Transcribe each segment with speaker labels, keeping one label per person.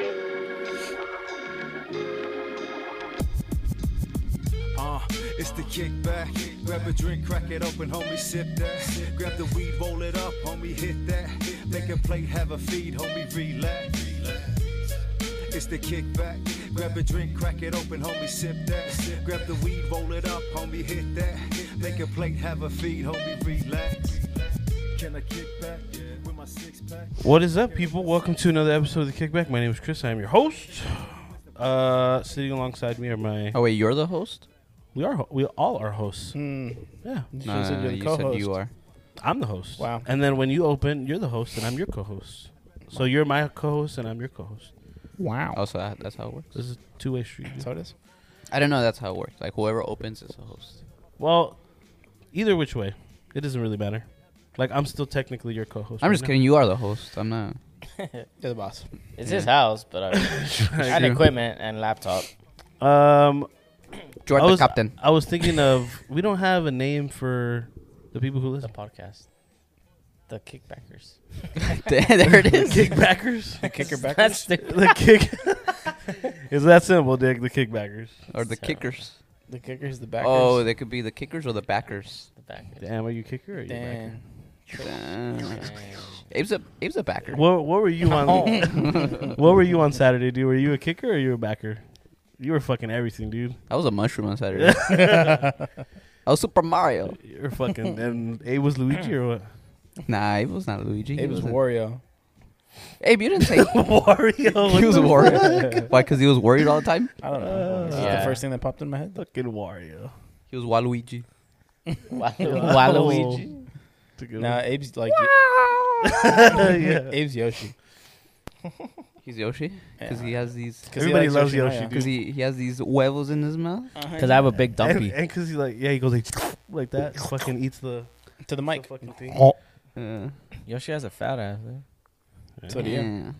Speaker 1: Uh, It's the kickback. Grab a drink, crack it open, homie, sip that. Grab the weed, roll it up, homie, hit that. Make a plate, have a feed, homie, relax. It's the kickback. Grab a drink, crack it open, homie, sip that. Grab the weed, roll it up, homie, hit that. Make a plate, have a feed, homie, relax. Can I kick back with my six pack?
Speaker 2: What is up, people? Welcome to another episode of the Kickback. My name is Chris. I am your host. Uh, sitting alongside me are my
Speaker 3: Oh wait, you're the host?
Speaker 2: we are ho- we all are hosts. Yeah,
Speaker 4: You said Mm, you're the
Speaker 3: you
Speaker 4: co-host.
Speaker 3: said you are.
Speaker 2: I'm the host.
Speaker 4: Wow.
Speaker 2: And then when you open, you're the host, and I'm your co-host. So you're my co-host, and I'm your co-host.
Speaker 4: Wow.
Speaker 3: Oh, so that, that's how it works.
Speaker 2: This is a two-way street. dude.
Speaker 4: So it is.
Speaker 3: I don't know. That's how it works. Like whoever opens is a host.
Speaker 2: Well, either which way, it doesn't really matter. Like I'm still technically your co-host.
Speaker 3: I'm
Speaker 2: right
Speaker 3: just
Speaker 2: now.
Speaker 3: kidding. You are the host. I'm not.
Speaker 4: You're the boss.
Speaker 5: It's his house, but I, I had
Speaker 3: Sure.
Speaker 5: equipment and laptop.
Speaker 2: Um,
Speaker 3: You are
Speaker 2: I
Speaker 3: the
Speaker 2: was
Speaker 3: captain.
Speaker 2: I was thinking of we don't have a name for the people who
Speaker 5: The
Speaker 2: listen.
Speaker 5: podcast, the kickbackers.
Speaker 3: there it is.
Speaker 2: Kickbackers.
Speaker 4: Kicker back.
Speaker 5: That's
Speaker 4: That's
Speaker 5: the,
Speaker 2: the kick. it's that simple, Dick. The kickbackers.
Speaker 3: Or the
Speaker 5: So-
Speaker 3: kickers.
Speaker 4: the kickers, the backers.
Speaker 3: Oh, they could be the kickers or the backers.
Speaker 5: the backers.
Speaker 2: Damn, are you kicker or are you
Speaker 4: damn.
Speaker 3: Damn.
Speaker 5: Damn.
Speaker 3: Uh, Abe's a Abe's a backer.
Speaker 2: backer? What What were you on? what were you on Saturday, dude? Were you a kicker or you a backer? You were fucking everything, dude.
Speaker 3: I was a mushroom on Saturday. I was Super Mario.
Speaker 2: You were fucking. and A was Luigi or what?
Speaker 3: Nah, Abe was not Luigi.
Speaker 4: It was
Speaker 3: a-
Speaker 4: Wario.
Speaker 3: Abe, you didn't say
Speaker 2: Wario. what
Speaker 3: he was
Speaker 2: the
Speaker 3: a warrior. Why? Because he was worried all the time.
Speaker 4: I don't know.
Speaker 2: Uh,
Speaker 4: It's
Speaker 5: Yeah.
Speaker 4: the first thing that popped in my head.
Speaker 2: Fucking Wario.
Speaker 3: He was Waluigi.
Speaker 5: Wa- Waluigi.
Speaker 2: Waluigi. It's a good
Speaker 4: Now nah,
Speaker 2: one.
Speaker 4: Abe's like
Speaker 2: Yeah.
Speaker 4: Abe's Yoshi.
Speaker 3: He's Yoshi because he has these
Speaker 4: 'Cause he
Speaker 2: Everybody
Speaker 4: likes
Speaker 2: loves
Speaker 4: Yoshi
Speaker 2: Yoshi,
Speaker 4: Mario.
Speaker 2: dude.
Speaker 3: because he, he has these huevos in his mouth.
Speaker 5: Because I have a big dumpy.
Speaker 2: And because he like, yeah, he goes like, like that, fucking eats the,
Speaker 4: To the
Speaker 2: the
Speaker 4: mic.
Speaker 2: fucking thing.
Speaker 3: Uh,
Speaker 5: Yoshi has a fat ass. Dude.
Speaker 4: So do you.
Speaker 3: yeah.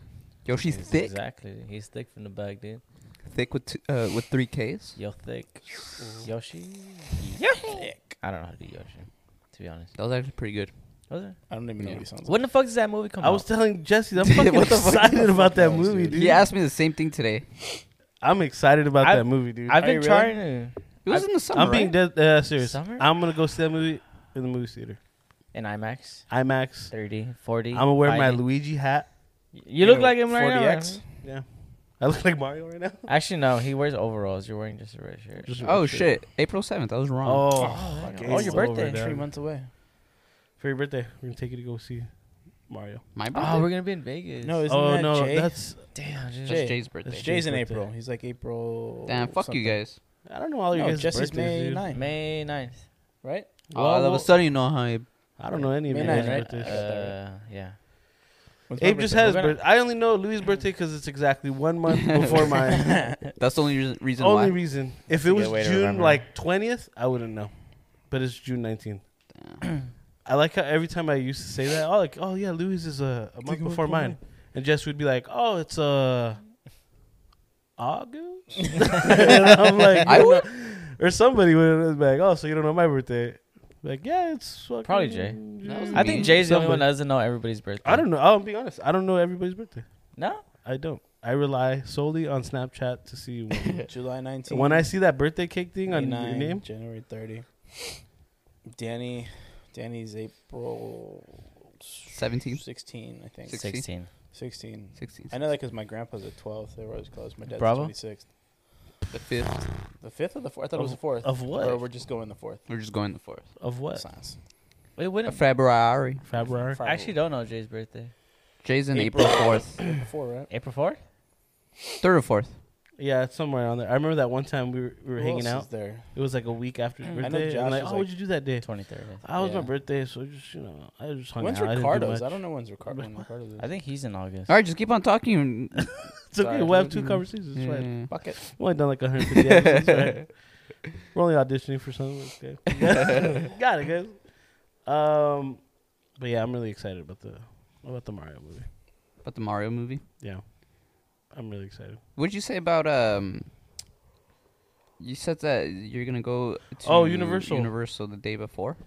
Speaker 3: Yoshi's
Speaker 5: He's
Speaker 3: thick,
Speaker 5: Exactly. He's thick from the back, dude.
Speaker 3: thick with two, uh, with three Ks.
Speaker 5: Yo, thick. Yoshi. I don't know how to do Yoshi. To be honest.
Speaker 3: That was actually pretty good.
Speaker 5: Was it?
Speaker 4: I don't even know
Speaker 3: Yeah.
Speaker 4: what he sounds like.
Speaker 5: When the fuck does that movie come
Speaker 2: I
Speaker 5: out?
Speaker 2: was telling Jesse, I'm fucking
Speaker 3: What the fuck?
Speaker 2: excited about that
Speaker 4: Fuck
Speaker 2: movie,
Speaker 4: knows,
Speaker 2: dude.
Speaker 3: He asked me the same thing today.
Speaker 2: I'm excited about
Speaker 5: I-
Speaker 2: that movie, dude.
Speaker 5: I've
Speaker 4: Are
Speaker 5: been
Speaker 4: you really?
Speaker 5: trying to
Speaker 3: It was in the summer.
Speaker 2: I'm being
Speaker 3: right?
Speaker 2: dead uh, serious.
Speaker 5: Summer?
Speaker 2: I'm gonna go see that movie in the movie theater,
Speaker 5: in IMAX.
Speaker 2: IMAX.
Speaker 5: 30, 40.
Speaker 2: I'm gonna wear my
Speaker 5: 5D.
Speaker 2: Luigi hat.
Speaker 5: You look like him right now.
Speaker 4: 40X.
Speaker 2: Yeah, I look like Mario right now.
Speaker 5: Actually, no. He wears overalls. You're wearing just a red shirt.
Speaker 2: Just-
Speaker 3: Oh shit! April seventh. I was wrong.
Speaker 2: Oh,
Speaker 5: fuck.
Speaker 2: okay.
Speaker 5: Oh,
Speaker 2: It's
Speaker 5: your
Speaker 2: over,
Speaker 5: birthday.
Speaker 2: dude.
Speaker 4: Three months away.
Speaker 2: for your birthday, we're gonna take you to go see Mario.
Speaker 3: My birthday.
Speaker 5: Oh, we're gonna be in Vegas.
Speaker 4: No, isn't
Speaker 2: Oh
Speaker 4: that
Speaker 2: no,
Speaker 4: Jay?
Speaker 2: that's
Speaker 5: damn. Just,
Speaker 3: That's
Speaker 4: Jay.
Speaker 3: Jay's
Speaker 2: That's
Speaker 3: birthday.
Speaker 2: Jay.
Speaker 4: Jay's in
Speaker 2: Jesse's
Speaker 4: April.
Speaker 2: birthday.
Speaker 4: He's like April.
Speaker 3: Damn! Fuck you guys.
Speaker 2: I don't know all your
Speaker 4: No,
Speaker 2: guys'
Speaker 4: Jesse's
Speaker 2: birthdays,
Speaker 4: May
Speaker 2: dude.
Speaker 4: 9th,
Speaker 5: May 9th.
Speaker 4: right?
Speaker 3: All
Speaker 2: Well,
Speaker 3: of a
Speaker 2: well-
Speaker 3: sudden, you know how Abe.
Speaker 2: I don't know any of
Speaker 4: May
Speaker 2: your
Speaker 4: ninth,
Speaker 2: guys'
Speaker 4: right?
Speaker 2: birthdays.
Speaker 5: Uh, yeah.
Speaker 4: When's my
Speaker 2: Abe just
Speaker 4: birthday?
Speaker 2: had his
Speaker 5: We're gonna-
Speaker 2: birthday. I only know Louis' birthday because it's exactly one month before mine.
Speaker 3: That's the only reason, reason
Speaker 2: only
Speaker 3: why.
Speaker 2: reason. If
Speaker 5: a
Speaker 2: it was
Speaker 5: good way to
Speaker 2: June
Speaker 5: remember.
Speaker 2: like twentieth, I wouldn't know. But it's June nineteenth. I like how every time I used to say that, oh, like, oh yeah, Louis is a, a month
Speaker 4: a month
Speaker 2: before
Speaker 4: before
Speaker 2: mine, and Jess would be like, oh, it's uh, August. and I'm like,
Speaker 3: I
Speaker 2: "You
Speaker 3: would-
Speaker 2: don't know." or somebody would be like, oh, so you don't know my birthday? Like, yeah, it's fucking
Speaker 5: Probably Jay.
Speaker 3: That was
Speaker 2: June."
Speaker 5: I think
Speaker 3: Me?
Speaker 5: Jay's the only one
Speaker 2: Somebody.
Speaker 5: that doesn't know everybody's birthday.
Speaker 2: I don't know. I'll be honest. I don't know everybody's birthday.
Speaker 5: No.
Speaker 2: I don't. I rely solely on Snapchat to see when,
Speaker 4: July 19th.
Speaker 2: when I see that birthday cake thing on your
Speaker 4: 29,
Speaker 2: name.
Speaker 4: January 30. Danny, Danny's April
Speaker 3: Seventeen.
Speaker 4: 16, I think.
Speaker 3: 16.
Speaker 5: 16.
Speaker 4: 16.
Speaker 3: Sixteen.
Speaker 4: I know that because my grandpa's the 12th. They were always close. My dad's
Speaker 5: Bravo.
Speaker 4: the 26th.
Speaker 3: The fifth.
Speaker 4: The 5th or the 4th? I thought it was the 4th.
Speaker 2: Of what?
Speaker 4: Or we're just going the 4th.
Speaker 3: We're just going the fourth.
Speaker 2: Of what?
Speaker 4: Science.
Speaker 5: Wait, when?
Speaker 3: February.
Speaker 2: February.
Speaker 5: I actually don't know Jay's birthday.
Speaker 3: Jay's in April fourth.
Speaker 4: Before, right?
Speaker 5: April 4th?
Speaker 3: Third or fourth.
Speaker 2: Yeah, it's somewhere on there. I remember that one time we were, we were
Speaker 4: Who
Speaker 2: hanging out.
Speaker 4: else is there.
Speaker 2: It was like a week after his
Speaker 4: know
Speaker 2: birthday. and
Speaker 4: Josh
Speaker 2: like,
Speaker 4: was
Speaker 2: oh,
Speaker 4: like-
Speaker 2: what'd you do that day?
Speaker 5: 23rd.
Speaker 2: I was my
Speaker 4: Yeah.
Speaker 2: birthday, so just you know, I just hung
Speaker 4: When's
Speaker 2: out.
Speaker 4: Ricardo's? I
Speaker 2: I, didn't do much.
Speaker 4: don't know when's Ricardo. When Ricardo's is.
Speaker 5: I think he's in August.
Speaker 3: All right, just keep on talking.
Speaker 2: It's okay.
Speaker 4: Sorry.
Speaker 2: We'll have two conversations. It's fine.
Speaker 3: Yeah.
Speaker 4: Bucket.
Speaker 2: We've only done like 150 episodes. right? We're only auditioning for something. it's Okay. Got it, guys. Um, but yeah, I'm really excited about the about the Mario movie.
Speaker 3: About the Mario movie.
Speaker 2: Yeah, I'm really excited.
Speaker 3: What did you say about um? You said that you're gonna go to
Speaker 2: Oh, Universal.
Speaker 3: Universal the day before.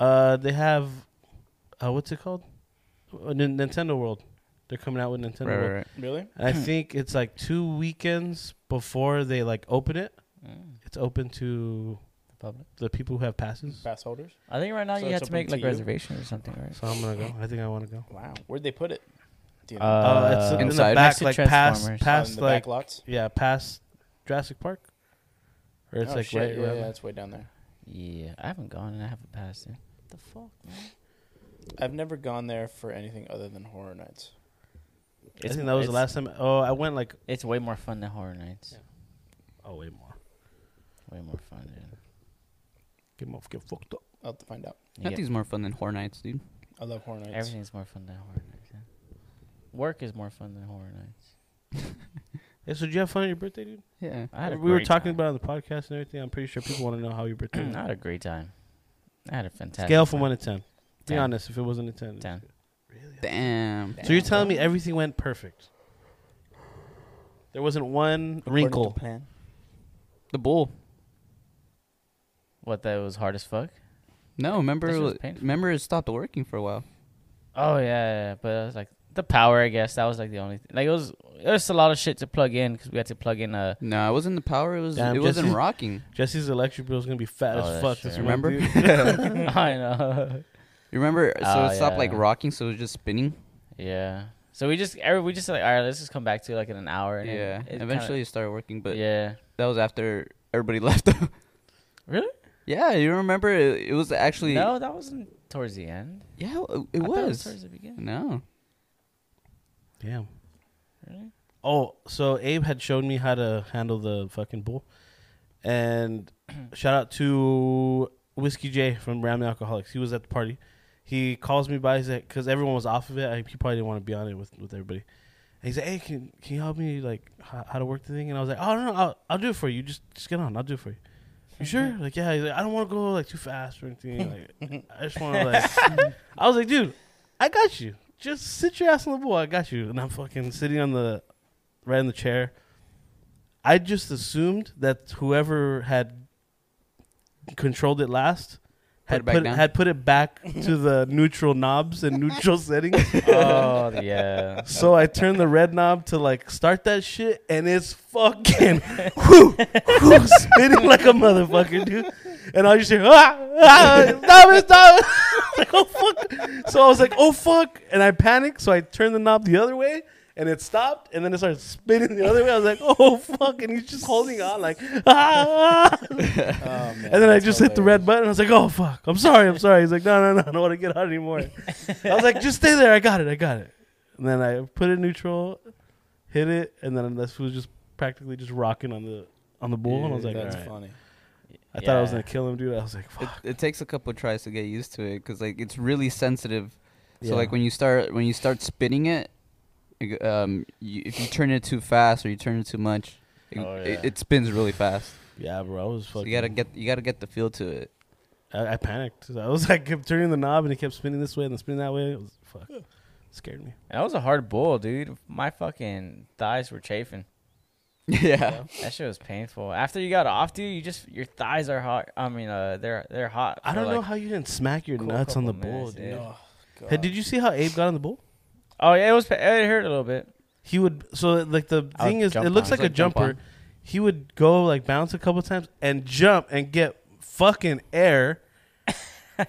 Speaker 2: Uh, they have, uh, what's it called? Uh, Nin- Nintendo World. They're coming out with Nintendo
Speaker 3: Right,
Speaker 2: World.
Speaker 3: right, right.
Speaker 4: Really?
Speaker 2: And I think it's like two weekends before they like open it.
Speaker 5: Mm.
Speaker 2: It's open to
Speaker 5: public.
Speaker 2: The people who have passes.
Speaker 4: Pass holders.
Speaker 5: I think right now
Speaker 4: So
Speaker 5: you
Speaker 4: it's
Speaker 5: have to
Speaker 4: open
Speaker 5: make
Speaker 4: to
Speaker 5: like
Speaker 4: you?
Speaker 5: reservations or something, right?
Speaker 2: So I'm gonna go. I think I want to go.
Speaker 4: Wow. Where'd they put it? Do you know?
Speaker 5: Uh,
Speaker 2: Oh, it's in
Speaker 3: inside.
Speaker 2: the back,
Speaker 5: Next to
Speaker 2: like past,
Speaker 5: Transformers.
Speaker 4: Out in
Speaker 2: past,
Speaker 4: the
Speaker 2: like
Speaker 4: back lots.
Speaker 2: yeah, past Jurassic Park. Or it's
Speaker 4: oh,
Speaker 2: like
Speaker 4: shit,
Speaker 2: right.
Speaker 4: yeah,
Speaker 2: around-
Speaker 4: yeah, it's way down there.
Speaker 5: Yeah, I haven't gone and I haven't passed it. The fuck, man?
Speaker 4: I've never gone there for anything other than horror nights.
Speaker 2: I think that was the last time. Oh, I went like
Speaker 5: It's way more fun than horror nights.
Speaker 2: oh way more.
Speaker 5: Way more fun, dude.
Speaker 2: Get off, get fucked up.
Speaker 4: I'll have to find out.
Speaker 5: You get-
Speaker 3: Nothing's more fun than horror nights, dude.
Speaker 4: I love horror nights.
Speaker 5: everything's more fun than horror nights. Yeah? Work is more fun than horror nights.
Speaker 2: Yeah, so did you have fun on your birthday, dude?
Speaker 3: Yeah.
Speaker 5: I had a
Speaker 2: we were
Speaker 5: great
Speaker 2: talking
Speaker 5: time. Mm,
Speaker 2: about it on the podcast and everything. I'm pretty sure people want to know how your birthday.
Speaker 5: I
Speaker 2: was.
Speaker 5: had a great time. I had a fantastic
Speaker 2: Scale from
Speaker 5: time.
Speaker 2: one to ten. Be
Speaker 5: Ten.
Speaker 2: honest. If it wasn't a ten,
Speaker 5: Ten.
Speaker 3: Damn.
Speaker 2: So you're telling me everything went perfect. There wasn't one
Speaker 4: According to
Speaker 2: wrinkle.
Speaker 4: Plan.
Speaker 3: The bull.
Speaker 5: What that was hard as fuck.
Speaker 3: No, remember,
Speaker 5: That shit was
Speaker 3: it-
Speaker 5: painful.
Speaker 3: remember, it stopped working for a while.
Speaker 5: Oh yeah, yeah, yeah, but it was like the power. I guess that was like the only thing. like it was. It was a lot of shit to plug in because we had to plug in a.
Speaker 3: No, it wasn't the power. It was.
Speaker 2: Damn,
Speaker 3: it wasn't
Speaker 2: Jesse.
Speaker 3: rocking.
Speaker 2: Jesse's electric bill is gonna be fat
Speaker 5: Oh,
Speaker 2: as
Speaker 5: that's
Speaker 2: fuck.
Speaker 5: true.
Speaker 2: this
Speaker 3: You
Speaker 2: month,
Speaker 3: remember?
Speaker 2: dude.
Speaker 5: I know.
Speaker 3: You remember? So
Speaker 5: Oh,
Speaker 3: it stopped like
Speaker 5: yeah.
Speaker 3: rocking. So it was just spinning.
Speaker 5: Yeah. So we just every- we just like all right, let's just come back to it, like in an hour. And
Speaker 3: yeah.
Speaker 5: it- it
Speaker 3: Eventually, it started working, but
Speaker 5: Kinda, yeah.
Speaker 3: that was after everybody left.
Speaker 5: Really?
Speaker 3: yeah, you remember? It, it was actually.
Speaker 5: No, that wasn't towards the end.
Speaker 3: Yeah, it, it
Speaker 5: I thought
Speaker 3: was.
Speaker 5: towards the beginning.
Speaker 3: No.
Speaker 2: Damn.
Speaker 5: Really?
Speaker 2: Oh, so Abe had shown me how to handle the fucking bull, and shout out to Whiskey J from Ramen Alcoholics. He was at the party. He calls me by. He's like, because everyone was off of it. I, he probably didn't want to be on it with with everybody. And he's like, hey, can can you help me like how, how to work the thing? And I was like, oh no, no I'll, I'll do it for you. Just just get on. I'll do it for you.
Speaker 3: Mm-hmm.
Speaker 2: You sure? Like yeah. He's like, I don't want to go like too fast or anything. Like I just want to like. I was like, dude, I got you. Just sit your ass on the bull. I got you. And I'm fucking sitting on the right in the chair. I just assumed that whoever had controlled it last
Speaker 3: Put
Speaker 2: had
Speaker 3: it back
Speaker 2: put
Speaker 3: down?
Speaker 2: had put it back to the neutral knobs and neutral settings.
Speaker 5: oh yeah.
Speaker 2: So I turned the red knob to like start that shit, and it's fucking whoo, whoo, spinning like a motherfucker, dude. And I just hear ah, ah stop it, stop it. like oh fuck. So I was like oh fuck, and I panicked. So I turned the knob the other way. And it stopped, and then it started spinning the other way. I was like, "Oh fuck!" And he's just holding on, like, "Ah!"
Speaker 4: Oh, man,
Speaker 2: And then I
Speaker 4: that's
Speaker 2: just hit the
Speaker 4: hilarious.
Speaker 2: red button. I was like, "Oh fuck! I'm sorry, I'm sorry." He's like, "No, no, no! I don't want to get out anymore." I was like, "Just stay there. I got it. I got it." And then I put it neutral, hit it, and then this was just practically just rocking on the on the bull. and I was like,
Speaker 4: that's
Speaker 2: "All right."
Speaker 4: funny.
Speaker 2: I thought I was gonna kill him, dude. I was like,
Speaker 3: It,
Speaker 2: "Fuck."
Speaker 3: it takes a couple of tries to get used to it because like it's really sensitive. So
Speaker 2: Yeah.
Speaker 3: like when you start when you start spinning it, it go- um, you, if you turn it too fast or you turn it too much, it,
Speaker 5: Oh,
Speaker 3: it,
Speaker 5: yeah.
Speaker 3: it spins really fast.
Speaker 2: yeah, bro. I was
Speaker 3: So
Speaker 2: fucking.
Speaker 3: you gotta get you gotta get the feel to it.
Speaker 2: I, I panicked. I was like, kept turning the knob, and it kept spinning this way and then spinning that way. It was fuck. Scared me.
Speaker 5: That was a hard bull, dude. My fucking thighs were chafing.
Speaker 3: yeah.
Speaker 5: That shit was painful. After you got off, dude, you just your thighs are hot. I mean, uh, they're they're hot.
Speaker 2: I
Speaker 5: for,
Speaker 2: don't know
Speaker 5: like-
Speaker 2: how you didn't smack your
Speaker 5: cool
Speaker 2: nuts on the
Speaker 5: couple
Speaker 2: bull,
Speaker 5: minutes,
Speaker 2: dude.
Speaker 5: yeah.
Speaker 4: Oh, God.
Speaker 2: Hey, did you see how Abe got on the bull?
Speaker 5: Oh yeah, it was. pa- It hurt a little bit.
Speaker 2: He would so like the
Speaker 5: I would
Speaker 2: thing is it looks
Speaker 5: jump on.
Speaker 2: like,
Speaker 3: It's like
Speaker 2: a
Speaker 3: jump
Speaker 2: jumper.
Speaker 3: on.
Speaker 2: He would go like bounce a couple times and jump and get fucking air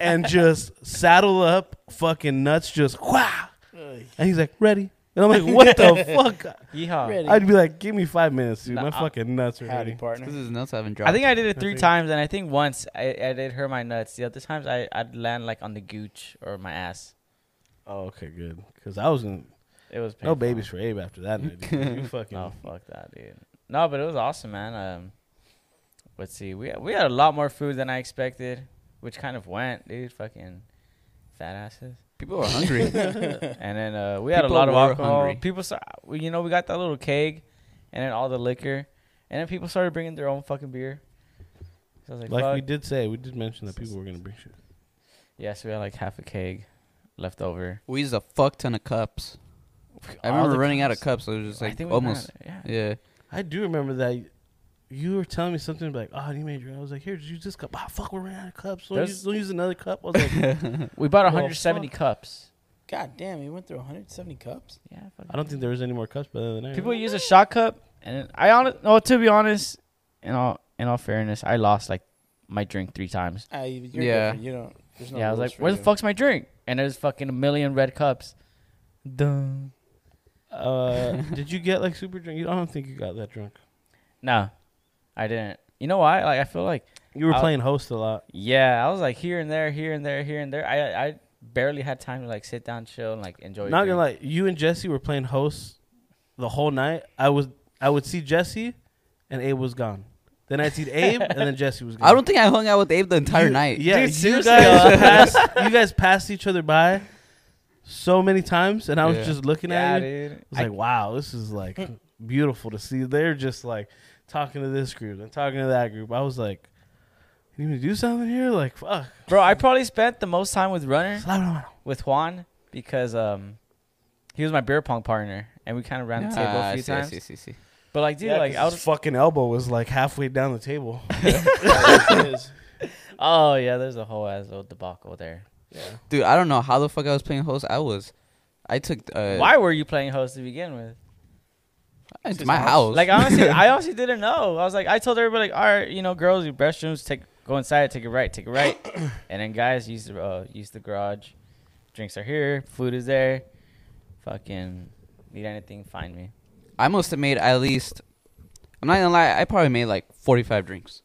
Speaker 2: and just saddle up fucking nuts just wow. And he's like, ready. And I'm like, what the fuck?
Speaker 5: Yeehaw.
Speaker 4: Ready.
Speaker 2: I'd be like, give me five minutes, dude.
Speaker 5: Nah,
Speaker 2: My
Speaker 5: I-
Speaker 2: fucking nuts are
Speaker 4: Howdy,
Speaker 2: ready.
Speaker 4: partner.
Speaker 3: Because his nuts haven't dropped.
Speaker 5: I think I did it three
Speaker 2: think-
Speaker 5: times, and I think once I, I did hurt my nuts. The other times I I'd land like on the gooch or my ass.
Speaker 2: Oh, okay, good. Because I was in
Speaker 5: It was painful.
Speaker 2: no babies for Abe after that night. dude. You fucking
Speaker 5: No, fuck that, dude. No, but it was awesome, man. Um, let's see, we we had a lot more food than I expected, which kind of went, dude. Fucking fat asses.
Speaker 3: people are hungry.
Speaker 5: and then uh, we had
Speaker 3: People
Speaker 5: a lot of
Speaker 3: were
Speaker 5: alcohol.
Speaker 3: hungry.
Speaker 5: People, saw, we- you know, we got that little keg, and then all the liquor, and then people started bringing their own fucking beer. So I was like,
Speaker 2: like
Speaker 5: fuck.
Speaker 2: we did say, we did mention that people were gonna bring shit.
Speaker 5: yeah, so we had like half a keg left over.
Speaker 3: we used a fuck ton of cups. I
Speaker 5: All
Speaker 3: remember
Speaker 5: the
Speaker 3: running out of
Speaker 5: cups.
Speaker 3: cups. So it was just
Speaker 5: I
Speaker 3: like
Speaker 5: think we ran
Speaker 3: almost.
Speaker 5: out, Yeah.
Speaker 3: Yeah.
Speaker 2: I do remember that you were telling me something like, "Oh, you made your." I was like, "Here, just use this cup." Ah, fuck, we ran out of cups. Don't
Speaker 5: There's-
Speaker 2: use, don't use another cup. I was like,
Speaker 5: We bought
Speaker 2: Well,
Speaker 5: 170 cups.
Speaker 4: God damn, you went through 170 cups.
Speaker 5: Yeah. fucking-
Speaker 2: "I don't think there was any more cups by the end of the night."
Speaker 5: people use a shot cup, and I honest. No, to be honest, in all in all fairness, I lost like my drink three times.
Speaker 4: Ah, you, you're
Speaker 3: Yeah.
Speaker 4: different. You don't. There's no
Speaker 5: yeah, I was
Speaker 4: rules
Speaker 5: like,
Speaker 4: for
Speaker 5: where the
Speaker 4: you.
Speaker 5: fuck's my drink? And there's fucking a million red cups. Dun.
Speaker 2: Uh, did you get like super drunk? You- I don't think you got that drunk.
Speaker 5: No, I didn't. You know why? Like I feel like
Speaker 2: You were
Speaker 5: I-
Speaker 2: playing host a lot.
Speaker 5: yeah, I was like here and there, here and there, here and there. I I barely had time to like sit down, chill, and like enjoy. a
Speaker 2: Not
Speaker 5: drink.
Speaker 2: gonna lie, you and Jesse were playing host the whole night. I was I would see Jesse, and Abe was gone. Then I'd see Abe, and then Jesse was gone.
Speaker 3: I don't think I hung out with Abe the entire
Speaker 2: You-
Speaker 3: night.
Speaker 2: Yeah,
Speaker 5: Dude,
Speaker 2: you
Speaker 5: seriously,
Speaker 2: guys
Speaker 5: uh,
Speaker 2: passed, you guys passed each other by so many times, and I was
Speaker 3: Yeah.
Speaker 2: just looking
Speaker 5: yeah,
Speaker 2: at you.
Speaker 5: dude.
Speaker 2: I Mm. was like, wow, this is like beautiful to see. They're just like talking to this group and talking to that group. I was like, you need me to do something here? Like, fuck.
Speaker 5: Bro, I probably spent the most time with Runner,
Speaker 2: Slap it on.
Speaker 5: with Juan, because um, he was my beer pong partner, and we kind of ran the table
Speaker 3: Ah,
Speaker 5: a
Speaker 3: I
Speaker 5: few
Speaker 3: see, I
Speaker 5: times.
Speaker 3: see, I see, I see.
Speaker 5: But like, dude,
Speaker 2: Yeah,
Speaker 5: like,
Speaker 2: 'cause
Speaker 5: I
Speaker 2: his
Speaker 5: was,
Speaker 2: fucking elbow was like halfway down the table.
Speaker 4: Yeah, it is.
Speaker 5: oh yeah, there's a whole ass little debacle there.
Speaker 3: Dude, I don't know how the fuck I was playing host. I was, I took. Uh,
Speaker 5: Why were you playing host to begin with?
Speaker 3: It's
Speaker 4: His
Speaker 3: my
Speaker 4: house.
Speaker 3: house.
Speaker 5: Like honestly, I honestly didn't know. I was like, I told everybody, like, all right, you know, girls, your restrooms, take go inside, take a right, take a right, and then guys use the uh, use the garage. Drinks are here, food is there. Fucking need anything, find me.
Speaker 3: I must have made at least. I'm not gonna lie. I probably made like 45 drinks.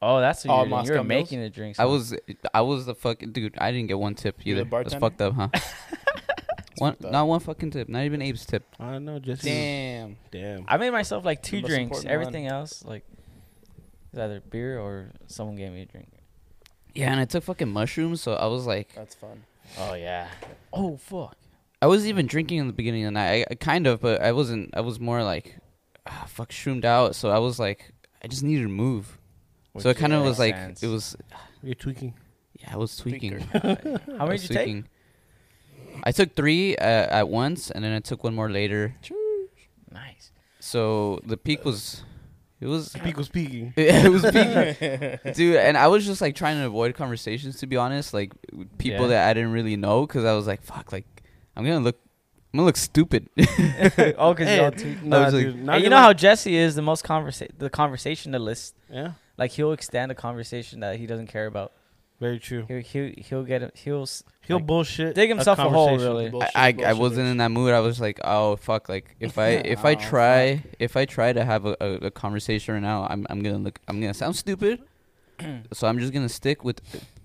Speaker 5: Oh, that's what
Speaker 4: All
Speaker 5: you're, doing.
Speaker 4: Moscow
Speaker 5: you're
Speaker 4: Mules?
Speaker 5: making the drinks.
Speaker 3: I was, I was the fucking dude. I didn't get one tip
Speaker 4: You're the
Speaker 3: either. That's
Speaker 4: bartender?
Speaker 3: fucked up, huh? one,
Speaker 4: fucked up.
Speaker 3: not one fucking tip. Not even Abe's tip.
Speaker 2: I don't know, Jesse.
Speaker 4: Damn.
Speaker 2: Damn.
Speaker 5: I made myself like two
Speaker 4: The most
Speaker 5: drinks.
Speaker 4: important
Speaker 5: Everything else, like, is either beer or someone gave me a drink.
Speaker 3: Yeah, and I took fucking mushrooms, so I was like,
Speaker 4: That's fun.
Speaker 5: Oh yeah. Oh fuck.
Speaker 3: I was even drinking in the beginning of the night. I, I kind of, but I wasn't. I was more like, ah, fuck, shroomed out. So I was like, I just needed to move. so it
Speaker 5: Which
Speaker 3: kind of
Speaker 5: makes
Speaker 3: was like,
Speaker 5: sense.
Speaker 3: it was,
Speaker 2: You're tweaking.
Speaker 3: yeah, I was tweaking.
Speaker 5: How
Speaker 3: I
Speaker 5: many
Speaker 3: was
Speaker 5: did you take?
Speaker 3: tweaking. I took three uh, at once, and then I took one more later.
Speaker 5: Nice.
Speaker 3: So the peak was, it was,
Speaker 2: Speak was speaking.
Speaker 3: it was peak, dude. And I was just like trying to avoid conversations, to be honest, like with people
Speaker 5: Yeah.
Speaker 3: that I didn't really know, because I was like, fuck, like I'm gonna look, I'm gonna look stupid.
Speaker 5: oh, because
Speaker 2: Hey,
Speaker 5: y'all two.
Speaker 2: nah,
Speaker 3: was like-
Speaker 2: dude, not
Speaker 5: And
Speaker 2: gonna
Speaker 5: you know
Speaker 2: lie.
Speaker 5: how Jesse is the most conversa- the conversationalist.
Speaker 2: Yeah,
Speaker 5: Like he'll extend a conversation that he doesn't care about.
Speaker 2: very true.
Speaker 5: He'll he'll, he'll get a, he'll s-
Speaker 2: He'll
Speaker 5: like,
Speaker 2: bullshit.
Speaker 5: dig himself a hole.
Speaker 2: conversation.
Speaker 5: Really,
Speaker 4: Bullshit,
Speaker 3: I, I
Speaker 4: bullshit,
Speaker 3: wasn't in that mood. I was like, oh fuck, like if I if
Speaker 4: Oh,
Speaker 3: I try if I try to have a, a, a conversation right now, I'm I'm gonna look I'm gonna sound stupid. so I'm just gonna stick with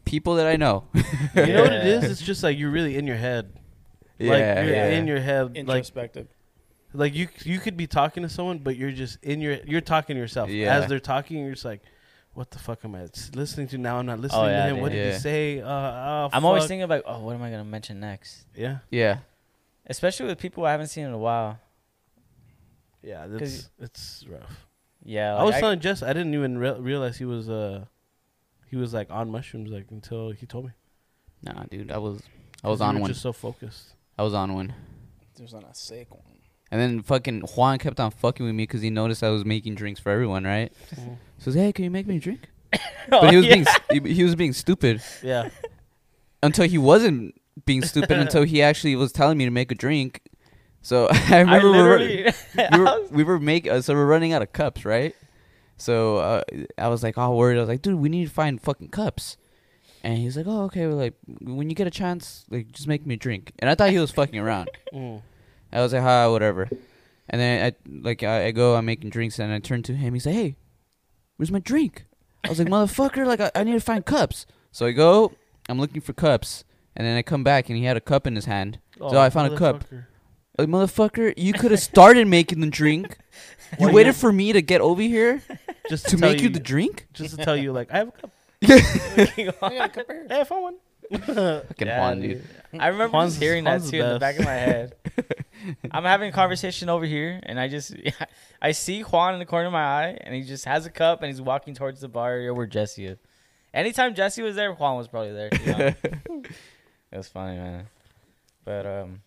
Speaker 3: people that I know.
Speaker 2: You know what it
Speaker 5: Yeah.
Speaker 2: is? It's just like you're really in your head.
Speaker 3: yeah,
Speaker 2: like you're
Speaker 3: yeah.
Speaker 2: in your head. Like
Speaker 4: Introspective.
Speaker 2: like you you could be talking to someone, but you're just in your you're talking to yourself
Speaker 3: Yeah.
Speaker 2: as they're talking. You're just like, what the fuck am I s- listening to now? I'm not listening to
Speaker 5: yeah,
Speaker 2: him. What
Speaker 5: dude.
Speaker 2: did
Speaker 3: Oh, Yeah.
Speaker 2: he say? Uh, oh,
Speaker 5: I'm always
Speaker 2: fuck.
Speaker 5: thinking like, oh, what am I gonna mention next?
Speaker 2: Yeah,
Speaker 3: yeah.
Speaker 5: Especially with people I haven't seen in a while.
Speaker 2: yeah. That's it's rough.
Speaker 5: Yeah,
Speaker 2: I
Speaker 5: like,
Speaker 2: was telling Jess, I didn't even re- realize he was uh he was like on mushrooms like until he told me.
Speaker 3: Nah, dude, I was I was
Speaker 2: You
Speaker 3: on
Speaker 2: were
Speaker 3: one.
Speaker 2: Just so focused.
Speaker 3: I was on one.
Speaker 4: There's not a sick one.
Speaker 3: And then fucking Juan kept on fucking with me because he noticed I was making drinks for everyone, right?
Speaker 2: Mhm.
Speaker 3: So he's hey, can you make me a drink?
Speaker 5: Oh,
Speaker 3: But he was
Speaker 5: yeah.
Speaker 3: being being he, he was being stupid
Speaker 2: Yeah.
Speaker 3: until he wasn't being stupid until he actually was telling me to make a drink. So I remember we were-
Speaker 5: literally-
Speaker 3: we were, we were make uh, so we're running out of cups, right? So uh, I was like all worried. I was like, dude, we need to find fucking cups. And he's like, oh okay. We're like, when you get a chance, like just make me a drink. And I thought he was fucking around.
Speaker 2: Mm.
Speaker 3: I was like, ah, whatever. And then I like I, I go, I'm making drinks, and I turn to him. He's like, hey, where's my drink? I was like, motherfucker, like I, I need to find cups. So I go, I'm looking for cups, and then I come back, and he had a cup in his hand. So I found a cup.
Speaker 2: motherfucker.
Speaker 3: Like, motherfucker, you could have started making the drink. You
Speaker 2: Why
Speaker 3: waited for me to get over here
Speaker 2: just
Speaker 3: to
Speaker 2: tell
Speaker 3: make you the drink?
Speaker 2: just to tell you like I have a cup.
Speaker 4: I got a cup here.
Speaker 2: I have one.
Speaker 3: Fucking
Speaker 5: Yeah,
Speaker 3: Juan, dude.
Speaker 5: I remember
Speaker 2: Hans
Speaker 5: just
Speaker 2: is-
Speaker 5: hearing
Speaker 2: Hans
Speaker 5: that
Speaker 2: is
Speaker 5: too in the
Speaker 2: best.
Speaker 5: back of my head. I'm having a conversation over here, and I just I see Juan in the corner of my eye, and he just has a cup, and he's walking towards the bar area where Jesse is. Anytime Jesse was there, Juan was probably there. to be honest. it was funny, man. But um,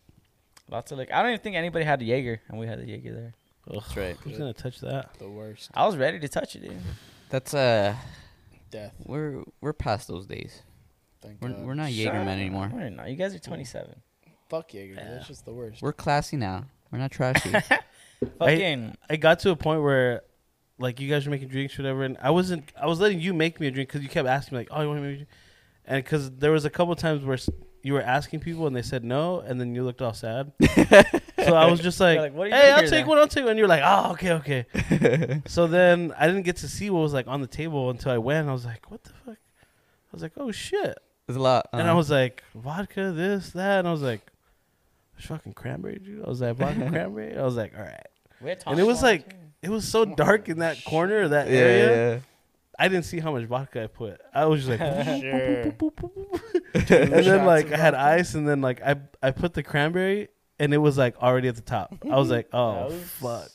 Speaker 5: lots of like I don't even think anybody had a Jaeger, and we had the Jaeger there.
Speaker 3: That's right.
Speaker 2: Who's gonna touch that?
Speaker 4: The worst.
Speaker 5: I was ready to touch it, dude.
Speaker 3: That's uh,
Speaker 4: Death.
Speaker 3: we're we're past those days.
Speaker 4: Thank
Speaker 3: We're
Speaker 4: God.
Speaker 3: we're not
Speaker 5: Shut
Speaker 3: Jaegermen
Speaker 5: up.
Speaker 3: anymore.
Speaker 5: We're not. You guys are 27.
Speaker 4: Fuck Jaeger. dude.
Speaker 5: Yeah.
Speaker 4: That's just the worst.
Speaker 3: We're classy now. We're not trashy.
Speaker 5: Fucking
Speaker 2: It got to a point where like you guys were making drinks, or whatever. And I wasn't. I was letting you make me a drink because you kept asking me, like, "Oh, you want me?" To make you-" And because there was a couple times where s- you were asking people and they said no, and then you looked all sad. so I was just like,
Speaker 5: You're like, "What are you
Speaker 2: "Hey,
Speaker 5: doing
Speaker 2: I'll take
Speaker 5: here then?"
Speaker 2: one. I'll take one." And you're like, "Oh, okay, okay." so then I didn't get to see what was like on the table until I went. and I was like, "What the fuck?" I was like, "Oh shit."
Speaker 3: There's a lot.
Speaker 2: And I
Speaker 3: uh-huh.
Speaker 2: was like, vodka, this, that. And I was like, "There's fucking cranberry juice. I was like, vodka cranberry. I was like, all right.
Speaker 5: We had
Speaker 2: And it was
Speaker 5: Toshwater,
Speaker 2: like,
Speaker 5: too.
Speaker 2: it was so dark in that corner of that
Speaker 3: yeah,
Speaker 2: area.
Speaker 3: yeah, yeah.
Speaker 2: I didn't see how much vodka I put. I was just like,
Speaker 4: Sure.
Speaker 2: and then like I had ice, and then like I I put the cranberry, and it was like already at the top. I was like, oh
Speaker 5: Gross.
Speaker 2: fuck.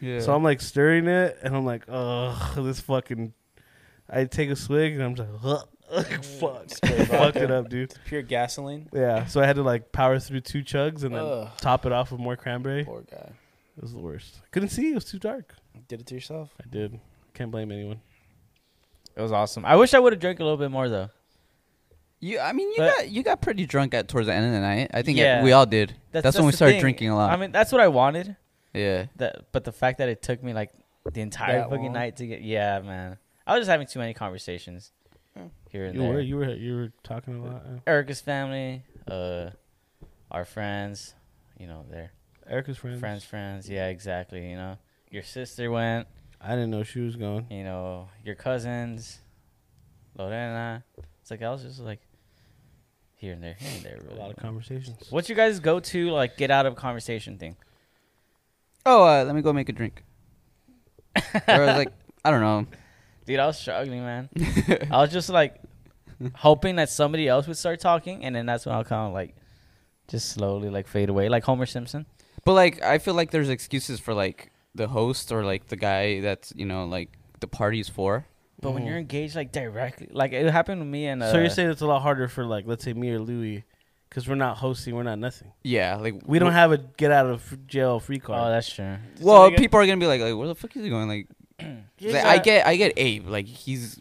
Speaker 3: yeah.
Speaker 2: So I'm like stirring it, and I'm like, ugh, this fucking. I take a swig, and I'm just like, ugh, like, fuck,
Speaker 4: Straight
Speaker 2: fucked
Speaker 4: Mm, vodka.
Speaker 2: it up, dude.
Speaker 4: It's pure gasoline.
Speaker 2: Yeah, so I had to like power through two chugs and then
Speaker 4: Ugh.
Speaker 2: top it off with more cranberry.
Speaker 4: Poor guy.
Speaker 2: It was the worst. couldn't see. It was too dark.
Speaker 4: Did it to yourself.
Speaker 2: I did. Can't blame anyone.
Speaker 5: It was awesome. I wish I would have drank a little bit more though.
Speaker 3: you, I mean, you
Speaker 5: But-
Speaker 3: got you got pretty drunk at towards the end of the night. I think it-
Speaker 5: Yeah.
Speaker 3: we all did. That's, when we
Speaker 5: the
Speaker 3: started
Speaker 5: thing.
Speaker 3: drinking a lot.
Speaker 5: I mean, that's what I wanted.
Speaker 3: yeah,
Speaker 5: That, but the fact that it took me like the entire
Speaker 4: That
Speaker 5: fucking
Speaker 4: long?
Speaker 5: night to get, yeah, man. I was just having too many conversations here and
Speaker 2: Hmm. You
Speaker 5: there.
Speaker 2: were you were you were talking a lot. uh, yeah.
Speaker 5: Erica's family, uh, our friends, you know, their
Speaker 2: Erica's friends.
Speaker 5: friends, friends. Yeah, exactly. You know, your sister went.
Speaker 2: I didn't know she was going.
Speaker 5: You know, your cousins, Lorena. It's like I was just like here and there, here and there.
Speaker 2: A
Speaker 5: Really.
Speaker 2: lot of conversations.
Speaker 5: What's your guys' go-to like get out of conversation thing?
Speaker 3: Oh, uh, let me go make a drink. or I was like, I don't know.
Speaker 5: Dude, I was struggling, man. I was just like hoping that somebody else would start talking, and then that's when I'll kind of like just slowly like fade away, like Homer Simpson.
Speaker 3: But like, I feel like there's excuses for like the host or like the guy that's you know like the party's for.
Speaker 5: But when
Speaker 2: Mhm.
Speaker 5: you're engaged like directly, like it happened to me and uh,
Speaker 2: so you're saying it's a lot harder for like let's say me or Louie, because we're not hosting, we're not nothing.
Speaker 3: Yeah, like
Speaker 2: We don't have a get out of jail free
Speaker 5: oh,
Speaker 2: card.
Speaker 5: that's true.
Speaker 3: Well,
Speaker 4: So they get-
Speaker 3: people are gonna be like, like, where the fuck is he going? Like,
Speaker 2: Yeah,
Speaker 3: like,
Speaker 2: yeah.
Speaker 3: I get, I get Abe. Like, he's,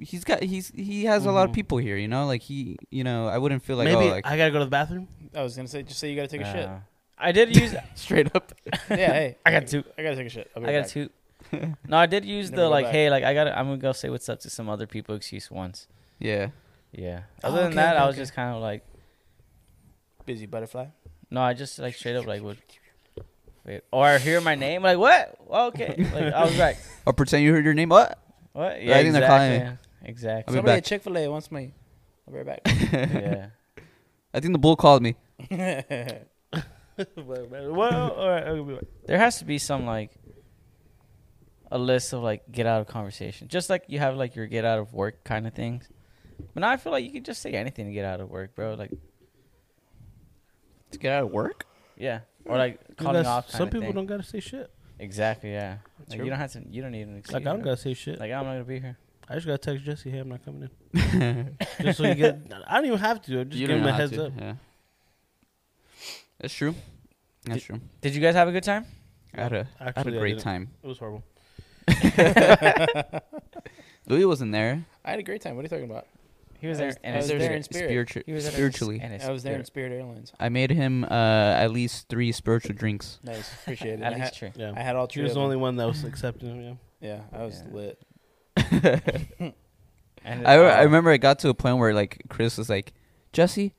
Speaker 3: he's got, he's, he has a lot
Speaker 2: Mhm.
Speaker 3: of people here. You know, like he, you know, I wouldn't feel like,
Speaker 2: Maybe
Speaker 3: oh, like
Speaker 2: I gotta go to the bathroom.
Speaker 4: I was gonna say, just say you gotta take a shit.
Speaker 5: Uh, I did use.
Speaker 3: straight up.
Speaker 4: Yeah, hey,
Speaker 5: I got two.
Speaker 4: I gotta take a shit. I'll be
Speaker 5: I
Speaker 4: right
Speaker 5: got
Speaker 4: back.
Speaker 5: two. No, I did use
Speaker 4: Never
Speaker 5: the
Speaker 4: go
Speaker 5: like,
Speaker 4: back.
Speaker 5: hey, like I got. to I'm gonna go say what's up to some other people excuse once.
Speaker 3: Yeah.
Speaker 5: Yeah.
Speaker 3: Oh,
Speaker 5: Other than
Speaker 3: okay,
Speaker 5: that,
Speaker 3: okay,
Speaker 5: I was
Speaker 3: okay.
Speaker 5: just kind of like,
Speaker 4: Busy butterfly.
Speaker 5: no, I just like straight up like would. Wait, or I hear my name, like what? Well, okay, like I was like,
Speaker 3: Or Oh, pretend you heard your name. What?
Speaker 5: what?
Speaker 3: I think they're calling
Speaker 5: exactly. Exactly.
Speaker 3: I'll be
Speaker 4: Somebody
Speaker 3: back.
Speaker 4: at Chick Fil A wants me. I'll be right
Speaker 5: yeah.
Speaker 3: I think the bull called me.
Speaker 4: back.
Speaker 2: well, all right, I'll be back.
Speaker 5: There has to be some like a list of like get out of conversation, just like you have like your get out of work kind of things. But now I feel like you can just say anything to get out of work, bro. Like,
Speaker 3: To get out of work?
Speaker 5: yeah, or like
Speaker 2: Yeah,
Speaker 5: calling
Speaker 2: that's-
Speaker 5: off.
Speaker 2: Some
Speaker 5: kinda
Speaker 2: people
Speaker 5: thing.
Speaker 2: don't gotta say shit.
Speaker 5: Exactly. Yeah. Like,
Speaker 2: true.
Speaker 5: you don't have to. You don't need an excuse.
Speaker 2: Like I don't
Speaker 5: bro.
Speaker 2: gotta say shit.
Speaker 5: Like I'm not gonna be here.
Speaker 2: I just gotta text Jesse, hey, I'm not coming in. just so you get. I don't even have to. Just
Speaker 3: you
Speaker 2: give
Speaker 3: don't
Speaker 2: him
Speaker 3: know
Speaker 2: a
Speaker 3: how
Speaker 2: heads
Speaker 3: to.
Speaker 2: up.
Speaker 3: Yeah. That's true. That's true.
Speaker 5: Did you guys have a good time?
Speaker 3: I had a, I had
Speaker 2: Actually,
Speaker 3: a
Speaker 2: I
Speaker 3: great
Speaker 2: didn't.
Speaker 3: time.
Speaker 2: It was horrible.
Speaker 3: Louis wasn't there.
Speaker 4: I had a great time. What are you talking about?
Speaker 5: He was
Speaker 4: I
Speaker 5: there.
Speaker 4: was-
Speaker 5: and
Speaker 4: I was
Speaker 5: his
Speaker 4: there
Speaker 5: spirit.
Speaker 4: in spirit.
Speaker 3: Spiritu-
Speaker 5: He was there in his-
Speaker 3: spiritually.
Speaker 5: and his
Speaker 4: I was there in
Speaker 5: spirit.
Speaker 4: Spirit Airlines.
Speaker 3: I made him uh, at least three spiritual drinks.
Speaker 4: Nice, appreciate it.
Speaker 5: At
Speaker 4: I,
Speaker 5: least
Speaker 4: had,
Speaker 5: true.
Speaker 2: Yeah.
Speaker 4: I had all
Speaker 2: She
Speaker 4: three.
Speaker 2: was
Speaker 4: of
Speaker 2: the
Speaker 4: them.
Speaker 2: only one that was accepting him. Yeah.
Speaker 4: Yeah, I was
Speaker 5: Yeah.
Speaker 4: lit.
Speaker 5: And
Speaker 3: I,
Speaker 5: uh,
Speaker 3: I remember it got to a point where like Chris was like, Jesse,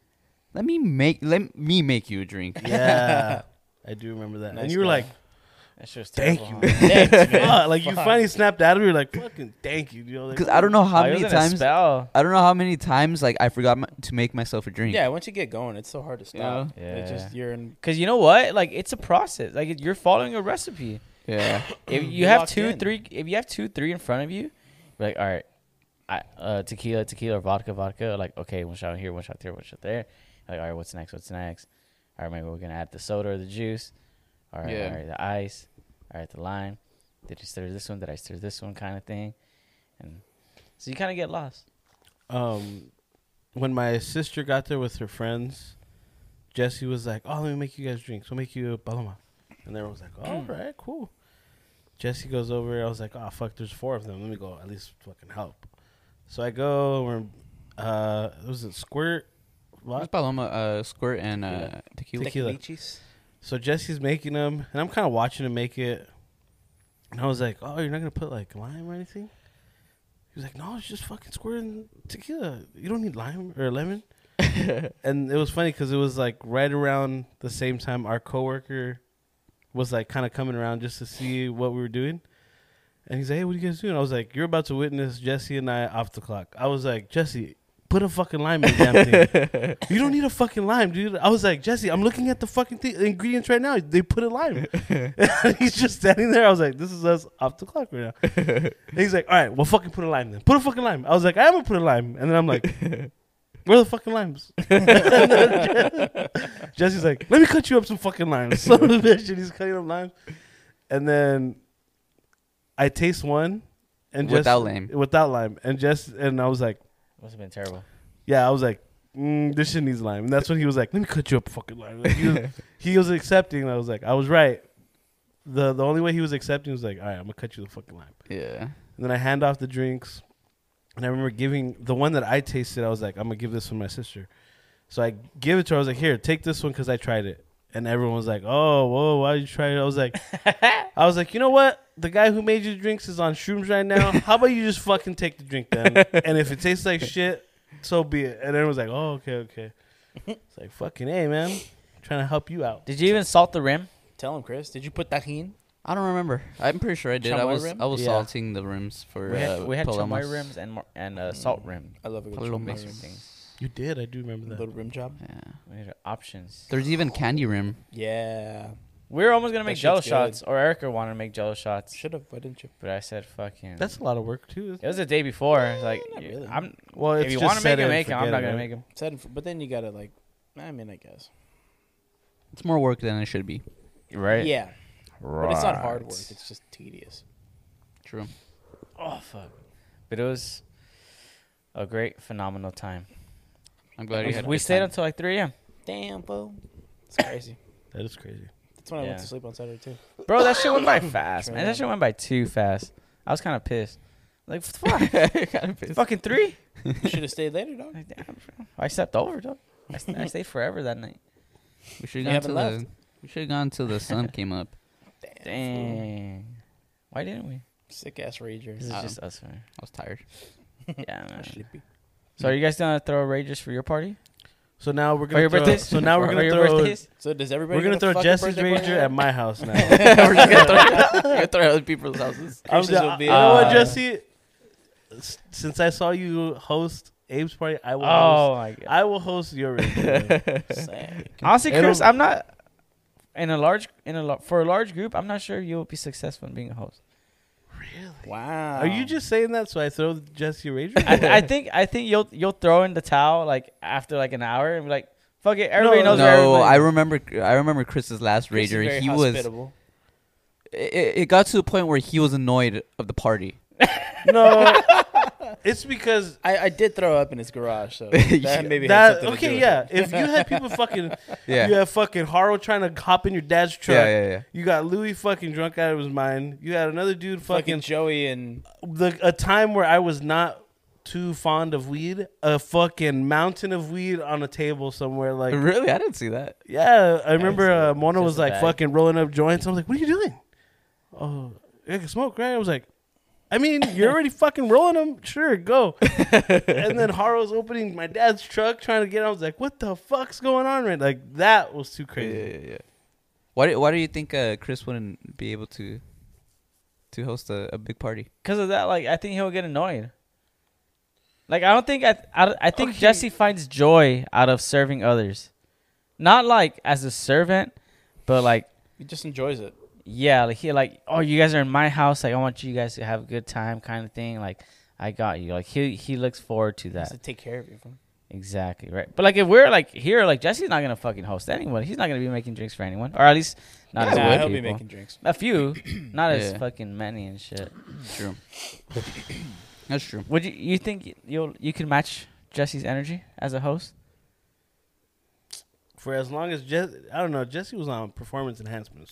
Speaker 3: let me make let me make you a drink.
Speaker 2: Yeah, I do remember that. and
Speaker 4: Nice
Speaker 2: you were
Speaker 4: guy.
Speaker 2: like,
Speaker 5: That shit was
Speaker 2: "Thank
Speaker 5: terrible,
Speaker 2: you,
Speaker 5: huh?
Speaker 4: Thanks,
Speaker 2: Fuck, like you
Speaker 4: Fuck.
Speaker 2: finally snapped out of it. You're like, "Fucking thank you, dude." Like,
Speaker 3: Because I don't know how
Speaker 5: Oh, he
Speaker 3: many
Speaker 5: was in a
Speaker 3: times
Speaker 5: Spell.
Speaker 3: I don't know how many times like I forgot my, to make myself a drink.
Speaker 4: Yeah, once you get going, it's so hard to stop.
Speaker 5: Yeah.
Speaker 4: It's just you're in.
Speaker 5: Cause you know what? Like it's a process. Like it- you're following a recipe.
Speaker 3: yeah.
Speaker 5: If you,
Speaker 4: You
Speaker 5: have
Speaker 4: locked
Speaker 5: two,
Speaker 4: in.
Speaker 5: three, if you have two, three in front of you, you're like all right, I, uh, tequila, tequila, or vodka, vodka. Like okay, one shot here, one shot there, one shot there. Like all right, what's next? What's next? All right, maybe we're gonna add the soda or the juice. All right,
Speaker 3: Yeah.
Speaker 5: all right, the ice. All right, the lime. Did you stir this one? Did I stir this one? Kind of thing. And so you kind of get lost.
Speaker 2: Um, when my sister got there with her friends, Jesse was like, "Oh, let me make you guys drinks. We'll make you a paloma," and everyone was like,
Speaker 4: Hmm.
Speaker 2: "All right, cool." Jesse goes over. I was like, "Oh fuck, there's four of them. Let me go at least fucking help." So I go. We're uh, it was it squirt.
Speaker 3: It was
Speaker 2: Vodka?
Speaker 3: Paloma uh, squirt and uh, tequila.
Speaker 2: Tequila.
Speaker 4: Leches.
Speaker 2: So Jesse's making them, and I'm kind of watching him make it. And I was like, "Oh, you're not gonna put like lime or anything?" He was like, "No, it's just fucking squirting tequila. You don't need lime or lemon." and it was funny because it was like right around the same time our coworker was like kind of coming around just to see what we were doing. And he's like, "Hey, what are you guys doing?" I was like, "You're about to witness Jesse and I off the clock." I was like, "Jesse, put a fucking lime in the damn thing." You don't need a fucking lime, dude. I was like, Jesse, I'm looking at the fucking thing, ingredients right now. They put a lime. he's just standing there. I was like, this is us off the clock right now. And he's like, all right, well, fucking put a lime then. Put a fucking lime. I was like, I am gonna put a lime. And then I'm like, where are the fucking limes? And then Jesse's like, let me cut you up some fucking limes. Son of a bitch. And he's cutting up limes. And then I taste one. And Jess-
Speaker 3: Without lime.
Speaker 2: Without lime. And Jess, and I was like,
Speaker 5: Must have been terrible.
Speaker 2: yeah, I was like, mm, this shit needs lime. And that's when he was like, let me cut you up a fucking lime. Like, he, was, he was accepting. and I was like, I was right. The the only way he was accepting was like, all right, I'm going to cut you the fucking lime.
Speaker 3: Yeah.
Speaker 2: And then I hand off the drinks. And I remember giving the one that I tasted, I was like, I'm going to give this to my sister. So I give it to her. I was like, here, take this one because I tried it. And everyone was like, oh, whoa, why did you try it? I was like, I was like, you know what? The guy who made you the drinks is on shrooms right now. How about you just fucking take the drink then? And if it tastes like shit, so be it. And everyone was like, oh, okay, okay. It's like, fucking A, man. Trying to help you out.
Speaker 5: Did you even salt the rim?
Speaker 4: Tell him, Chris. Did you put tajin?
Speaker 3: I don't remember. I'm pretty sure I did. I
Speaker 4: Chamoy
Speaker 3: was
Speaker 4: rim?
Speaker 3: I was
Speaker 5: Yeah.
Speaker 3: salting the rims for
Speaker 5: We had,
Speaker 3: uh,
Speaker 5: we had
Speaker 3: palomas.
Speaker 5: chamoy rims and mar- and uh, salt rim.
Speaker 4: I love it.
Speaker 3: Paloma.
Speaker 4: Paloma.
Speaker 5: Mixed things.
Speaker 2: You did. I do remember that.
Speaker 4: Little rim job.
Speaker 3: Yeah.
Speaker 5: We had options.
Speaker 3: There's even candy rim.
Speaker 4: Yeah.
Speaker 5: We were almost gonna
Speaker 4: That
Speaker 5: make
Speaker 4: shit's
Speaker 5: jello
Speaker 4: good.
Speaker 5: shots, or Erica wanted to make jello shots,
Speaker 4: Should have. Why didn't you?
Speaker 5: but I said fucking.
Speaker 2: That's a lot of work, too. isn't
Speaker 5: it was the day before. It's like
Speaker 4: not
Speaker 5: y-
Speaker 4: really.
Speaker 5: I'm.
Speaker 2: Well,
Speaker 5: if you want to make it, make it. I'm not gonna make it.
Speaker 4: Said, in fr- but then you gotta like. I mean, I guess.
Speaker 3: It's more work than it should be.
Speaker 5: Right.
Speaker 4: Yeah, but it's not hard work. It's just tedious.
Speaker 3: True.
Speaker 5: Oh fuck. But it was a great, phenomenal time.
Speaker 3: I'm glad you had. a
Speaker 5: we
Speaker 3: good
Speaker 5: stayed
Speaker 3: time.
Speaker 5: until like 3 a.m.
Speaker 4: Damn, fool. It's crazy.
Speaker 2: That is crazy.
Speaker 4: That's when I went
Speaker 5: Yeah.
Speaker 4: to sleep on Saturday too.
Speaker 5: Bro, that shit went by fast,
Speaker 4: Sure
Speaker 5: man.
Speaker 4: enough.
Speaker 5: That shit went by too fast. I was kind of pissed. Like fuck, fucking three.
Speaker 4: You should have stayed later, dog.
Speaker 5: Like, damn, bro. I stepped over, dog. I, st- I stayed forever that night.
Speaker 3: We should
Speaker 4: You
Speaker 3: have
Speaker 4: haven't
Speaker 3: gone to the. We should have gone till the sun came up.
Speaker 5: Dang. Why didn't we?
Speaker 4: Sick ass rager.
Speaker 5: This is
Speaker 3: I
Speaker 5: just us, man.
Speaker 3: I was tired.
Speaker 5: Yeah, man.
Speaker 4: Sleepy.
Speaker 5: So are you guys gonna throw Ragers for your party?
Speaker 2: So now we're
Speaker 5: For
Speaker 2: gonna
Speaker 5: your
Speaker 2: throw,
Speaker 5: birthdays?
Speaker 2: So now we're
Speaker 5: For
Speaker 2: gonna
Speaker 5: your
Speaker 2: throw.
Speaker 5: birthdays?
Speaker 4: So does everybody?
Speaker 2: We're gonna
Speaker 4: get a
Speaker 2: throw
Speaker 4: fucking
Speaker 2: Jesse's
Speaker 4: birthday party
Speaker 2: rager
Speaker 4: now?
Speaker 2: at my house now.
Speaker 3: We're gonna throw, we're gonna throw other people's houses.
Speaker 2: I'm
Speaker 4: Chris's
Speaker 2: just-
Speaker 4: will be
Speaker 2: you know what,
Speaker 5: uh,
Speaker 2: Jesse? S- Since I saw you host Abe's party, I will.
Speaker 5: Oh
Speaker 2: host,
Speaker 5: my god.
Speaker 2: I will host your rager. man.
Speaker 4: Sick.
Speaker 5: Honestly,
Speaker 2: It'll-
Speaker 5: Chris, I'm not in a large in a lar- for a large group. I'm not sure you'll be successful in being a host.
Speaker 4: Wow.
Speaker 2: Are you just saying that so I throw Jesse a rager?
Speaker 5: I, th- I think I think you'll you'll throw in the towel like after like an hour and be like, "Fuck it, everybody
Speaker 2: No,
Speaker 5: knows." where
Speaker 3: No,
Speaker 5: everybody
Speaker 3: I
Speaker 5: is."
Speaker 3: remember. I remember Chris's last
Speaker 4: Chris is
Speaker 3: rager.
Speaker 4: very
Speaker 3: He was.
Speaker 4: hospitable.
Speaker 3: It, it got to a point where he was annoyed of the party.
Speaker 2: no, it's because
Speaker 4: I, I did throw up in his garage, so that
Speaker 3: Yeah.
Speaker 4: maybe had
Speaker 2: that.
Speaker 4: something to do
Speaker 2: Okay,
Speaker 4: with
Speaker 2: yeah.
Speaker 4: it.
Speaker 2: If you had people fucking,
Speaker 3: Yeah.
Speaker 2: you had fucking Haro trying to hop in your dad's truck.
Speaker 3: Yeah, yeah, yeah.
Speaker 2: You got Louis fucking drunk out of his mind. You had another dude
Speaker 4: Fucking
Speaker 2: fucking
Speaker 4: Joey and
Speaker 2: the a time where I was not too fond of weed, a fucking mountain of weed on a table somewhere. Like,
Speaker 3: really, I didn't see that.
Speaker 2: yeah, I remember
Speaker 5: it's a-
Speaker 2: uh, Mona
Speaker 5: just
Speaker 2: was
Speaker 5: a
Speaker 2: like
Speaker 5: bag.
Speaker 2: fucking rolling up joints. I was like, "What are you doing?" Oh, I can smoke, right? I was like, "I mean, you're already fucking rolling them. Sure, go." and then Haro's opening my dad's truck, trying to get. out. I was like, "What the fuck's going on?" Right? Like that was too crazy.
Speaker 3: Yeah, yeah, yeah. Why do Why do you think uh, Chris wouldn't be able to to host a, a big party?
Speaker 5: because of that, like I think he'll get annoyed. Like I don't think I I,
Speaker 2: Oh,
Speaker 5: I think Jesse finds joy out of serving others, not like as a servant, but like
Speaker 4: he just enjoys it.
Speaker 5: yeah, like he like oh you guys are in my house, like I want you guys to have a good time, kind of thing. Like I got you. Like he he looks forward to
Speaker 4: He has
Speaker 5: that.
Speaker 4: to take care of you. fool.
Speaker 5: Exactly right. But like if we're like here, like Jesse's not gonna fucking host anyone. He's not gonna be making drinks for anyone, or at least not as
Speaker 4: Nah,
Speaker 5: many
Speaker 4: he'll be
Speaker 5: people.
Speaker 4: making drinks.
Speaker 5: a few, not as
Speaker 3: Yeah.
Speaker 5: fucking many and shit.
Speaker 3: True. That's true.
Speaker 5: Would you you think you'll you can match Jesse's energy as a host?
Speaker 2: For as long as Jess, I don't know, Jesse was on performance enhancements.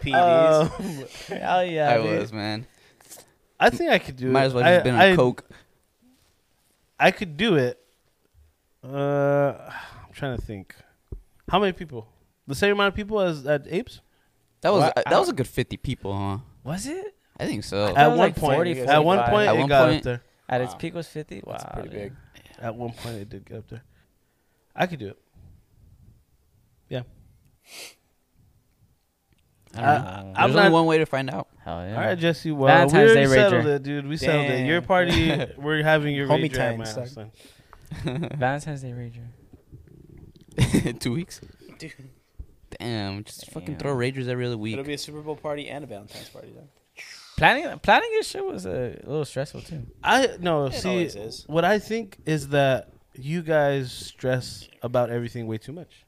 Speaker 4: PDs.
Speaker 5: Oh. Hell yeah,
Speaker 3: I
Speaker 5: dude.
Speaker 3: was man.
Speaker 2: I think I could do.
Speaker 3: Oh, Might
Speaker 2: it.
Speaker 3: as well just
Speaker 2: I-
Speaker 3: been on
Speaker 2: I-
Speaker 3: coke.
Speaker 2: I could do it. Uh, I'm trying to think. How many people? The same amount of people as at Apes?
Speaker 3: That was
Speaker 5: Well,
Speaker 3: uh,
Speaker 5: I
Speaker 3: that
Speaker 5: don't-
Speaker 3: was a good fifty people, huh?
Speaker 5: Was it?
Speaker 3: I think so.
Speaker 5: I-
Speaker 2: At one
Speaker 5: was like
Speaker 2: point,
Speaker 5: 40,
Speaker 2: at one
Speaker 5: 45.
Speaker 2: point,
Speaker 3: At
Speaker 2: it
Speaker 3: one
Speaker 2: got up
Speaker 3: point-
Speaker 2: there.
Speaker 5: At its
Speaker 4: Wow.
Speaker 5: peak was 50. Wow.
Speaker 4: That's pretty
Speaker 5: dude.
Speaker 4: big.
Speaker 2: At one point, it did get up there. I could do it. Yeah.
Speaker 3: I don't know.
Speaker 2: I- I'm
Speaker 3: There's only
Speaker 2: not-
Speaker 3: one way to find out.
Speaker 5: Hell yeah.
Speaker 2: All right, Jesse. Well,
Speaker 5: Valentine's
Speaker 2: we
Speaker 5: Day
Speaker 2: already settled
Speaker 5: rager.
Speaker 2: it, dude. We settled it.
Speaker 4: Damn.
Speaker 2: Your party, we're having your
Speaker 4: Homie
Speaker 2: rager at
Speaker 4: time
Speaker 2: my
Speaker 4: suck.
Speaker 2: house. Then.
Speaker 5: Valentine's Day Rager.
Speaker 3: Two weeks. Damn, just fucking
Speaker 5: Damn.
Speaker 3: throw Ragers every other week.
Speaker 4: It'll be a Super Bowl party and a Valentine's party. Then.
Speaker 5: Planning planning this shit was a little stressful too.
Speaker 2: I no.
Speaker 4: It
Speaker 2: see,
Speaker 4: always is.
Speaker 2: what I think is that you guys stress about everything way too much.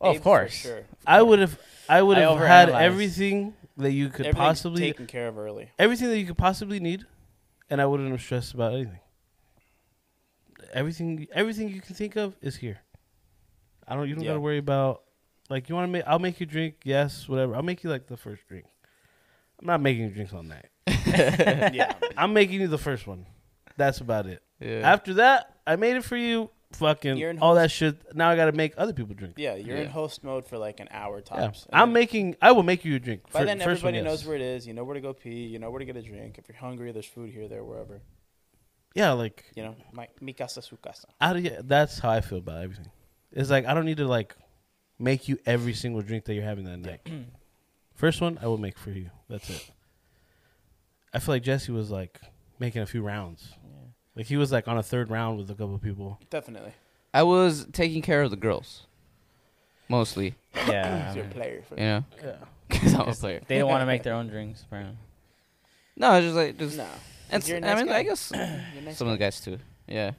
Speaker 5: Oh,
Speaker 4: Abe,
Speaker 5: of
Speaker 4: for
Speaker 5: course.
Speaker 4: sure.
Speaker 2: I would have, I would
Speaker 5: I
Speaker 2: have had
Speaker 5: overanalyze.
Speaker 2: everything that you could
Speaker 4: Everything's
Speaker 2: possibly,
Speaker 4: taken care of early.
Speaker 2: everything that you could possibly need, and I wouldn't have stressed about anything. Everything, everything you can think of is here. I don't. You don't
Speaker 4: Yeah.
Speaker 2: gotta worry about. Like you want to make, I'll make you drink. Yes, whatever. I'll make you like the first drink. I'm not making you drinks all night.
Speaker 4: yeah.
Speaker 2: I'm making you the first one. That's about it.
Speaker 3: yeah.
Speaker 2: After that, I made it for you. Fucking
Speaker 4: You're in
Speaker 2: all that shit. Now I gotta make other people drink.
Speaker 4: Yeah, you're in
Speaker 3: Yeah.
Speaker 4: host mode for like an hour
Speaker 2: Yeah.
Speaker 4: tops. And
Speaker 2: I'm
Speaker 4: then-
Speaker 2: making. I will make you a drink.
Speaker 4: By
Speaker 2: Fir-
Speaker 4: then,
Speaker 2: first one,
Speaker 4: everybody knows
Speaker 2: yes.
Speaker 4: where it is. You know where to go pee. You know where to get a drink. If you're hungry, there's food here, there, wherever.
Speaker 2: Yeah, like
Speaker 4: You know, my, mi casa, su casa.
Speaker 2: out of that's how I feel about everything. It's like I don't need to like make you every single drink that you're having that night. First one I will make for you. That's it. I feel like Jesse was like making a few rounds. Like he was like on a third round with a couple people.
Speaker 4: Definitely.
Speaker 3: I was taking care of the girls, mostly.
Speaker 5: Yeah.
Speaker 4: He's your player. For
Speaker 3: You know,
Speaker 2: Yeah.
Speaker 3: because I'm a player.
Speaker 5: They don't want to make their own drinks, bro.
Speaker 3: No, it's just like just.
Speaker 4: No.
Speaker 3: It's,
Speaker 4: You're a
Speaker 3: I
Speaker 4: nice
Speaker 3: mean,
Speaker 4: guy.
Speaker 3: I guess
Speaker 4: You're nice
Speaker 3: some of the guys too. Yeah.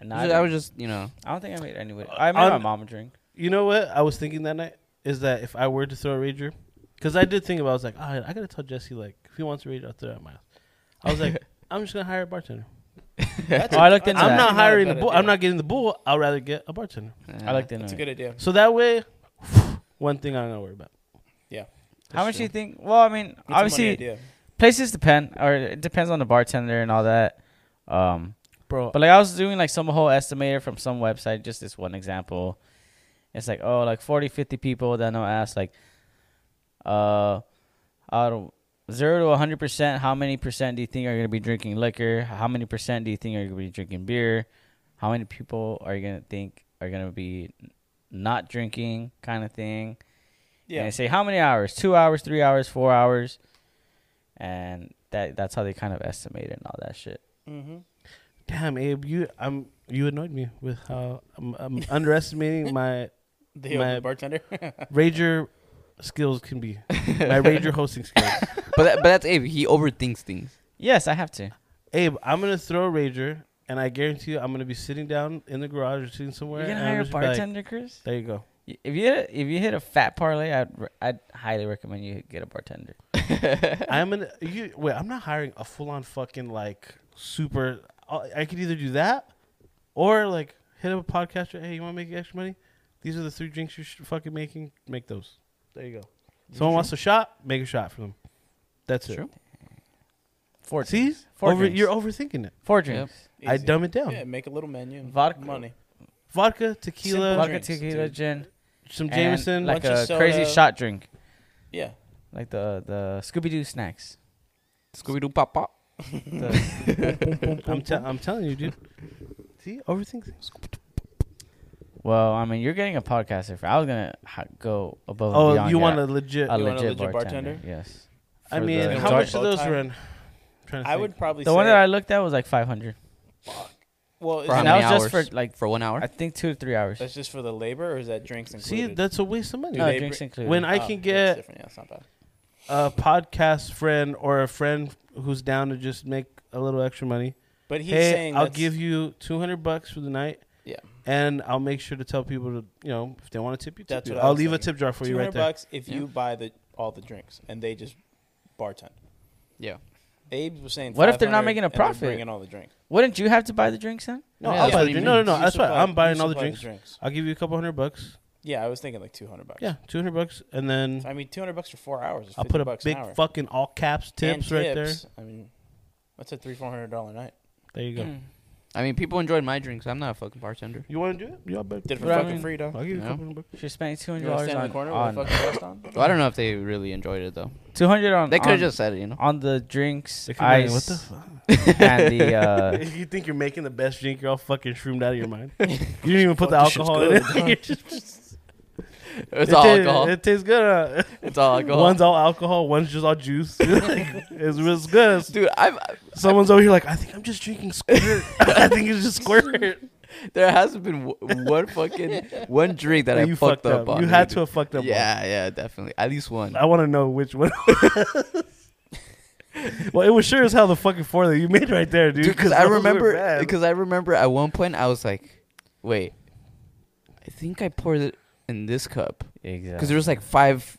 Speaker 5: And
Speaker 3: I,
Speaker 5: I, Uh,
Speaker 3: was, I
Speaker 5: don't-
Speaker 3: was just you know.
Speaker 5: I don't think I made anybody. I made my
Speaker 2: on-
Speaker 5: mom a drink.
Speaker 2: You know what I was thinking that night is that if I were to throw a rager, because I did think about, I was like, "Ah, I gotta tell Jesse like if he wants a rager, I'll throw it at my house. I was like, I'm just gonna hire a bartender.
Speaker 4: That's
Speaker 5: Oh, I looked into
Speaker 2: I'm
Speaker 5: that.
Speaker 2: not hiring the
Speaker 4: bad
Speaker 2: bull. I'm
Speaker 4: idea.
Speaker 2: not getting the bull. I'd rather get a bartender.
Speaker 5: I like the
Speaker 4: That's a
Speaker 5: know.
Speaker 4: good idea.
Speaker 2: So that way, one thing I don't gotta worry about.
Speaker 5: How much do you think? Well, I mean,
Speaker 4: It's a money
Speaker 5: obviously,
Speaker 4: idea.
Speaker 5: places depend, or it depends on the bartender and all that. Um,
Speaker 2: Bro,
Speaker 5: But like I was doing like some whole estimator from some website, just this one example. It's like, oh, like 40, 50 people that know ask like uh out of zero to hundred percent, how many percent do you think are gonna be drinking liquor? How many percent do you think are gonna be drinking beer? How many people are you gonna think are gonna be n- not drinking kind of thing? Yeah. And
Speaker 4: Yeah.
Speaker 5: they say how many hours? Two hours, three hours, four hours. And that that's how they kind of estimate it and all that shit.
Speaker 4: Mm-hmm.
Speaker 2: damn, Abe, you, I'm, you annoyed me with how I'm, I'm underestimating my
Speaker 4: The
Speaker 2: My-
Speaker 4: open bartender.
Speaker 2: rager skills can be, my rager hosting skills.
Speaker 3: but that, but that's Abe. He overthinks things.
Speaker 5: Yes, I have to.
Speaker 2: Abe, I'm gonna throw a rager, and I guarantee you, I'm gonna be sitting down in the garage or sitting somewhere.
Speaker 5: You can
Speaker 2: and I'm
Speaker 5: hire a
Speaker 2: just gonna be like,
Speaker 5: bartender, Chris.
Speaker 2: there you go.
Speaker 5: Y- If you hit a, if you hit a fat parlay, I'd re- I'd highly recommend you get a bartender.
Speaker 2: I'm gonna you wait. I'm not hiring a full on fucking like super. I I could either do that or like hit up a podcaster. Hey, you want to make extra money? These are the three drinks you're sh- fucking making. Make those. There you go. Someone wants a shot, make a shot for them. That's it.
Speaker 3: True.
Speaker 5: Four
Speaker 2: See,
Speaker 5: drinks. Four
Speaker 2: Over,
Speaker 5: drinks.
Speaker 2: you're overthinking it.
Speaker 5: Four drinks.
Speaker 2: I
Speaker 4: Easy.
Speaker 2: dumb it down.
Speaker 4: Yeah, make a little menu. and
Speaker 5: Vodka.
Speaker 4: Money.
Speaker 2: Vodka, tequila,
Speaker 4: Simple
Speaker 5: Vodka,
Speaker 4: drinks,
Speaker 5: tequila,
Speaker 4: dude.
Speaker 5: gin,
Speaker 2: some
Speaker 5: and
Speaker 2: Jameson.
Speaker 5: like
Speaker 4: Bunch
Speaker 5: a
Speaker 4: of soda.
Speaker 5: crazy shot drink,
Speaker 4: Yeah.
Speaker 5: like the the Scooby Doo snacks.
Speaker 3: Scooby Doo pop pop.
Speaker 5: The-
Speaker 2: I'm, te- I'm telling you, dude. See, overthink things.
Speaker 5: well, I mean, you're getting a podcaster. For, I was gonna ha- go above. and
Speaker 2: Oh,
Speaker 5: beyond
Speaker 2: you
Speaker 5: that.
Speaker 2: want a legit?
Speaker 5: a
Speaker 4: You want
Speaker 5: legit,
Speaker 4: a legit
Speaker 5: bartender?
Speaker 4: bartender?
Speaker 5: Yes.
Speaker 2: I
Speaker 5: for
Speaker 2: mean,
Speaker 5: the
Speaker 2: how
Speaker 5: dark-
Speaker 2: much do those run? I'm trying to
Speaker 4: I
Speaker 2: think.
Speaker 4: would probably
Speaker 5: The
Speaker 4: say.
Speaker 5: one that I looked at was like 500,
Speaker 4: well, is
Speaker 3: For how
Speaker 5: and
Speaker 4: that-
Speaker 5: that
Speaker 3: many
Speaker 5: was just
Speaker 3: hours?
Speaker 5: for like
Speaker 3: for one hour.
Speaker 5: I think two to three hours.
Speaker 4: that's just for the labor, or is that drinks
Speaker 2: See,
Speaker 4: included?
Speaker 2: that's a waste of money.
Speaker 5: No
Speaker 4: they
Speaker 5: drinks
Speaker 4: bring-
Speaker 5: included.
Speaker 2: When I
Speaker 4: Oh,
Speaker 2: can
Speaker 4: that's
Speaker 2: get
Speaker 4: different. Yeah, it's not bad.
Speaker 2: a podcast friend or a friend who's down to just make a little extra money,
Speaker 4: But he's
Speaker 2: hey,
Speaker 4: saying
Speaker 2: I'll
Speaker 4: that's-
Speaker 2: give you two hundred bucks for the night.
Speaker 4: Yeah.
Speaker 2: and I'll make sure to tell people to you know if they want to tip you, tip
Speaker 4: That's
Speaker 2: you.
Speaker 4: what I
Speaker 2: I'll
Speaker 4: was
Speaker 2: leave a
Speaker 4: thinking.
Speaker 2: tip jar for you
Speaker 4: 200
Speaker 2: right there.
Speaker 4: bucks if
Speaker 3: Yeah.
Speaker 4: you buy the all the drinks and they just bartend.
Speaker 3: yeah.
Speaker 4: Abe was saying,
Speaker 5: What if they're not
Speaker 4: 500
Speaker 5: making a
Speaker 4: and they're
Speaker 5: profit? Oh,
Speaker 4: Bringing all the drinks.
Speaker 5: Wouldn't you have to buy the drinks then?
Speaker 2: No,
Speaker 3: Yeah,
Speaker 2: I'll
Speaker 3: that's
Speaker 2: buy
Speaker 3: what
Speaker 2: the
Speaker 3: he
Speaker 2: drink. No, no,
Speaker 3: means.
Speaker 2: no.
Speaker 4: You
Speaker 2: That's right.
Speaker 4: supply-
Speaker 2: I'm buying
Speaker 4: you
Speaker 2: all the
Speaker 4: supply
Speaker 2: drinks. I'll give you a couple hundred bucks.
Speaker 4: Yeah, I was thinking like two hundred bucks.
Speaker 2: Yeah, two hundred bucks, and then
Speaker 4: I mean two hundred bucks for four hours. Is
Speaker 2: I'll put
Speaker 4: 50
Speaker 2: a
Speaker 4: bucks
Speaker 2: big
Speaker 4: an hour.
Speaker 2: fucking all caps
Speaker 4: And
Speaker 2: tips right there.
Speaker 4: tips, I mean, that's a three four hundred dollar night.
Speaker 5: Mm.
Speaker 2: There you go.
Speaker 3: I mean, people enjoyed my drinks. I'm not a fucking bartender.
Speaker 2: You want to do it? Yeah, I bet.
Speaker 4: Did it for
Speaker 5: But I
Speaker 4: fucking
Speaker 5: mean-
Speaker 4: free, dog.
Speaker 2: I'll give you a
Speaker 3: No.
Speaker 2: couple of bucks.
Speaker 5: If you're spending two
Speaker 4: You
Speaker 5: hundred
Speaker 4: want to
Speaker 5: dollast
Speaker 4: stand in
Speaker 5: on,
Speaker 4: the corner with a fucking vest
Speaker 3: Well, I don't know if they really enjoyed it though.
Speaker 5: two hundred on
Speaker 3: They could
Speaker 2: Um,
Speaker 5: on,
Speaker 3: have just said it, you know.
Speaker 5: on the drinks,
Speaker 2: They could be like,
Speaker 5: ice,
Speaker 2: What the fuck?
Speaker 5: and the uh,
Speaker 2: If you think you're making the best drink, you're all fucking shroomed out of your mind. You didn't even put the alcohol in it. You're just-
Speaker 3: It's
Speaker 2: it
Speaker 3: all
Speaker 2: tastes-
Speaker 3: alcohol.
Speaker 2: It tastes good. huh?
Speaker 3: It's all alcohol.
Speaker 2: One's all alcohol, one's just all juice. it's it's good.
Speaker 3: Dude, I've,
Speaker 2: Someone's over here like, I think I'm just drinking squirt. I think it's just squirt.
Speaker 3: there hasn't been w- one fucking one drink that I
Speaker 2: you
Speaker 3: fucked, up. on.
Speaker 2: You had to
Speaker 3: dude.
Speaker 2: have fucked up.
Speaker 3: Yeah, yeah, definitely. At least one.
Speaker 2: one. I want to know which one. well, it was sure as hell the fucking four that you made right there, dude.
Speaker 3: Dude, because I
Speaker 2: those were
Speaker 3: remember,
Speaker 2: bad.
Speaker 3: because I remember at one point I was like, wait, I think I poured it in this cup because
Speaker 5: exactly.
Speaker 3: there was like five,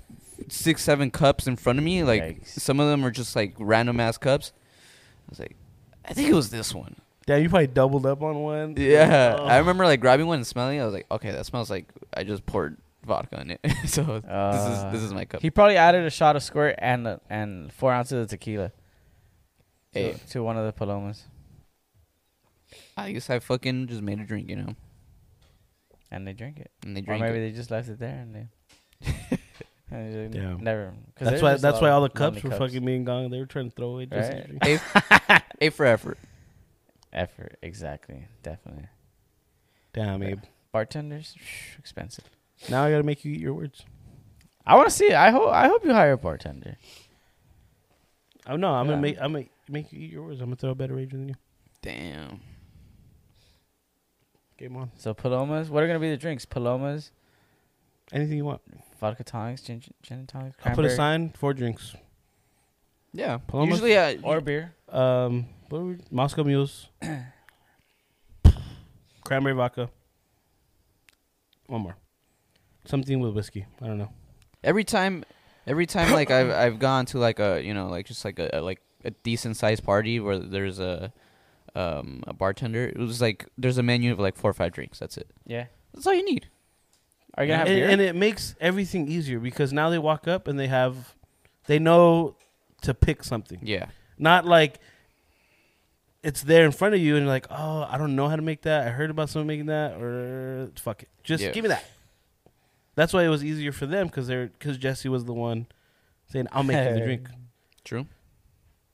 Speaker 3: six, seven cups in front of me. Like
Speaker 5: Yikes.
Speaker 3: some of them were just like random ass cups. I was like, I think it was this one.
Speaker 2: yeah, you probably doubled up on one.
Speaker 3: Yeah,
Speaker 2: Oh.
Speaker 3: I remember like grabbing one and smelling. it. I was like, okay, that smells like I just poured vodka in it. so
Speaker 5: Uh,
Speaker 3: this is this is my cup.
Speaker 5: He probably added a shot of squirt and the- and four ounces of tequila to,
Speaker 3: Hey.
Speaker 5: to one of the palomas,
Speaker 3: I guess I fucking just made a drink, you know,
Speaker 5: and they drink it,
Speaker 3: and they
Speaker 5: or
Speaker 3: drank
Speaker 5: maybe
Speaker 3: it.
Speaker 5: they just left it there and they. and they just
Speaker 2: Damn.
Speaker 5: Never.
Speaker 2: That's
Speaker 5: 'cause there's
Speaker 2: why.
Speaker 5: just a
Speaker 2: That's
Speaker 5: lot
Speaker 2: why
Speaker 5: of
Speaker 2: all the
Speaker 5: lonely
Speaker 2: cups were fucking being gone. They were trying to throw away. Just
Speaker 5: Right.
Speaker 3: A, A for effort.
Speaker 5: effort. Exactly. Definitely.
Speaker 2: Damn, Abe.
Speaker 5: Bartenders phew, expensive.
Speaker 2: Now I gotta make you eat your words.
Speaker 5: I want to see it. I hope. I hope you hire a bartender.
Speaker 2: Oh no, I'm
Speaker 5: Yeah.
Speaker 2: gonna make. I'm gonna make you eat your words. I'm gonna throw a better rage than you.
Speaker 3: Damn.
Speaker 2: Game on.
Speaker 5: So palomas. What are gonna be the drinks? Palomas,
Speaker 2: Anything you want.
Speaker 5: vodka tonics, gin, gin and tonics,
Speaker 2: I'll put
Speaker 5: cranberry,
Speaker 2: a sign. Four drinks.
Speaker 3: Yeah.
Speaker 2: Palomas?
Speaker 3: Usually, uh, I,
Speaker 5: or beer.
Speaker 2: Um, what were, Moscow mules, cranberry vodka. One more, something with whiskey. I don't know.
Speaker 3: every time every time like I've I've gone to like a you know like just like a, a- like a decent sized party where there's a um a bartender it was like there's a menu of like four or five drinks that's it
Speaker 5: Yeah.
Speaker 3: that's all you need
Speaker 5: Are you gonna have
Speaker 2: and,
Speaker 5: beer?
Speaker 2: and it makes everything easier because now they walk up and they have, they know to pick something.
Speaker 3: yeah
Speaker 2: Not like it's there in front of you and you're like, oh, I don't know how to make that. I heard about someone making that, or fuck it, just
Speaker 3: Yeah.
Speaker 2: give me that. That's why it was easier for them because they're because Jesse was the one saying, "I'll make you the drink."
Speaker 3: true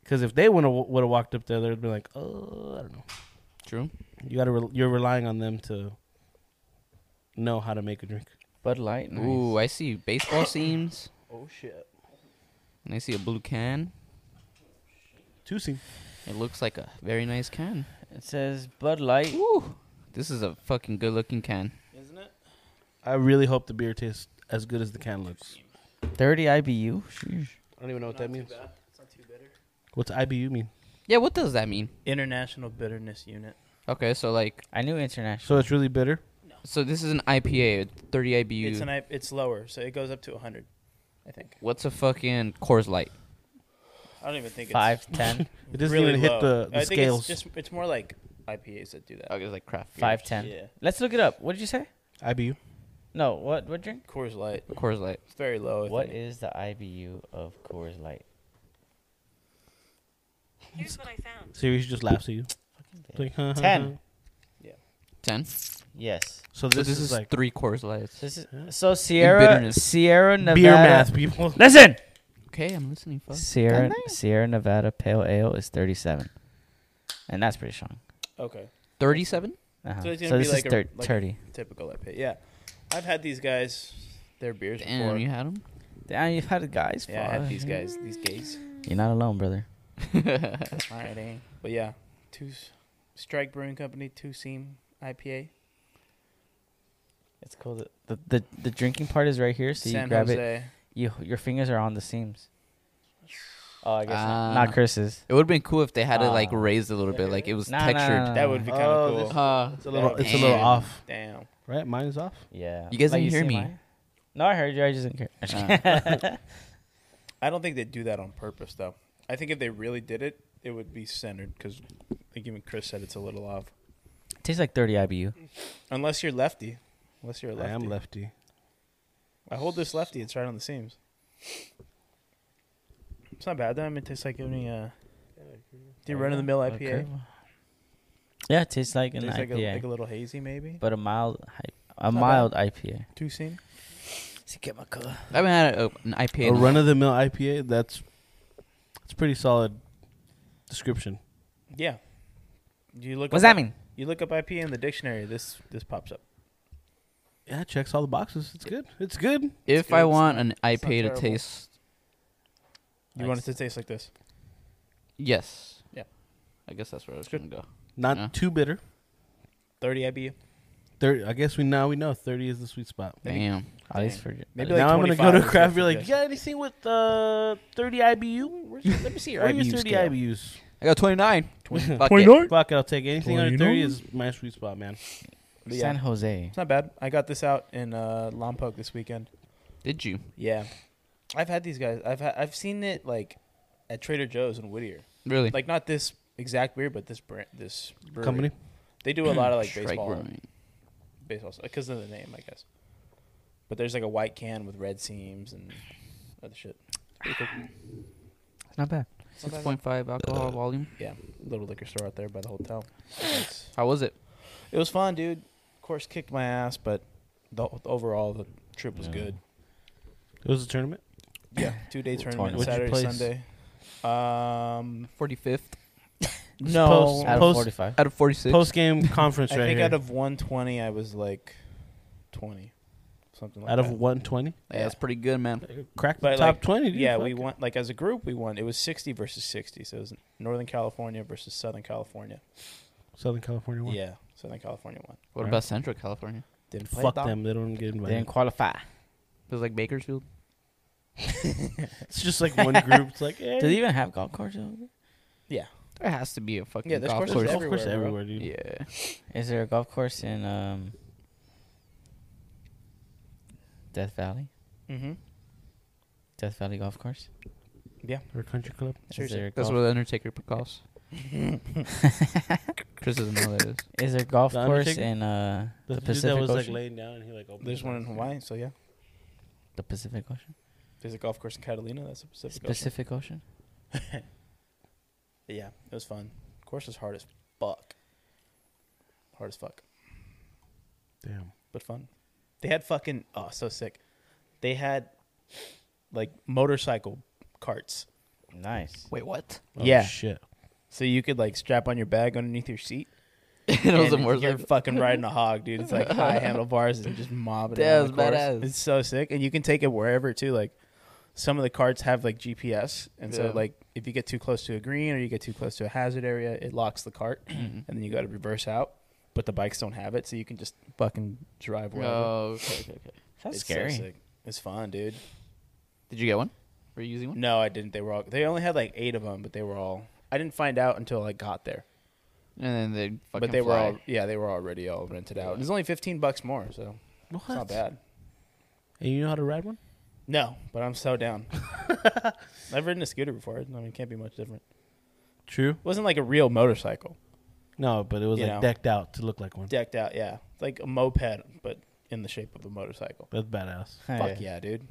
Speaker 2: Because if they would have would have walked up there, they'd be like, "Oh, I don't know."
Speaker 3: true
Speaker 2: You gotta re- you're relying on them to know how to make a drink.
Speaker 5: Bud Light. Nice.
Speaker 3: ooh I see baseball seams
Speaker 2: Oh shit!
Speaker 3: and I see a blue can
Speaker 2: Too soon.
Speaker 3: it looks like a very nice can
Speaker 5: It says Bud Light.
Speaker 3: Woo. this is a fucking good looking can
Speaker 2: I really hope the beer tastes as good as the can looks.
Speaker 5: 30 IBU. Sheesh.
Speaker 2: I don't even know what that means. What's IBU mean?
Speaker 3: yeah what does that mean
Speaker 4: International Bitterness Unit.
Speaker 3: okay so like
Speaker 5: I knew international.
Speaker 2: So it's really bitter.
Speaker 3: so this is an IPA 30 IBU
Speaker 4: It's an I- it's lower, so it goes up to 100, I think.
Speaker 3: what's a fucking Coors Light
Speaker 4: I don't even think it's
Speaker 5: Five ten.
Speaker 2: It doesn't
Speaker 4: really
Speaker 2: even
Speaker 4: low.
Speaker 2: hit the,
Speaker 4: I
Speaker 2: the
Speaker 4: think
Speaker 2: scales.
Speaker 4: It's, just, it's more like IPAs that do that.
Speaker 3: okay it's like craft beer.
Speaker 5: Five ten.
Speaker 4: Yeah.
Speaker 5: Let's look it up. What did you say?
Speaker 2: IBU.
Speaker 5: No. What? What drink?
Speaker 4: Coors Light,
Speaker 3: Coors Light
Speaker 4: it's very low. I
Speaker 5: What
Speaker 4: think.
Speaker 5: is the IBU of Coors Light?
Speaker 6: Here's what I found.
Speaker 2: Siri just laughs at you. It's like, huh, huh,
Speaker 5: Ten.
Speaker 2: huh.
Speaker 3: ten
Speaker 5: Yes.
Speaker 2: So this, is, like
Speaker 3: three Coors Lights.
Speaker 5: This is so Sierra
Speaker 3: bitterness.
Speaker 5: Sierra Nevada.
Speaker 2: beer math, people.
Speaker 5: Listen.
Speaker 3: Okay, I'm listening. Fuck.
Speaker 5: Sierra Sierra Nevada Pale Ale is 37, and that's pretty strong.
Speaker 4: Okay.
Speaker 3: Thirty-seven.
Speaker 5: Uh-huh.
Speaker 4: So
Speaker 5: So,
Speaker 4: it's gonna be
Speaker 5: this
Speaker 4: like a-
Speaker 5: is thir-
Speaker 4: like-
Speaker 5: 30.
Speaker 4: Typical IPA. Yeah. I've had these guys, their beers
Speaker 3: Damn,
Speaker 4: before.
Speaker 3: you had them.
Speaker 5: Damn, you've had guys.
Speaker 4: Yeah, I had
Speaker 5: fuck.
Speaker 4: these guys, these gays.
Speaker 5: You're not alone, brother.
Speaker 4: All right, eh? But yeah, two S- Strike Brewing Company, two seam IPA.
Speaker 5: It's cool. that- The, the the drinking part is right here, so you
Speaker 4: San
Speaker 5: grab it.
Speaker 4: Jose.
Speaker 5: You your fingers are on the seams. Oh, I guess
Speaker 3: Ah.
Speaker 5: not. not Chris's.
Speaker 3: It would have been cool if they had it like
Speaker 5: Ah.
Speaker 3: raised a little bit, like it was
Speaker 5: Nah, nah,
Speaker 3: textured.
Speaker 5: nah,
Speaker 4: That would be kind of
Speaker 2: Oh,
Speaker 4: cool.
Speaker 2: this-
Speaker 3: Uh,
Speaker 2: It's a little. It's a little
Speaker 3: Damn.
Speaker 2: off,
Speaker 4: Damn.
Speaker 2: right? Mine is off.
Speaker 5: Yeah. Uh.
Speaker 3: You guys
Speaker 5: Like,
Speaker 3: didn't hear
Speaker 5: see
Speaker 3: me.
Speaker 5: mine? No, I heard you. I just didn't care.
Speaker 4: I don't think they do that on purpose, though. I think if they really did it, it would be centered because, like even Chris said, it's a little off.
Speaker 5: Tastes like 30 IBU.
Speaker 4: Unless you're lefty. Unless you're a
Speaker 2: I
Speaker 4: lefty.
Speaker 2: am lefty.
Speaker 4: I hold this lefty. It's right on the seams. It's not bad though. I mean, it tastes like any uh, the run of the mill IPA.
Speaker 5: Yeah, it tastes like an
Speaker 4: Tastes like a,
Speaker 5: IPA,
Speaker 4: like a little hazy, maybe.
Speaker 5: but a mild, hy- a
Speaker 4: bad.
Speaker 5: mild IPA.
Speaker 4: Two scene.
Speaker 3: I haven't had a, an IPA.
Speaker 2: a
Speaker 3: in a-
Speaker 2: run of the mill IPA. That's that's pretty solid description.
Speaker 4: Yeah. You look.
Speaker 5: What's
Speaker 4: up-
Speaker 5: that mean?
Speaker 4: You look up IP in the dictionary. This this pops up.
Speaker 2: Yeah, it checks all the boxes. It's good. It's good.
Speaker 3: if
Speaker 4: good.
Speaker 3: I
Speaker 4: It's
Speaker 3: want an
Speaker 4: it's not
Speaker 3: IPA to
Speaker 4: terrible.
Speaker 3: taste,
Speaker 4: You want it to taste like this.
Speaker 3: yes.
Speaker 4: Yeah.
Speaker 3: I guess that's where I was
Speaker 4: Good.
Speaker 3: going to go.
Speaker 2: Not
Speaker 3: Yeah.
Speaker 2: too bitter.
Speaker 4: Thirty IBU.
Speaker 2: Thirty. I guess we now we know thirty is the sweet spot.
Speaker 4: Maybe-
Speaker 3: Damn.
Speaker 5: At least for
Speaker 4: Maybe
Speaker 2: now I'm gonna
Speaker 4: 25
Speaker 2: go to
Speaker 4: is the
Speaker 2: craft beer. Like,
Speaker 4: suggestion.
Speaker 2: yeah, anything with uh, thirty IBU? Where's, let me see your
Speaker 3: Where are
Speaker 2: IBU
Speaker 3: your 30
Speaker 2: thirty IBUs.
Speaker 3: I got 29. Fuck it.
Speaker 2: Fuck it, I'll take anything under thirty is my sweet spot, man.
Speaker 4: But yeah,
Speaker 5: San Jose.
Speaker 4: it's not bad. I got this out in uh, Lompoc this weekend.
Speaker 3: Did you?
Speaker 4: Yeah, I've had these guys. I've ha- I've seen it like at Trader Joe's in Whittier.
Speaker 3: Really?
Speaker 4: Like not this exact beer, but this brand, this brewery.
Speaker 2: Company.
Speaker 4: They do a lot of like
Speaker 3: Strike
Speaker 4: baseball,
Speaker 3: brewing.
Speaker 4: baseball because of the name, I guess. But there's like a white can with red seams and other shit. It's pretty cool.
Speaker 5: It's not bad.
Speaker 4: It's not bad.
Speaker 3: 6.5 alcohol volume.
Speaker 4: Yeah, little liquor store out there by the hotel. It's-
Speaker 3: How was it?
Speaker 4: It was fun, dude. Of course, kicked my ass, but the overall the trip was
Speaker 5: Yeah.
Speaker 4: good.
Speaker 2: It was a tournament.
Speaker 4: Yeah, two day
Speaker 5: tournament.
Speaker 2: What'd
Speaker 4: tournament
Speaker 2: you place?
Speaker 4: Saturday Sunday. Um,
Speaker 3: 45th
Speaker 4: no,
Speaker 2: Post-
Speaker 5: Out of
Speaker 2: Post-
Speaker 5: 45.
Speaker 3: out of 46.
Speaker 2: Post game conference
Speaker 4: I
Speaker 2: right
Speaker 4: think
Speaker 2: here.
Speaker 4: out of one twenty, I was like twenty, something like
Speaker 2: Out
Speaker 4: that.
Speaker 2: of one twenty,
Speaker 3: yeah, that's pretty good, man.
Speaker 2: crack the
Speaker 4: But,
Speaker 2: top
Speaker 4: like,
Speaker 2: twenty. Dude,
Speaker 4: yeah,
Speaker 2: Fuck
Speaker 4: we
Speaker 2: it.
Speaker 4: won like as a group. We won. It was sixty versus sixty, so it was Northern California versus Southern California.
Speaker 2: Southern California won.
Speaker 4: Yeah, Southern California won.
Speaker 3: What
Speaker 2: Right.
Speaker 3: about Central California?
Speaker 4: Didn't play
Speaker 2: Fuck
Speaker 4: dog.
Speaker 2: them. They don't get
Speaker 5: They
Speaker 2: invited.
Speaker 5: didn't qualify.
Speaker 3: It was like Bakersfield.
Speaker 2: It's just like one group. It's like, eh.
Speaker 5: Do they even have golf courses? over there?
Speaker 3: There has to be a fucking
Speaker 4: Yeah, there's
Speaker 3: golf
Speaker 4: courses
Speaker 3: course.
Speaker 2: Of course,
Speaker 4: everywhere, bro.
Speaker 2: everywhere, dude.
Speaker 3: Yeah.
Speaker 5: Is there a golf course in um, Death Valley?
Speaker 4: Mm-hmm.
Speaker 5: Death Valley Golf Course?
Speaker 2: Or country club.
Speaker 5: Is
Speaker 4: Seriously.
Speaker 5: there, a
Speaker 3: That's
Speaker 5: golf,
Speaker 3: where the Undertaker golfs. Chris doesn't know that is.
Speaker 5: is there a golf
Speaker 2: The
Speaker 5: course
Speaker 2: Undertaker?
Speaker 5: in uh, the,
Speaker 2: The, dude
Speaker 5: Pacific
Speaker 2: that was
Speaker 5: Ocean?
Speaker 2: like laying down and he like opened.
Speaker 4: There's
Speaker 2: his
Speaker 4: one in
Speaker 2: eyes.
Speaker 4: Hawaii, so yeah.
Speaker 5: the Pacific Ocean?
Speaker 4: There's a golf course in Catalina. That's a Pacific. Ocean.
Speaker 5: Pacific Ocean?
Speaker 4: Yeah, it was fun. Course was hard as fuck. Hard as fuck,
Speaker 2: Damn.
Speaker 4: but fun. They had fucking oh so sick. They had like motorcycle carts.
Speaker 5: Nice.
Speaker 3: Wait, what?
Speaker 2: Oh,
Speaker 4: Yeah.
Speaker 2: Shit.
Speaker 4: So you could like strap on your bag underneath your seat.
Speaker 3: it was a
Speaker 4: and you're
Speaker 3: motorcycle.
Speaker 4: fucking riding a hog, dude. It's like high handlebars and just mobbing. it
Speaker 3: Yeah,
Speaker 4: around
Speaker 3: it's
Speaker 4: the course.
Speaker 3: badass.
Speaker 4: It's so sick, and you can take it wherever too. Like some of the carts have like GPS, and
Speaker 3: Yeah.
Speaker 4: so like if you get too close to a green or you get too close to a hazard area, it locks the cart, and then you got to reverse out. But the bikes don't have it, so you can just fucking drive wherever.
Speaker 3: Oh, okay, okay, okay.
Speaker 5: That's
Speaker 4: It's so
Speaker 5: scary.
Speaker 4: sick. It's fun, dude.
Speaker 3: Did you get one? Were you using one?
Speaker 4: No, I didn't. They were all. They only had like eight of them, but they were all. I didn't find out until I got there.
Speaker 3: And then they fucking
Speaker 4: but they
Speaker 3: fly.
Speaker 4: were all. Yeah, they were already all rented out.
Speaker 3: Yeah.
Speaker 4: It was only fifteen bucks more, so
Speaker 2: What?
Speaker 4: it's not bad.
Speaker 2: And you know how to ride one?
Speaker 4: No, but I'm so down. I've ridden a scooter before. I mean, it can't be much different.
Speaker 2: True.
Speaker 4: It wasn't like a real motorcycle,
Speaker 2: No, but it was
Speaker 4: You
Speaker 2: like
Speaker 4: know.
Speaker 2: decked out to look like one.
Speaker 4: decked out. Yeah, it's like a moped, but in the shape of a motorcycle.
Speaker 2: That's badass.
Speaker 4: Fuck yeah, dude!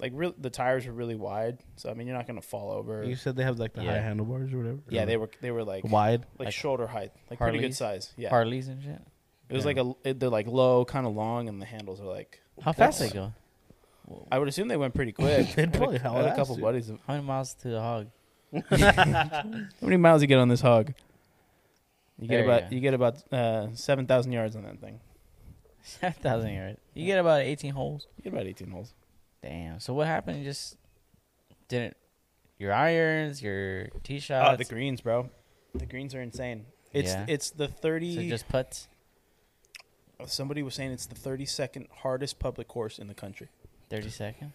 Speaker 4: Like, real the tires were really wide, so I mean, you're not gonna fall over.
Speaker 2: You said they have like the high
Speaker 5: Yeah.
Speaker 2: handlebars or whatever.
Speaker 4: yeah,
Speaker 2: Or
Speaker 4: they were they were like like,
Speaker 2: wide.
Speaker 5: like
Speaker 4: shoulder height, like pretty
Speaker 5: Harleys?
Speaker 4: good size. Yeah,
Speaker 5: Harleys and shit.
Speaker 4: it was like a it- they're like low, kind of long, and the handles are like.
Speaker 5: How fast they
Speaker 4: That's-
Speaker 5: go?
Speaker 4: I would assume they went pretty quick.
Speaker 2: They'd probably
Speaker 4: I had a,
Speaker 2: haul
Speaker 4: I had a
Speaker 2: ass,
Speaker 4: couple
Speaker 2: dude.
Speaker 4: buddies. Of,
Speaker 5: How many miles to the hog?
Speaker 4: how many miles you get on this hog? You
Speaker 5: There
Speaker 4: get
Speaker 5: you
Speaker 4: about
Speaker 5: go.
Speaker 4: you get about uh, seven thousand yards on that thing.
Speaker 5: Seven thousand yards. You get about eighteen holes.
Speaker 4: You get about 18 holes.
Speaker 5: Damn. So what happened? You just didn't your irons, your tee shots.
Speaker 4: Uh, the greens, bro. The greens are insane. It's
Speaker 5: Uh, Yeah.
Speaker 4: it's the 30.
Speaker 5: so just putts.
Speaker 4: somebody was saying it's the 32nd hardest public course in the country.
Speaker 5: Thirty second.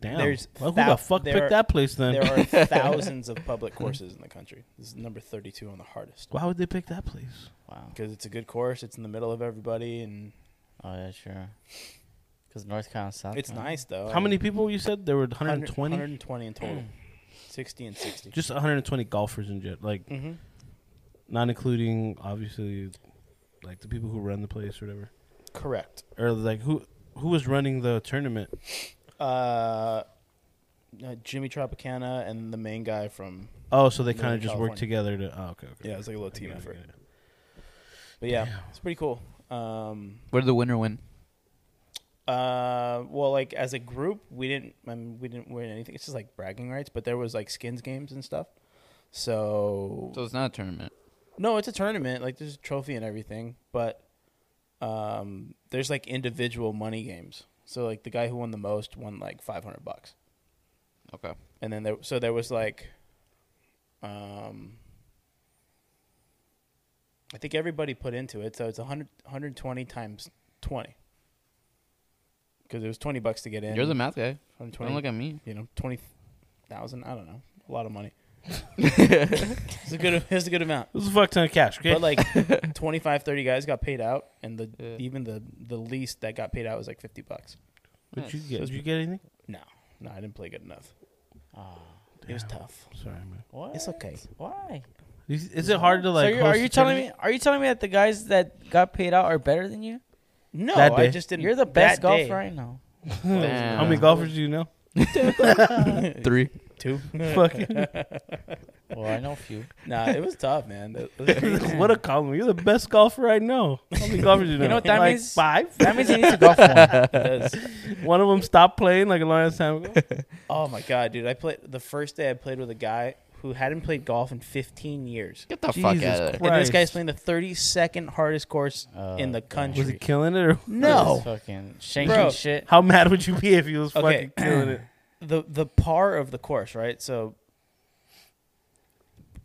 Speaker 2: Damn.
Speaker 4: there's
Speaker 2: well, who
Speaker 4: thou-
Speaker 2: the fuck
Speaker 4: there
Speaker 2: picked
Speaker 4: are-
Speaker 2: that place then?
Speaker 4: There are thousands of public courses in the country. This is number 32 on the hardest
Speaker 2: Why would they pick that place?
Speaker 5: Wow.
Speaker 4: because it's a good course. It's in the middle of everybody, and
Speaker 5: Oh yeah, sure. Because North Carolina, South.
Speaker 4: it's
Speaker 5: Carolina.
Speaker 4: nice though.
Speaker 2: How many people you said there were? 120.
Speaker 4: 120 in total. 60 and 60.
Speaker 2: Just 120 golfers in jet, like
Speaker 4: Mhm.
Speaker 2: not including obviously, like the people who run the place or whatever,
Speaker 4: Correct.
Speaker 2: or like who who was running the tournament.
Speaker 4: Uh, uh, Jimmy Tropicana and the main guy from
Speaker 2: Oh, so they kind
Speaker 4: Northern
Speaker 2: of just worked
Speaker 4: California.
Speaker 2: together to. Oh, okay, okay.
Speaker 4: yeah, it's like a little
Speaker 2: I get
Speaker 4: team
Speaker 2: it, I
Speaker 4: effort.
Speaker 2: get it.
Speaker 4: But yeah, it's pretty cool. Um,
Speaker 3: Where did the winner win?
Speaker 4: uh, well, like as a group, we didn't, I mean, we didn't win anything. It's just like bragging rights, but there was like skins games and stuff. So,
Speaker 3: So it's not a tournament.
Speaker 4: no, it's a tournament. Like there's a trophy and everything, but um, there's like individual money games. So like the guy who won the most won like 500 bucks.
Speaker 3: Okay.
Speaker 4: and then there so there was like um I think everybody put into it so it's 100 120 times 20 cuz it was 20 bucks to get in
Speaker 3: You're the math guy.
Speaker 4: 120
Speaker 3: Don't look at me.
Speaker 4: you know 20,000 I don't know a lot of money it's a good it's a good amount
Speaker 2: It was a fuck ton of cash. Okay?
Speaker 4: but like 25 30 guys got paid out and the
Speaker 3: Yeah.
Speaker 4: even the the least that got paid out was like 50 bucks
Speaker 2: did you
Speaker 3: Nice.
Speaker 2: get? Did you get anything?
Speaker 4: no no I didn't play good enough it
Speaker 2: Damn.
Speaker 4: was tough
Speaker 2: Sorry, man.
Speaker 5: What?
Speaker 4: it's okay
Speaker 5: Why?
Speaker 2: Is, is it hard to
Speaker 5: so
Speaker 2: like?
Speaker 5: you are
Speaker 2: host
Speaker 5: you
Speaker 2: a
Speaker 5: telling
Speaker 2: tournament?
Speaker 5: me? Are you telling me that the guys that got paid out are better than you?
Speaker 4: no
Speaker 2: That
Speaker 4: I
Speaker 2: day.
Speaker 4: just didn't
Speaker 5: You're the best
Speaker 4: that
Speaker 5: golfer
Speaker 4: day.
Speaker 5: I know.
Speaker 3: Damn.
Speaker 2: How many golfers do you know?
Speaker 3: Three.
Speaker 4: two
Speaker 2: Fuck.
Speaker 5: Well, I know a few.
Speaker 4: Nah, it was tough, man. That- that was crazy.
Speaker 2: what a compliment! You're the best golfer I know. How many golfers do you know?
Speaker 5: You know what that
Speaker 2: like
Speaker 5: means?
Speaker 2: Five.
Speaker 5: That means he needs to golf more.
Speaker 4: That was-
Speaker 2: One of them stopped playing like a long ass time ago.
Speaker 4: oh my god, dude! I played the first day. I played with a guy who hadn't played golf in 15 years,
Speaker 3: Get the
Speaker 2: Jesus
Speaker 3: fuck out of there.
Speaker 2: Christ.
Speaker 4: and this guy's playing the 32nd hardest course
Speaker 5: Oh,
Speaker 4: in the
Speaker 2: Was
Speaker 4: country.
Speaker 2: he killing it or
Speaker 4: no,
Speaker 5: fucking shanking
Speaker 4: Bro.
Speaker 5: shit.
Speaker 2: how mad would you be if he was
Speaker 4: Okay.
Speaker 2: fucking killing it?
Speaker 4: the the par of the course, right? So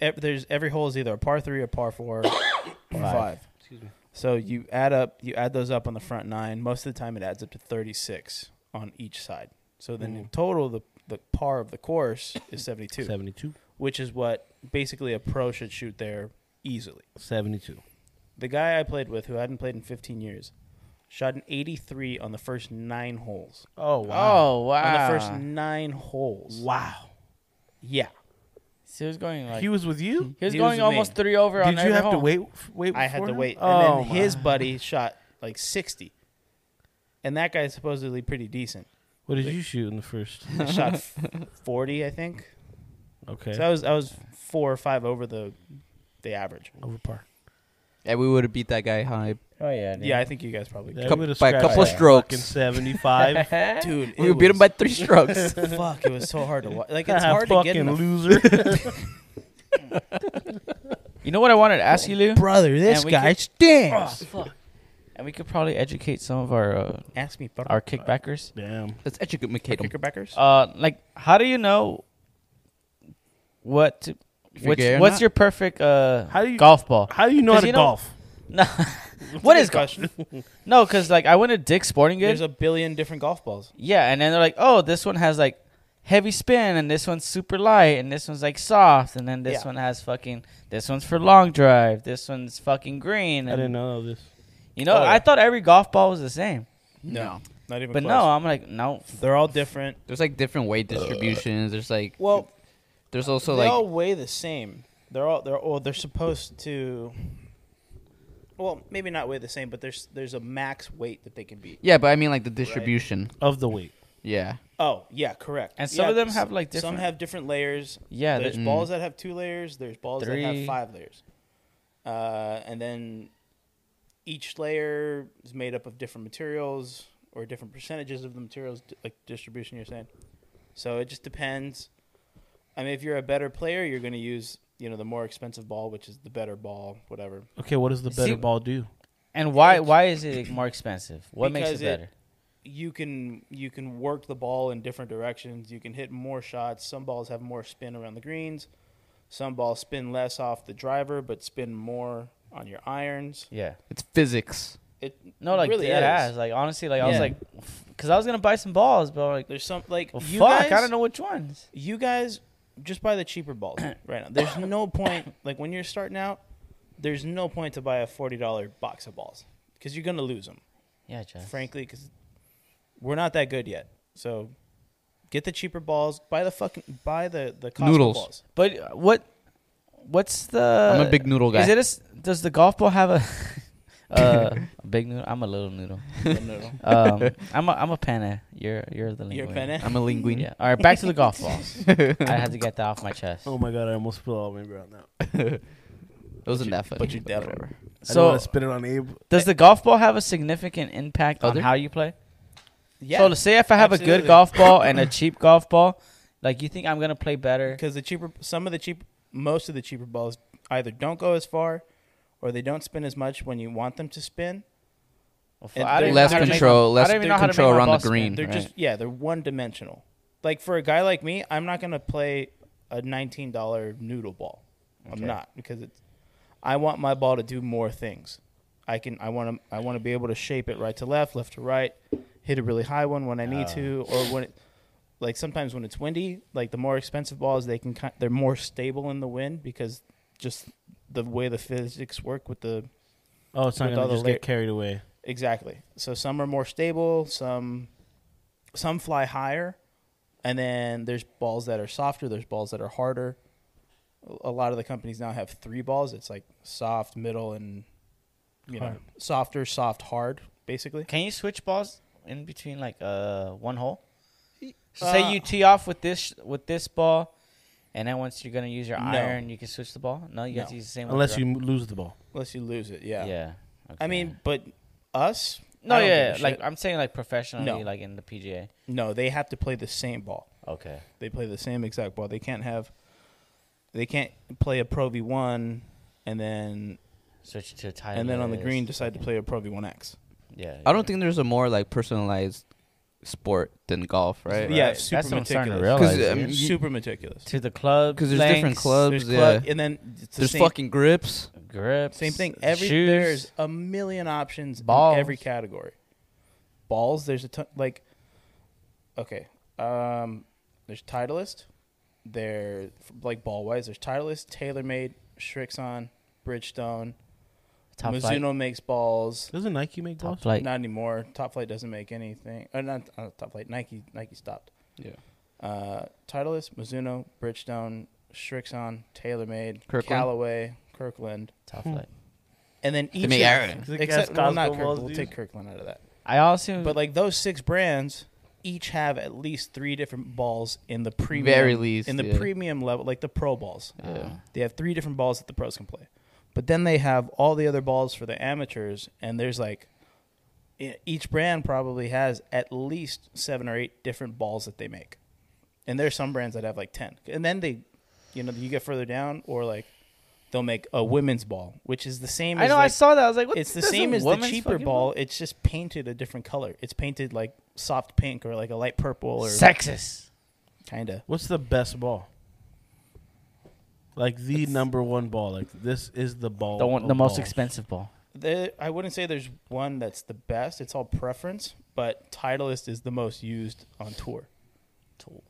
Speaker 4: ev- there's every hole is either a par three, a par four, or five. So you add up, you add those up on the front nine. Most of the time, it adds up to 36 on each side. So then in total, the the par of the course is 72.
Speaker 2: Seventy-two.
Speaker 4: which is what basically a pro should shoot there easily.
Speaker 2: Seventy-two.
Speaker 4: The guy I played with, who hadn't played in 15 years, shot an 83 on the first nine holes.
Speaker 2: Oh
Speaker 5: Oh wow!
Speaker 4: On the first nine holes.
Speaker 2: Wow.
Speaker 4: Yeah.
Speaker 5: so he was going like
Speaker 2: he
Speaker 5: he,
Speaker 2: was with you.
Speaker 5: was
Speaker 4: he was
Speaker 5: going
Speaker 4: with
Speaker 5: almost
Speaker 4: me.
Speaker 5: three over on
Speaker 2: Did
Speaker 5: every
Speaker 2: you have to
Speaker 5: hole.
Speaker 2: wait? Wait.
Speaker 4: I had
Speaker 2: for
Speaker 4: to
Speaker 2: him?
Speaker 4: wait.
Speaker 2: Oh
Speaker 4: and then his
Speaker 2: my.
Speaker 4: buddy shot like 60. And that guy's supposedly pretty decent.
Speaker 2: What did you shoot in the first?
Speaker 4: I shot f- 40, I think.
Speaker 2: Okay.
Speaker 4: So I was I was four or five over the the average.
Speaker 2: Over par.
Speaker 3: Yeah, we would have beat that guy high.
Speaker 5: Oh yeah, dude.
Speaker 4: Yeah, I think you guys probably.
Speaker 2: That
Speaker 3: Coup-
Speaker 2: would've
Speaker 3: by a
Speaker 2: scratched
Speaker 3: couple of
Speaker 2: that
Speaker 3: strokes.
Speaker 2: fucking Seventy-five.
Speaker 4: Dude,
Speaker 3: We
Speaker 4: it
Speaker 3: would beat him by
Speaker 4: was-
Speaker 3: three strokes.
Speaker 4: fuck. It was so hard to watch. Like it's hard to
Speaker 2: fucking
Speaker 4: get in the
Speaker 2: loser.
Speaker 5: You know what I wanted to ask you, Lou?
Speaker 4: brother,
Speaker 5: this we guy
Speaker 3: Ah.
Speaker 4: stinks.
Speaker 5: And we could probably educate some of our uh,
Speaker 4: Ask me, brother.
Speaker 5: our kickbackers.
Speaker 2: Damn.
Speaker 3: Let's educate him.
Speaker 4: Knickerbockers?
Speaker 5: Uh, like, how do you know what? To,
Speaker 3: If you're
Speaker 5: what's
Speaker 3: gay or
Speaker 5: what's
Speaker 3: not.
Speaker 5: your perfect uh
Speaker 2: How do you-
Speaker 5: golf ball?
Speaker 2: How do you know how
Speaker 5: 'Cause
Speaker 2: to
Speaker 5: you know-
Speaker 2: golf?
Speaker 5: No, what
Speaker 4: Good
Speaker 5: is golf?
Speaker 4: question.
Speaker 5: No, because like I went to Dick's Sporting
Speaker 4: There's
Speaker 5: Goods.
Speaker 4: a billion different golf balls.
Speaker 5: yeah, and then they're like, oh, this one has like heavy spin, and this one's super light, and this one's like soft, and then this
Speaker 4: Yeah.
Speaker 5: one has fucking this one's for long drive, this one's fucking green.
Speaker 2: I
Speaker 5: And,
Speaker 2: didn't know this.
Speaker 5: You know,
Speaker 4: Oh, yeah.
Speaker 5: I thought every golf ball was the same,
Speaker 4: No, not even.
Speaker 5: but
Speaker 4: close.
Speaker 5: no, I'm like, no,
Speaker 4: they're all different.
Speaker 3: There's like different weight distributions. There's like
Speaker 4: Well,
Speaker 3: there's also
Speaker 4: Uh, they
Speaker 3: like
Speaker 4: all weigh the same. They're all they're all they're supposed to. Well, maybe not weigh the same, but there's there's a max weight that they can beat.
Speaker 3: yeah, but I mean like the distribution.
Speaker 2: Of the weight.
Speaker 3: Yeah.
Speaker 4: Oh yeah, correct.
Speaker 5: And some
Speaker 4: Yeah,
Speaker 5: of them
Speaker 4: s-
Speaker 5: have, like,
Speaker 4: some
Speaker 5: different-
Speaker 4: have different layers.
Speaker 5: yeah,
Speaker 4: there's
Speaker 5: th-
Speaker 4: balls that have two layers. There's balls that have
Speaker 5: Three.
Speaker 4: five layers. Uh, and then each layer is made up of different materials or different percentages of the materials, d- like distribution. You're saying, so it just depends. I mean, if you're a better player, you're going to use you know the more expensive ball, which is the better ball, whatever.
Speaker 2: Okay, what does the better
Speaker 5: See-
Speaker 2: ball do?
Speaker 5: and why why is it more expensive? What makes
Speaker 4: Because
Speaker 5: it
Speaker 4: it-
Speaker 5: better?
Speaker 4: You can you can work the ball in different directions. You can hit more shots. Some balls have more spin around the greens. Some balls spin less off the driver, but spin more on your irons.
Speaker 5: yeah.
Speaker 3: It's physics.
Speaker 4: It
Speaker 5: No, like
Speaker 4: really
Speaker 5: dead
Speaker 4: is.
Speaker 5: ass. Like honestly, like I was
Speaker 4: Yeah.
Speaker 5: like, because I was gonna buy some balls, but I'm like,
Speaker 4: There's some like
Speaker 5: well,
Speaker 4: you
Speaker 5: fuck,
Speaker 4: guys.
Speaker 5: I don't know which ones.
Speaker 4: You guys just buy the cheaper balls right now. There's no point like when you're starting out. There's no point to buy a forty dollar box of balls because you're gonna lose them.
Speaker 5: Yeah, Jeff.
Speaker 4: Frankly, because we're not that good yet. So get the cheaper balls. Buy the fucking buy the the Costco
Speaker 3: Noodles.
Speaker 4: balls.
Speaker 5: But uh, what? What's
Speaker 4: Uh,
Speaker 5: the?
Speaker 3: I'm a big noodle guy.
Speaker 5: Is it a s Does the golf ball have a? uh, a big noodle. I'm a little noodle.
Speaker 4: The noodle.
Speaker 5: Um, I'm a I'm a penna. You're you're the
Speaker 4: Your
Speaker 5: linguine.
Speaker 4: penne.
Speaker 3: I'm a linguine.
Speaker 5: Yeah. All right, back to the golf balls. I had to get that off my chest.
Speaker 2: Oh my god, I almost spilled all my beer on that.
Speaker 3: It wasn't that funny.
Speaker 4: but you devil.
Speaker 3: whatever.
Speaker 2: I don't
Speaker 5: So
Speaker 2: want to spit it on Abe.
Speaker 5: does the golf ball have a significant impact
Speaker 3: Other?
Speaker 5: on how you play?
Speaker 4: Yeah.
Speaker 5: So to say if I have a
Speaker 4: absolutely.
Speaker 5: good golf ball and a cheap golf ball, like you think I'm gonna play better?
Speaker 4: because the cheaper some of the cheap most of the cheaper balls either don't go as far or they don't spin as much when you want them to spin
Speaker 5: Well,
Speaker 4: And
Speaker 5: I don't even
Speaker 3: Less
Speaker 5: know how to make
Speaker 3: control,
Speaker 5: my-
Speaker 3: less
Speaker 5: I don't even
Speaker 3: their
Speaker 5: know how to
Speaker 3: control
Speaker 5: make my
Speaker 3: around the
Speaker 5: ball spin.
Speaker 3: green.
Speaker 4: they're
Speaker 3: Right.
Speaker 4: just yeah they're one dimensional like for a guy like me i'm not going to play a $19 noodle ball i'm not because it's i want my ball to do more things i can i want to i want to be able to shape it right to left left to right hit a really high one when i need to
Speaker 3: Ah.
Speaker 4: or when it, like sometimes when it's windy like the more expensive balls they can ki- they're more stable in the wind because just the way the physics work with the
Speaker 2: Oh, it's not
Speaker 4: With
Speaker 2: gonna
Speaker 4: all the
Speaker 2: just
Speaker 4: la-
Speaker 2: get carried away.
Speaker 4: Exactly. So some are more stable, some some fly higher, and then there's balls that are softer, there's balls that are harder. A lot of the companies now have three balls. It's like soft, middle, and you know,
Speaker 5: Hard.
Speaker 4: softer, soft, hard, basically.
Speaker 5: Can you switch balls in between like uh one hole? So
Speaker 4: Uh,
Speaker 5: say you tee off with this with this ball, and then once you're gonna use your
Speaker 4: No.
Speaker 5: iron, you can switch the ball. No, you have
Speaker 4: No.
Speaker 5: to use the same. one
Speaker 2: Unless
Speaker 5: throughout.
Speaker 2: you m- lose the ball.
Speaker 4: Unless you lose it, yeah.
Speaker 5: yeah.
Speaker 4: I
Speaker 5: okay.
Speaker 4: mean, but us?
Speaker 5: no,
Speaker 4: I don't
Speaker 5: yeah,
Speaker 4: give a
Speaker 5: like
Speaker 4: shit.
Speaker 5: I'm saying, like professionally,
Speaker 4: No.
Speaker 5: like in the PGA.
Speaker 4: no, they have to play the same ball.
Speaker 5: Okay.
Speaker 4: They play the same exact ball. They can't have they can't play a Pro V one and then
Speaker 5: Switch to a tie.
Speaker 4: and then on the
Speaker 5: list.
Speaker 4: green decide to play a Pro V one X.
Speaker 5: Yeah.
Speaker 3: I don't think there's a more like personalized sport than golf, right?
Speaker 4: Yeah,
Speaker 5: Right.
Speaker 4: super
Speaker 5: That's what I'm starting to
Speaker 4: meticulous.
Speaker 5: realize.
Speaker 3: 'Cause, I
Speaker 5: dude.
Speaker 3: mean, you-
Speaker 4: super meticulous.
Speaker 5: to the club
Speaker 3: 'Cause there's different
Speaker 5: lengths,
Speaker 3: clubs,
Speaker 4: There's
Speaker 3: yeah.
Speaker 4: club, and then it's the
Speaker 3: There's
Speaker 4: same,
Speaker 3: fucking grips.
Speaker 5: grips,
Speaker 4: same thing. Every
Speaker 5: shoes.
Speaker 4: there's a million options
Speaker 5: Balls.
Speaker 4: in every category. Balls. There's a ton like. Okay, um, there's Titleist. There, like ball wise, there's Titleist, TaylorMade, Shrixon, Bridgestone.
Speaker 5: top
Speaker 4: Mizuno
Speaker 5: flight.
Speaker 4: makes balls.
Speaker 2: Doesn't Nike make
Speaker 5: Top
Speaker 2: balls?
Speaker 5: flight.
Speaker 4: Not anymore. Top Flight doesn't make anything. Uh, not uh, Top Flight. Nike. Nike stopped.
Speaker 3: Yeah.
Speaker 4: uh, Titleist, Mizuno, Bridgestone, Strixon, TaylorMade,
Speaker 3: Kirkland.
Speaker 4: Callaway, Kirkland,
Speaker 5: Top
Speaker 3: Hmm.
Speaker 5: flight.
Speaker 4: and then each
Speaker 3: make
Speaker 4: of-
Speaker 3: Aaron.
Speaker 2: Is it
Speaker 4: except
Speaker 2: Gascos
Speaker 4: well, not
Speaker 2: Gomez,
Speaker 4: Kirkland. We'll
Speaker 2: dude?
Speaker 4: take Kirkland out of that.
Speaker 5: I
Speaker 3: Mm.
Speaker 5: also
Speaker 4: But like those six brands each have at least three different balls in the premium
Speaker 3: Very least,
Speaker 4: in the
Speaker 3: yeah.
Speaker 4: premium level, like the pro balls.
Speaker 3: uh, Yeah.
Speaker 4: They have three different balls that the pros can play. But then they have all the other balls for the amateurs, and there's like e- each brand probably has at least seven or eight different balls that they make. And there's some brands that have like 10. And then they, you know, you get further down, or like they'll make a women's ball, which is the same
Speaker 5: I
Speaker 4: as
Speaker 5: know I
Speaker 4: like,
Speaker 5: saw that. I was like, what?
Speaker 4: it's the
Speaker 5: that's a
Speaker 4: same as the
Speaker 5: woman's
Speaker 4: cheaper
Speaker 5: fucking
Speaker 4: ball. It's just painted a different color. It's painted like soft pink or like a light purple or
Speaker 5: Sexist.
Speaker 4: kind of.
Speaker 2: What's the best ball? Like the number one ball. Like this is the ball.
Speaker 5: The one,
Speaker 2: of
Speaker 5: the most
Speaker 2: balls.
Speaker 5: expensive ball.
Speaker 4: There, I wouldn't say there's one that's the best. It's all preference, but Titleist is the most used on tour. Tool.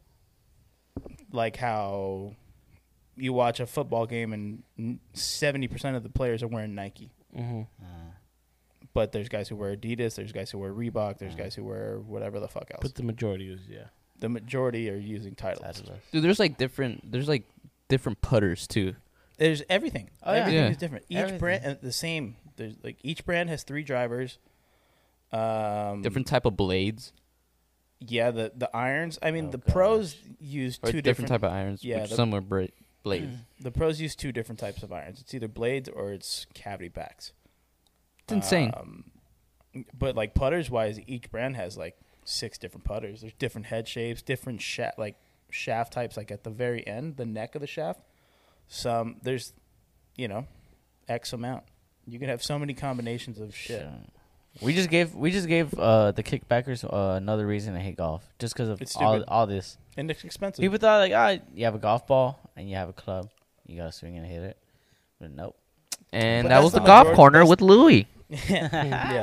Speaker 4: Like how you watch a football game and seventy percent of the players are wearing Nike,
Speaker 2: Mhm.
Speaker 4: but there's guys who wear Adidas, there's guys who wear Reebok, there's guys who wear whatever the fuck else.
Speaker 2: But the majority is yeah.
Speaker 4: the majority are using Titleist.
Speaker 5: Titleist.
Speaker 3: Dude, there's like different. There's like different putters too.
Speaker 4: There's everything.
Speaker 5: Oh, yeah.
Speaker 4: everything
Speaker 3: Yeah.
Speaker 4: is different. Each
Speaker 5: Everything.
Speaker 4: brand uh, the same. There's like each brand has three drivers. Um,
Speaker 3: Different type of blades
Speaker 4: Yeah, the the irons. I mean,
Speaker 5: Oh,
Speaker 4: the
Speaker 5: gosh.
Speaker 4: pros use
Speaker 3: or
Speaker 4: two
Speaker 3: different,
Speaker 4: different.
Speaker 3: type of irons.
Speaker 4: yeah,
Speaker 3: Yeah, which
Speaker 4: the-
Speaker 3: some are bra- blades.
Speaker 4: the pros use two different types of irons. It's either blades or it's cavity backs.
Speaker 3: It's insane.
Speaker 4: Um, but like putters wise, each brand has like six different putters. There's different head shapes, different sha- like shaft types. Like at the very end, the neck of the shaft. Some there's, you know, X amount. You can have so many combinations of shit.
Speaker 5: We just gave we just gave uh, the kickbackers uh, another reason to hate golf, just because of
Speaker 4: It's
Speaker 5: all
Speaker 4: stupid.
Speaker 5: all this.
Speaker 4: And it's expensive.
Speaker 5: People thought like, ah, you have a golf ball and you have a club, you gotta swing and hit it. But nope.
Speaker 3: and
Speaker 4: but
Speaker 3: that
Speaker 4: that's
Speaker 3: was the
Speaker 4: not
Speaker 3: golf
Speaker 4: Jordan-
Speaker 3: corner with Louis.
Speaker 4: yeah,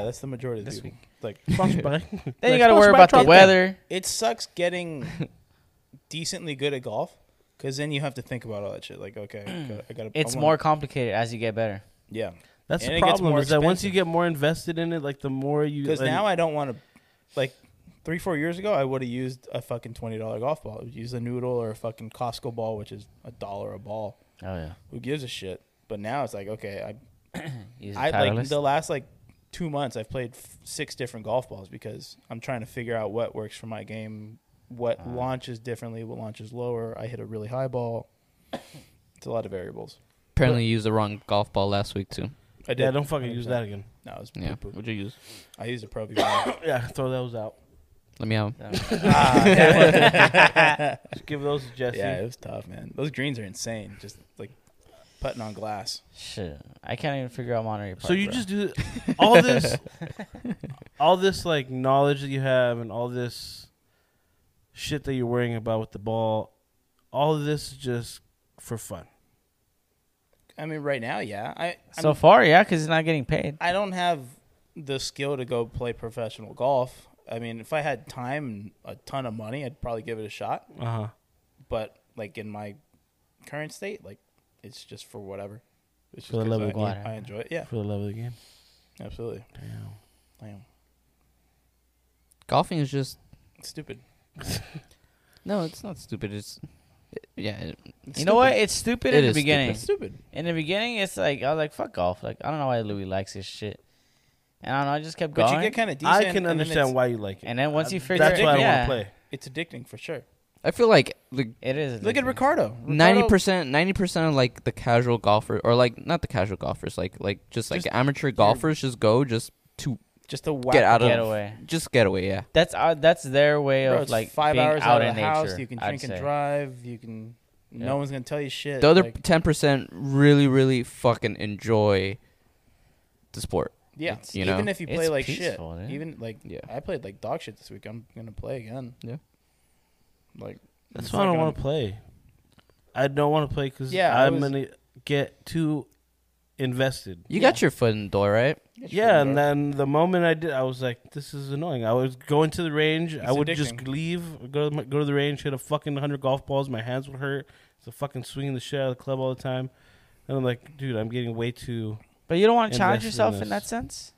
Speaker 4: that's the majority of the
Speaker 5: This
Speaker 4: people. Like
Speaker 5: Then
Speaker 2: Like,
Speaker 5: you
Speaker 2: smash
Speaker 5: gotta worry
Speaker 2: my
Speaker 5: about the
Speaker 2: truck.
Speaker 5: weather.
Speaker 4: it sucks getting decently good at golf because then you have to think about all that shit. Like, okay, I gotta- I got to.
Speaker 5: It's more complicated as you get better.
Speaker 4: Yeah,
Speaker 2: That's
Speaker 4: And
Speaker 2: the
Speaker 4: it gets
Speaker 2: problem.
Speaker 4: more
Speaker 2: Is that once
Speaker 4: expensive.
Speaker 2: you get more invested in it, like the more you.
Speaker 4: because
Speaker 2: and-
Speaker 4: now I don't want to. Like three, four years ago, I would have used a fucking twenty dollar golf ball. I would use a noodle or a fucking Costco ball, which is a dollar a ball.
Speaker 5: Oh yeah.
Speaker 4: Who gives a shit? But now it's like, okay,
Speaker 5: Use a
Speaker 4: I, I like
Speaker 5: Titleist.
Speaker 4: the last like two months, I've played f- six different golf balls because I'm trying to figure out what works for my game, what
Speaker 5: Ah.
Speaker 4: launches differently, what launches lower. I hit a really high ball. It's a lot of variables.
Speaker 3: Apparently, you used the wrong golf ball last week too.
Speaker 4: I did.
Speaker 2: Yeah, don't fucking use that again.
Speaker 4: No, it was
Speaker 3: Yeah.
Speaker 4: poo-poo.
Speaker 3: What'd you use?
Speaker 4: I used a Pro V1.
Speaker 2: Yeah, throw those out.
Speaker 3: Let me have. 'em.
Speaker 4: ah, yeah.
Speaker 2: Just give those to Jesse.
Speaker 4: yeah, it was tough, man. Those greens are insane. Just like putting on glass.
Speaker 5: Shit, I can't even figure out Monterey Park.
Speaker 2: so you
Speaker 5: bro.
Speaker 2: just do all this, all this like knowledge that you have, and all this shit that you're worrying about with the ball. All of this is just for fun.
Speaker 4: I mean, right now, yeah. I
Speaker 5: so far, yeah, because he's not getting paid.
Speaker 4: I don't have the skill to go play professional golf. I mean, if I had time and a ton of money, I'd probably give it a shot.
Speaker 2: Uh huh.
Speaker 4: But like in my current state, like it's just for whatever. It's just
Speaker 2: For the
Speaker 4: 'cause
Speaker 2: love of
Speaker 4: I,
Speaker 2: the
Speaker 5: game.
Speaker 4: I enjoy it. Yeah,
Speaker 2: For the love of the game.
Speaker 4: absolutely.
Speaker 2: Damn.
Speaker 4: Damn.
Speaker 3: Golfing is just
Speaker 4: It's stupid.
Speaker 3: no. It's not stupid. It's it- yeah. it- it's
Speaker 5: You know what?
Speaker 3: stupid.
Speaker 5: It's
Speaker 3: It
Speaker 5: stupid in the
Speaker 3: is stupid.
Speaker 5: beginning.
Speaker 4: It's stupid.
Speaker 5: In the beginning, it's like I was like, "Fuck golf." Like I don't know why Louis likes this shit, and I don't know. I just kept
Speaker 4: But
Speaker 5: going.
Speaker 4: you get Uh, kind of decent.
Speaker 2: I can
Speaker 4: and then
Speaker 2: understand
Speaker 4: it's-
Speaker 2: why you like it.
Speaker 5: and then once you figure
Speaker 2: That's
Speaker 5: it,
Speaker 2: why I
Speaker 5: yeah,
Speaker 2: want to play.
Speaker 4: It's addicting for sure.
Speaker 3: I feel like like
Speaker 5: It is.
Speaker 4: Look at
Speaker 5: addicting.
Speaker 4: Ricardo.
Speaker 3: ninety
Speaker 4: Ricardo-
Speaker 3: percent, ninety percent of like the casual golfer, or like not the casual golfers, like like just like
Speaker 4: Just
Speaker 3: amateur golfers, just go just to
Speaker 4: Just a whack.
Speaker 3: get out of
Speaker 5: getaway.
Speaker 3: just get away. Yeah,
Speaker 5: That's our. That's their way
Speaker 4: Bro,
Speaker 5: of
Speaker 4: it's
Speaker 5: like
Speaker 4: five
Speaker 5: being
Speaker 4: hours
Speaker 5: out,
Speaker 4: out, of
Speaker 5: in
Speaker 4: the
Speaker 5: nature.
Speaker 4: house. You can
Speaker 5: I'd
Speaker 4: drink and
Speaker 5: say.
Speaker 4: drive. You can.
Speaker 5: Yeah.
Speaker 4: No one's gonna tell you shit.
Speaker 3: the other
Speaker 4: like-
Speaker 3: ten percent really really fucking enjoy the sport.
Speaker 4: Yeah,
Speaker 3: It's- you
Speaker 4: even
Speaker 3: know,
Speaker 4: if you
Speaker 5: it's
Speaker 4: play like
Speaker 5: peaceful,
Speaker 4: shit,
Speaker 5: dude.
Speaker 4: even like
Speaker 3: Yeah.
Speaker 4: I played like dog shit this week. I'm gonna play again.
Speaker 3: Yeah.
Speaker 4: like
Speaker 2: That's
Speaker 4: it's
Speaker 2: why I
Speaker 4: not
Speaker 2: don't
Speaker 4: gonna-
Speaker 2: want to play. I don't want to play because
Speaker 4: Yeah, I
Speaker 2: I'm
Speaker 4: was-
Speaker 2: gonna get too invested.
Speaker 3: You
Speaker 4: Yeah.
Speaker 3: got your foot in the door, right?
Speaker 4: It's
Speaker 2: Yeah,
Speaker 4: fun,
Speaker 2: and
Speaker 4: bro.
Speaker 2: then the moment I did, I was like, "This is annoying." I was going to the range. I
Speaker 4: It's
Speaker 2: would just
Speaker 4: addicting.
Speaker 2: leave, go to my, go to the range, hit a fucking hundred golf balls. My hands would hurt. So fucking swinging the shit out of the club all the time. And I'm like, dude, I'm getting way too.
Speaker 5: But you don't want to
Speaker 2: Invest
Speaker 5: challenge
Speaker 2: in
Speaker 5: yourself in,
Speaker 2: this.
Speaker 5: that sense.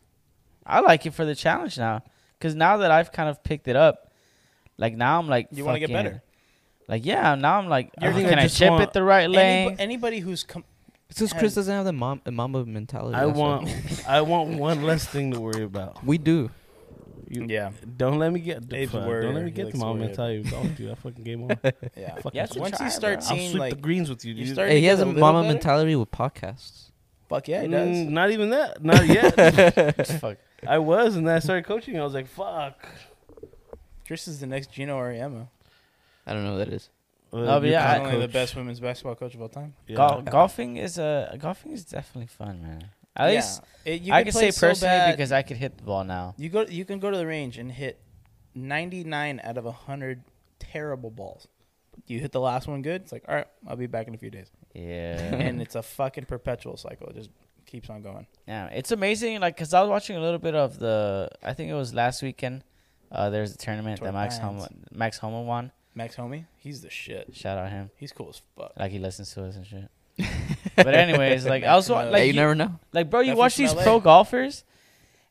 Speaker 5: I like it for the challenge now, because now that I've kind of picked it up, like now I'm like
Speaker 4: You wanna get
Speaker 5: fucking-
Speaker 4: better.
Speaker 5: Like yeah, now I'm like,
Speaker 2: You're
Speaker 5: oh,
Speaker 2: thinking
Speaker 5: can
Speaker 2: I
Speaker 5: I
Speaker 2: just
Speaker 5: chip
Speaker 2: want-
Speaker 5: it the right
Speaker 4: Anybo-
Speaker 5: lane?
Speaker 4: anybody who's com-
Speaker 3: It's because Chris doesn't have the mom the mama mentality.
Speaker 2: I
Speaker 3: that's why.
Speaker 2: want, I want one less thing to worry about.
Speaker 3: We do.
Speaker 2: You-
Speaker 4: yeah,
Speaker 2: Don't let me get.
Speaker 4: Abe's a
Speaker 2: don't
Speaker 4: worrier.
Speaker 2: let me
Speaker 4: He
Speaker 2: get
Speaker 4: likes
Speaker 2: the
Speaker 4: to
Speaker 2: mom
Speaker 4: worry.
Speaker 2: mentality. Oh, dude, I fucking game on.
Speaker 4: yeah.
Speaker 2: Fucking
Speaker 5: Yes,
Speaker 4: Once
Speaker 5: try,
Speaker 4: you start
Speaker 5: bro.
Speaker 2: I'll
Speaker 4: seeing
Speaker 2: sweep the
Speaker 4: like
Speaker 2: greens with you,
Speaker 4: you
Speaker 2: dude.
Speaker 4: start
Speaker 3: Hey, he
Speaker 4: to
Speaker 3: has a
Speaker 4: get a little
Speaker 3: mama
Speaker 4: better?
Speaker 3: mentality with podcasts.
Speaker 4: fuck yeah, he
Speaker 2: Mm,
Speaker 4: does.
Speaker 2: not even that. Not yet.
Speaker 5: Fuck.
Speaker 2: I was, and then I started coaching. I was like, "Fuck."
Speaker 4: Chris is the next Gino Oriema.
Speaker 3: I don't know what that is.
Speaker 5: Oh, but yeah,
Speaker 4: He's
Speaker 5: I-
Speaker 4: only the best women's basketball coach of all time.
Speaker 2: Oh,
Speaker 5: Gol- golfing is a golfing is definitely fun, man. At
Speaker 4: Yeah.
Speaker 5: least
Speaker 4: It- you
Speaker 5: I
Speaker 4: could
Speaker 5: can say
Speaker 4: play so
Speaker 5: personally
Speaker 4: bad.
Speaker 5: because I could hit the ball now.
Speaker 4: you go you can go to the range and hit 99 out of 100 terrible balls. You hit the last one good. It's like all right, I'll be back in a few days.
Speaker 5: Yeah,
Speaker 4: and it's a fucking perpetual cycle. It just keeps on going.
Speaker 5: yeah, it's amazing. Like, cause I was watching a little bit of the, I think it was last weekend. Uh, there's a tournament that Max
Speaker 4: Tournaments.
Speaker 5: Homa, Max Homa won.
Speaker 4: Max Homie, he's the shit.
Speaker 5: Shout out him.
Speaker 4: He's cool as fuck.
Speaker 5: Like he listens to us and shit. but anyways, like I was wa-
Speaker 4: Yeah,
Speaker 5: like,
Speaker 3: yeah, you,
Speaker 5: you-
Speaker 3: never know.
Speaker 5: like bro, you
Speaker 4: That's
Speaker 5: watch
Speaker 4: from
Speaker 5: these
Speaker 4: LA.
Speaker 5: pro golfers,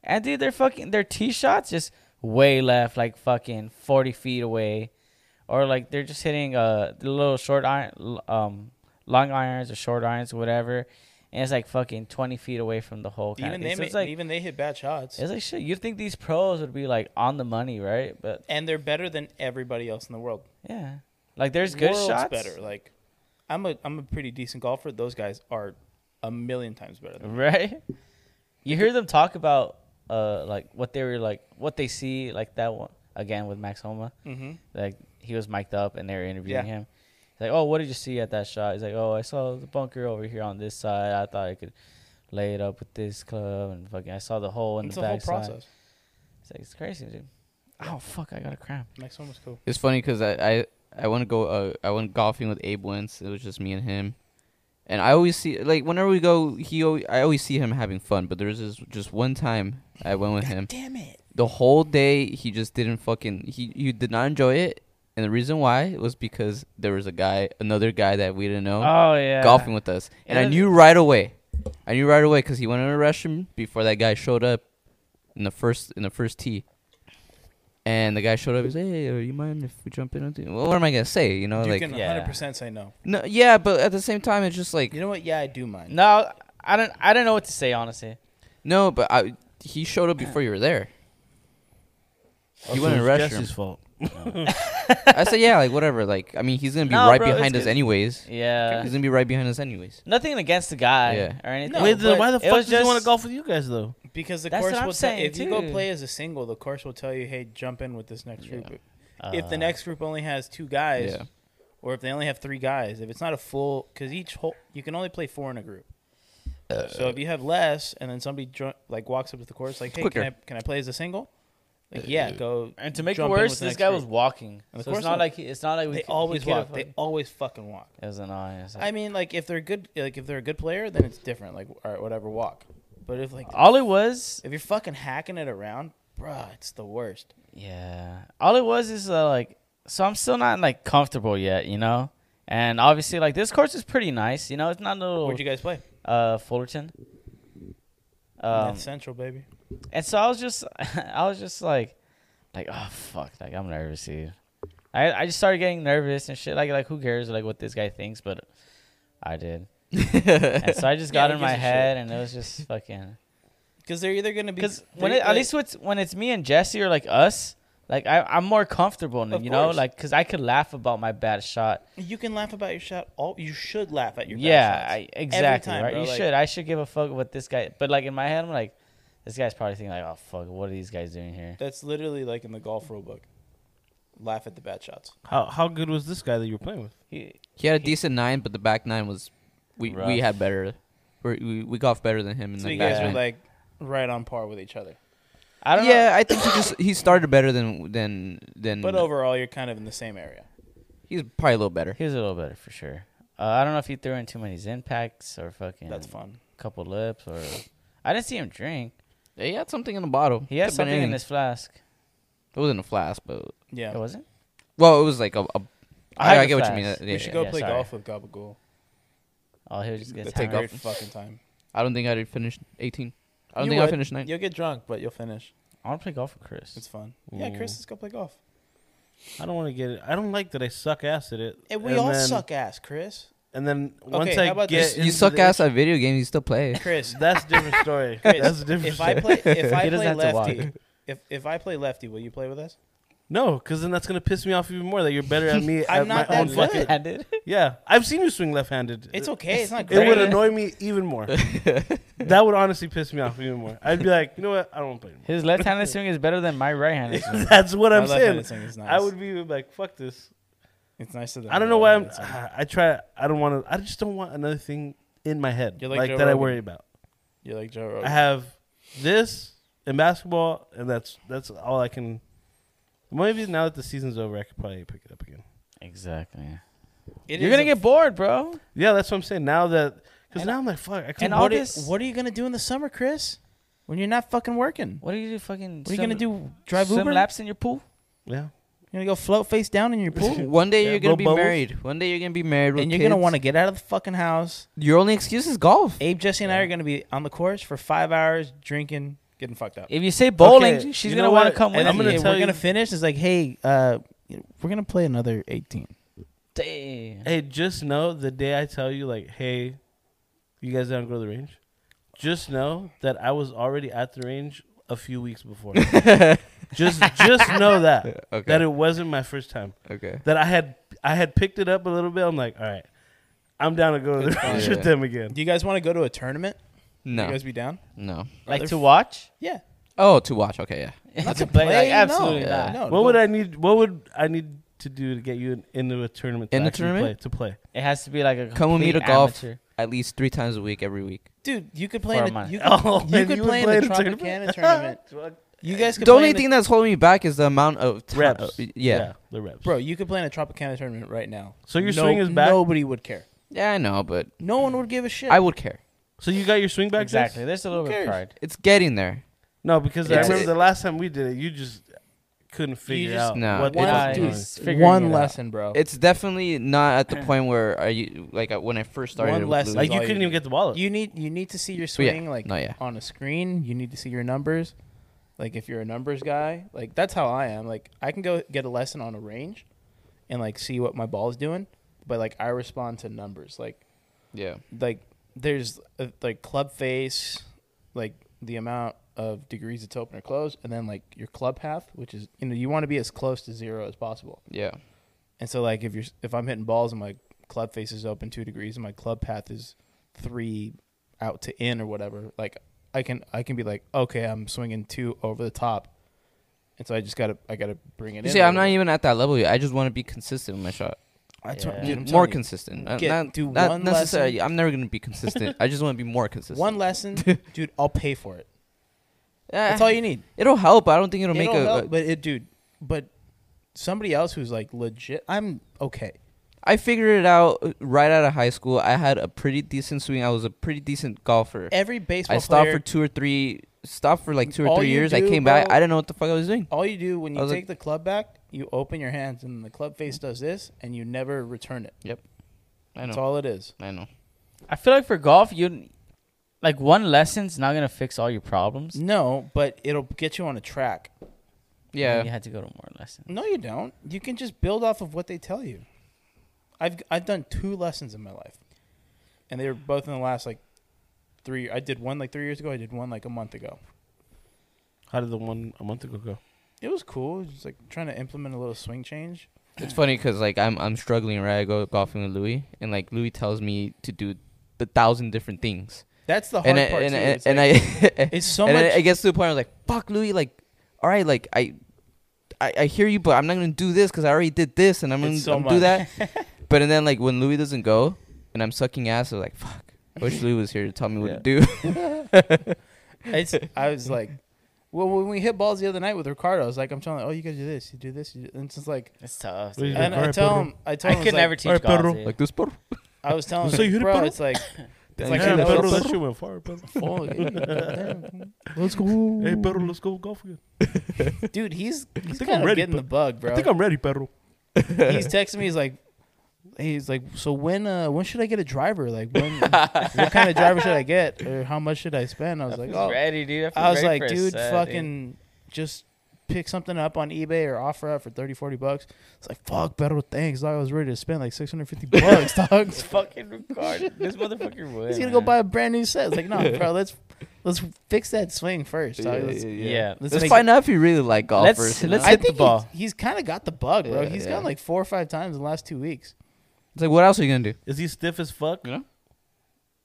Speaker 5: and dude, they're fucking their tee shots just way left, like fucking forty feet away, or like they're just hitting uh the little short iron, l- um, long irons or short irons, whatever, and it's like fucking twenty feet away from the hole. Kind
Speaker 4: Even
Speaker 5: of
Speaker 4: they
Speaker 5: thing. So
Speaker 4: ma-
Speaker 5: it's like
Speaker 4: even they hit bad shots,
Speaker 5: it's like shit. You think these pros would be like on the money, right? But
Speaker 4: and they're better than everybody else in the world.
Speaker 5: yeah, like there's good
Speaker 4: World's
Speaker 5: shots.
Speaker 4: Better. Like I'm a I'm a pretty decent golfer. Those guys are a million times better. Than me.
Speaker 5: right? You hear them talk about uh like what they were like what they see like that one again with Max Homa.
Speaker 4: Mm-hmm.
Speaker 5: Like he was mic'd up and they were interviewing
Speaker 4: Yeah.
Speaker 5: him. He's like, oh, what did you see at that shot? He's like, oh, I saw the bunker over here on this side. I thought I could lay it up with this club and fucking. I saw the hole in
Speaker 4: It's
Speaker 5: the
Speaker 4: a whole
Speaker 5: back
Speaker 4: process.
Speaker 5: It's like it's crazy, dude. Oh fuck, I got a cramp.
Speaker 4: Max Home was cool.
Speaker 3: It's funny because I I, I want to go. Uh, I went golfing with Abe once. It was just me and him, and I always see like whenever we go, he always, I always see him having fun. But there's this just one time I went with him.
Speaker 4: Damn it!
Speaker 3: The whole day he just didn't fucking he he did not enjoy it, and the reason why was because there was a guy, another guy that we didn't know
Speaker 5: Oh yeah,
Speaker 3: golfing with us, and I
Speaker 5: And-
Speaker 3: knew right away. I knew right away because he went in the restroom before that guy showed up in the first in the first tee. And the guy showed up. He's like, "Hey, uh, you mind if we jump in?" on the-" Well, what am I gonna say? You know,
Speaker 4: you
Speaker 3: like,
Speaker 4: can
Speaker 5: yeah.
Speaker 4: 100 percent say no.
Speaker 3: no, yeah, but at the same time, it's just like,
Speaker 4: You know what? Yeah, I do mind.
Speaker 5: No, I don't. I don't know what to say honestly.
Speaker 2: Oh,
Speaker 3: no, but I, he showed up before you were there. He went in the restroom.
Speaker 2: Jesse's fault.
Speaker 3: I said, yeah, like whatever. Like, I mean, he's gonna be
Speaker 5: No,
Speaker 3: right
Speaker 5: bro,
Speaker 3: behind
Speaker 5: it's
Speaker 3: us
Speaker 5: good.
Speaker 3: anyways.
Speaker 5: Yeah.
Speaker 3: He's gonna be right behind us anyways.
Speaker 5: Nothing against the guy
Speaker 3: Yeah.
Speaker 5: or anything.
Speaker 4: No,
Speaker 2: Wait, then
Speaker 4: but
Speaker 2: why the
Speaker 5: it
Speaker 2: fuck
Speaker 5: was
Speaker 2: does he want to
Speaker 5: just-
Speaker 2: golf with you guys though?
Speaker 4: Because the
Speaker 5: That's
Speaker 4: course
Speaker 5: what I'm
Speaker 4: will tell
Speaker 5: saying,
Speaker 4: if you go
Speaker 5: too.
Speaker 4: play as a single, the course will tell you, hey, jump in with this next group. if the
Speaker 5: Uh,
Speaker 4: next group only has two guys,
Speaker 3: Yeah.
Speaker 4: or if they only have three guys, if it's not a full, because each whole you can only play four in a group.
Speaker 3: Uh,
Speaker 4: so if you have less, and then somebody jo- like walks up to the course, like, hey,
Speaker 3: Quicker. Uh,
Speaker 4: can I, can I play as a single? Like, yeah, go.
Speaker 5: Uh, And to make it
Speaker 4: jump in with
Speaker 5: worse,
Speaker 4: the
Speaker 5: this
Speaker 4: next
Speaker 5: guy
Speaker 4: group.
Speaker 5: was walking.
Speaker 4: And the
Speaker 5: So it's
Speaker 4: course
Speaker 5: not
Speaker 4: was-
Speaker 5: like he, it's not like we
Speaker 4: They
Speaker 5: c- he
Speaker 4: always
Speaker 5: could have
Speaker 4: walk. They
Speaker 5: fucking-
Speaker 4: always fucking walk.
Speaker 5: It was annoying. It's like-
Speaker 4: I mean, like if they're good, like if they're a good player, then it's different. Like, all right, whatever, walk. But if like
Speaker 5: all it was,
Speaker 4: if you're fucking hacking it around, bruh, it's the worst.
Speaker 5: yeah. All it was is uh, like, so I'm still not like comfortable yet, you know. And obviously, like this course is pretty nice, you know. It's not a little
Speaker 4: Where'd you guys play?
Speaker 5: uh, Fullerton. Um,
Speaker 4: That's Central, baby.
Speaker 5: and so I was just, I was just like, like oh fuck, like I'm nervous, dude. I I just started getting nervous and shit. Like like who cares like what this guy thinks, but I did. and so I just got
Speaker 4: Yeah,
Speaker 5: in
Speaker 4: who
Speaker 5: my
Speaker 4: gives a
Speaker 5: head, and it was just fucking.
Speaker 4: Because they're either gonna be
Speaker 5: Because
Speaker 4: they're
Speaker 5: when it, at
Speaker 4: like-
Speaker 5: least with, when it's me and Jesse or like us, like I, I'm more comfortable now,
Speaker 4: Of
Speaker 5: you know,
Speaker 4: course.
Speaker 5: like because I could laugh about my bad shot.
Speaker 4: you can laugh about your shot. All you should laugh at your bad
Speaker 5: yeah,
Speaker 4: shots.
Speaker 5: I, exactly.
Speaker 4: time,
Speaker 5: right?
Speaker 4: bro,
Speaker 5: you
Speaker 4: like-
Speaker 5: should. I should give a fuck what this guy. But like in my head, I'm like, this guy's probably thinking like, oh fuck, what are these guys doing here?
Speaker 4: That's literally like in the golf rule book. Laugh at the bad shots.
Speaker 2: How how good was this guy that you were playing with?
Speaker 5: He-
Speaker 3: He had a decent nine, but the back nine was we
Speaker 5: Rough.
Speaker 3: we had better. We're, we we golfed better than him in
Speaker 4: So
Speaker 3: the
Speaker 4: you
Speaker 3: back
Speaker 4: guys were
Speaker 3: nine.
Speaker 4: like right on par with each other.
Speaker 5: I don't
Speaker 3: yeah,
Speaker 5: know.
Speaker 3: I think he just he started better than than than.
Speaker 4: But overall, you're kind of in the same area.
Speaker 3: he's probably a little better.
Speaker 5: He was a little better for sure. Uh, I don't know if he threw in too many impacts or fucking
Speaker 4: That's fun.
Speaker 5: couple lips or. I didn't see him drink.
Speaker 3: He had something in the bottle.
Speaker 5: He had
Speaker 3: Could've been
Speaker 5: something in
Speaker 3: anything.
Speaker 5: his flask.
Speaker 3: It wasn't a flask, but
Speaker 4: Yeah.
Speaker 5: It wasn't.
Speaker 3: well, it was like a. a I, I get what you mean.
Speaker 5: Hydroflask.
Speaker 3: uh,
Speaker 4: we
Speaker 3: yeah,
Speaker 4: should
Speaker 3: yeah.
Speaker 4: go
Speaker 5: yeah,
Speaker 4: play
Speaker 5: sorry.
Speaker 4: golf with Gabagool.
Speaker 5: Oh, he was just gonna
Speaker 3: Let's take
Speaker 5: hammer
Speaker 4: Great
Speaker 5: it.
Speaker 4: fucking time.
Speaker 3: I don't think I did finish eighteen. I don't
Speaker 4: You
Speaker 3: think I
Speaker 4: would.
Speaker 3: finished nine.
Speaker 4: You'll get drunk, but you'll finish.
Speaker 5: I want to play golf with Chris.
Speaker 4: It's fun. Yeah, Chris, let's go play golf.
Speaker 2: I don't want to get it. I don't like that I suck ass at it.
Speaker 4: And we all
Speaker 2: then,
Speaker 4: suck ass, Chris.
Speaker 2: And then once
Speaker 4: Okay,
Speaker 2: I
Speaker 4: how about
Speaker 2: get
Speaker 4: this?
Speaker 3: You
Speaker 2: into
Speaker 3: suck
Speaker 2: the-
Speaker 3: ass at video games. You still play.
Speaker 4: Chris,
Speaker 2: That's a different story.
Speaker 4: Chris,
Speaker 2: That's a different.
Speaker 4: if
Speaker 2: story.
Speaker 4: I play, if I
Speaker 5: He doesn't
Speaker 4: play
Speaker 5: have to walk.
Speaker 4: lefty, if if I play lefty, will you play with us?
Speaker 2: No, because then that's gonna piss me off even more that you're better at me.
Speaker 4: I'm
Speaker 2: at
Speaker 4: not
Speaker 2: my
Speaker 4: that
Speaker 2: own
Speaker 4: good.
Speaker 2: fucking.
Speaker 5: Left-handed.
Speaker 2: Yeah, I've seen you swing left-handed.
Speaker 4: It's okay. It's not
Speaker 2: It
Speaker 4: great.
Speaker 2: would annoy me even more. that would honestly piss me off even more. I'd be like, you know what? I don't want to play anymore.
Speaker 5: His left-handed swing is better than my right-handed swing.
Speaker 2: That's what
Speaker 4: My
Speaker 2: I'm saying.
Speaker 4: left-handed swing is nice.
Speaker 2: I would be like, fuck this.
Speaker 4: It's nicer than
Speaker 2: I don't
Speaker 4: my
Speaker 2: know why I'm.
Speaker 4: right-handed swing.
Speaker 2: I try. I don't want to. I just don't want another thing in my head
Speaker 4: You're
Speaker 2: like,
Speaker 4: like Joe
Speaker 2: that I
Speaker 4: Rogan.
Speaker 2: worry about.
Speaker 4: You like Joe Rogan?
Speaker 2: I have this and basketball, and that's that's all I can. Maybe now that the season's over, I could probably pick it up again.
Speaker 5: Exactly.
Speaker 4: It
Speaker 5: You're
Speaker 4: is
Speaker 5: gonna
Speaker 4: a-
Speaker 5: get bored, bro.
Speaker 2: Yeah, that's what I'm saying. Now that because
Speaker 4: And-
Speaker 2: now I'm like, fuck, I can
Speaker 5: and
Speaker 2: not
Speaker 5: all
Speaker 4: what,
Speaker 5: this-
Speaker 4: are, what are you gonna do in the summer, Chris? When you're not fucking working,
Speaker 5: What are you do? Fucking.
Speaker 4: what are you gonna do? Drive
Speaker 5: Swim
Speaker 4: Uber?
Speaker 5: laps in your pool.
Speaker 2: Yeah,
Speaker 4: You're gonna go float face down in your pool,
Speaker 3: One day
Speaker 2: Yeah,
Speaker 3: you're gonna
Speaker 2: blow
Speaker 3: be
Speaker 2: bubbles.
Speaker 3: married. One day you're gonna be married, with
Speaker 4: and you're gonna
Speaker 3: kids.
Speaker 4: want to get out of the fucking house.
Speaker 3: Your only excuse is golf.
Speaker 4: Abe, Jesse, and I are gonna be on the course for five hours, drinking, getting fucked up.
Speaker 5: If you say bowling,
Speaker 2: Okay,
Speaker 5: she's
Speaker 2: you
Speaker 5: gonna
Speaker 2: know
Speaker 5: want to
Speaker 2: what?
Speaker 5: come
Speaker 2: And
Speaker 5: with
Speaker 2: I'm gonna
Speaker 5: you.
Speaker 4: if
Speaker 2: tell
Speaker 4: we're gonna
Speaker 2: you-
Speaker 4: finish, it's like, hey, uh, we're gonna play another 18.
Speaker 5: Damn.
Speaker 2: Hey, just know the day I tell you, like, hey, you guys don't go to the range. Just know that I was already at the range a few weeks before. just, just know that
Speaker 3: Okay.
Speaker 2: that it wasn't my first time.
Speaker 3: Okay.
Speaker 2: That I had, I had picked it up a little bit. I'm like, all right, I'm down to go to the
Speaker 3: fine.
Speaker 2: range
Speaker 3: Yeah.
Speaker 2: with them again.
Speaker 4: Do you guys want to go to a tournament? You
Speaker 3: No.
Speaker 4: guys be down?
Speaker 3: No.
Speaker 5: Like
Speaker 4: They're
Speaker 5: to
Speaker 4: f-
Speaker 5: watch?
Speaker 4: Yeah.
Speaker 3: Oh, to watch. Okay, yeah.
Speaker 5: Not to play? Like,
Speaker 4: no.
Speaker 5: absolutely
Speaker 4: Yeah.
Speaker 5: not.
Speaker 4: No,
Speaker 2: What
Speaker 4: go-
Speaker 2: would I need? What would I need to do to get you in, into a tournament? To
Speaker 3: In the
Speaker 2: actually
Speaker 3: tournament?
Speaker 2: play, to play.
Speaker 5: It has to be like a
Speaker 3: Come with me
Speaker 5: complete
Speaker 3: to golf.
Speaker 5: amateur.
Speaker 3: At least three times a week, every week.
Speaker 4: dude? You could play.
Speaker 5: For
Speaker 4: In
Speaker 5: a
Speaker 4: a,
Speaker 5: month.
Speaker 4: you,
Speaker 2: Oh,
Speaker 4: you
Speaker 2: and
Speaker 4: could
Speaker 2: you would
Speaker 4: play in
Speaker 2: play
Speaker 4: the
Speaker 2: in a tournament?
Speaker 4: Tropicana tournament. You guys could
Speaker 3: The
Speaker 4: play
Speaker 3: only
Speaker 4: in the-
Speaker 3: thing that's holding me back is the amount of ti-
Speaker 2: Reps.
Speaker 3: uh, yeah. yeah.
Speaker 2: the reps,
Speaker 4: Bro, you could play in a Tropicana tournament right now.
Speaker 2: So your swing is back?
Speaker 4: Nobody would care.
Speaker 3: I know, but
Speaker 4: No one would give a shit.
Speaker 3: I would care.
Speaker 2: So you got your swing back? Jess?
Speaker 5: Exactly. There's a little bit of
Speaker 4: cares?
Speaker 5: pride.
Speaker 3: It's getting there.
Speaker 2: No, because I
Speaker 3: It's-
Speaker 2: remember the last time we did it, you just couldn't figure
Speaker 4: just-
Speaker 2: out
Speaker 3: No.
Speaker 2: what the
Speaker 4: One-
Speaker 5: Nah,
Speaker 2: fuck
Speaker 4: dude,
Speaker 2: was
Speaker 5: he's figuring it
Speaker 4: one
Speaker 5: out.
Speaker 4: lesson, bro.
Speaker 3: It's definitely not at the point where are you like uh, when I first started.
Speaker 4: One
Speaker 3: with
Speaker 4: lesson.
Speaker 3: Lou.
Speaker 2: Like you
Speaker 4: all
Speaker 2: couldn't
Speaker 4: you
Speaker 2: even get the ball. up.
Speaker 4: you need you need to see your
Speaker 3: So, yeah.
Speaker 4: swing like
Speaker 3: no, yeah.
Speaker 4: on a screen. You need to see your numbers. Like if you're a numbers guy, like that's how I am. Like I can go get a lesson on a range, and like see what my ball's doing. But like I respond to numbers. Like
Speaker 3: Yeah.
Speaker 4: like there's uh, like club face, like the amount of degrees that's open or closed, and then like your club path, which is you know you want to be as close to zero as possible.
Speaker 3: Yeah.
Speaker 4: And so like if you're if I'm hitting balls and my club face is open two degrees and my club path is three out to in or whatever, like I can I can be like okay I'm swinging two over the top, and so I just gotta I gotta bring it
Speaker 3: You
Speaker 4: in.
Speaker 3: see,
Speaker 4: a
Speaker 3: I'm not
Speaker 4: little.
Speaker 3: even at that level yet. I just want to be consistent with my shot.
Speaker 4: That's what-
Speaker 5: Yeah.
Speaker 4: dude, I'm telling
Speaker 3: more
Speaker 4: you.
Speaker 3: consistent. Uh,
Speaker 4: Get-
Speaker 3: not
Speaker 4: do
Speaker 3: not
Speaker 4: one
Speaker 3: necessarily. I'm never gonna be consistent. I just want to be more consistent.
Speaker 4: One lesson, dude. I'll pay for it.
Speaker 3: Eh,
Speaker 4: That's all you need.
Speaker 3: it'll help. I don't think it'll, make
Speaker 4: It'll
Speaker 3: a. uh,
Speaker 4: help,
Speaker 3: a-
Speaker 4: but it, dude. But somebody else who's like legit. I'm okay.
Speaker 3: I figured it out uh, right out of high school. I had a pretty decent swing. I was a pretty decent golfer.
Speaker 4: Every baseball
Speaker 3: I stopped
Speaker 4: player.
Speaker 3: for two or three. Stopped for like two or
Speaker 4: All
Speaker 3: three
Speaker 4: you
Speaker 3: years. I
Speaker 4: do,
Speaker 3: came back.
Speaker 4: bro-
Speaker 3: I didn't know what the fuck I was doing.
Speaker 4: all you do when
Speaker 3: I
Speaker 4: you
Speaker 3: was
Speaker 4: take
Speaker 3: like-
Speaker 4: the club back, you open your hands, and the club face does this, and you never return it.
Speaker 3: I
Speaker 4: That's all it is.
Speaker 3: I know.
Speaker 5: I feel like for golf, you like one lesson's not gonna fix all your problems.
Speaker 4: No, but it'll get you on a track.
Speaker 3: Yeah.
Speaker 5: you had to go to more lessons.
Speaker 4: No, you don't. You can just build off of what they tell you. I've I've done two lessons in my life, and they were both in the last like three. I did one like three years ago. I did one like a month ago.
Speaker 2: How did the one a month ago go?
Speaker 4: It was cool. It was just like trying to implement a little swing change.
Speaker 3: It's funny because like I'm I'm struggling right. I go golfing with Louis, and like Louis tells me to do the thousand different things,
Speaker 4: That's the hard
Speaker 3: and I,
Speaker 4: part.
Speaker 3: and,
Speaker 4: too.
Speaker 3: and,
Speaker 4: It's
Speaker 3: and
Speaker 4: like-
Speaker 3: I
Speaker 4: it's so
Speaker 3: and
Speaker 4: much.
Speaker 3: then it gets to the point where I'm like, fuck, Louis, like, all right, like, I, I, I hear you, but I'm not gonna do this because I already did this, and I'm gonna
Speaker 4: It's so
Speaker 3: I'm
Speaker 4: much.
Speaker 3: do that. but and then like when Louis doesn't go, and I'm sucking ass, I'm like, fuck, I wish Louis was here to tell me what to do.
Speaker 4: it's, I was like, well, when we hit balls the other night with Ricardo, I was like, I'm telling, him, oh, you gotta do this, you do this, you do, and it's just like,
Speaker 5: It's tough.
Speaker 2: What do
Speaker 5: dude.
Speaker 2: you
Speaker 4: and I
Speaker 2: Ricardo.
Speaker 4: tell him, I
Speaker 5: I
Speaker 4: told him,
Speaker 5: could
Speaker 4: it's like-
Speaker 5: never teach golf.
Speaker 2: Pedro.
Speaker 5: dude.
Speaker 3: like this, bro.
Speaker 4: I was telling
Speaker 2: So you
Speaker 4: him,
Speaker 2: hit it,
Speaker 4: bro,
Speaker 2: bro?
Speaker 4: it's like, it's like,
Speaker 2: Hey,
Speaker 4: you
Speaker 2: Pedro,
Speaker 4: know,
Speaker 2: that shit went far, Pedro.
Speaker 4: let's go,
Speaker 2: Hey, Pedro, let's go golf again.
Speaker 4: dude. He's he's
Speaker 2: think
Speaker 4: kind
Speaker 2: I'm
Speaker 4: of
Speaker 2: ready,
Speaker 4: getting the bug, bro.
Speaker 2: I think I'm ready, Pedro.
Speaker 4: he's texting me. He's like, he's like, so when uh when should I get a driver? Like when what kind of driver should I get, or how much should I spend? I was like,
Speaker 5: He's
Speaker 4: oh,
Speaker 5: ready, dude. feel
Speaker 4: I was
Speaker 5: ready
Speaker 4: like,
Speaker 5: for a
Speaker 4: dude,
Speaker 5: set,
Speaker 4: fucking just pick something up on eBay or offer up for 30, 40 bucks. It's like, fuck, better thanks. Dog. I was ready to spend like 650 bucks, dog.
Speaker 5: It's fucking Ricardo. This motherfucker would.
Speaker 4: He's gonna go
Speaker 5: man.
Speaker 4: buy a brand new set. It's like, no, bro, let's let's fix that swing first. Dog. Let's,
Speaker 5: Yeah.
Speaker 4: let's
Speaker 3: Let's
Speaker 4: make-
Speaker 3: find out if you really like golf.
Speaker 5: Let's-
Speaker 3: first, you
Speaker 5: let's
Speaker 3: know?
Speaker 4: I
Speaker 5: hit the
Speaker 4: think
Speaker 5: ball.
Speaker 4: he's, kind of got the bug, bro.
Speaker 3: Yeah,
Speaker 4: He's
Speaker 3: yeah.
Speaker 4: gone like four or five times in the last two weeks.
Speaker 3: It's like, what else are you gonna do?
Speaker 2: Is he stiff as fuck?
Speaker 5: No,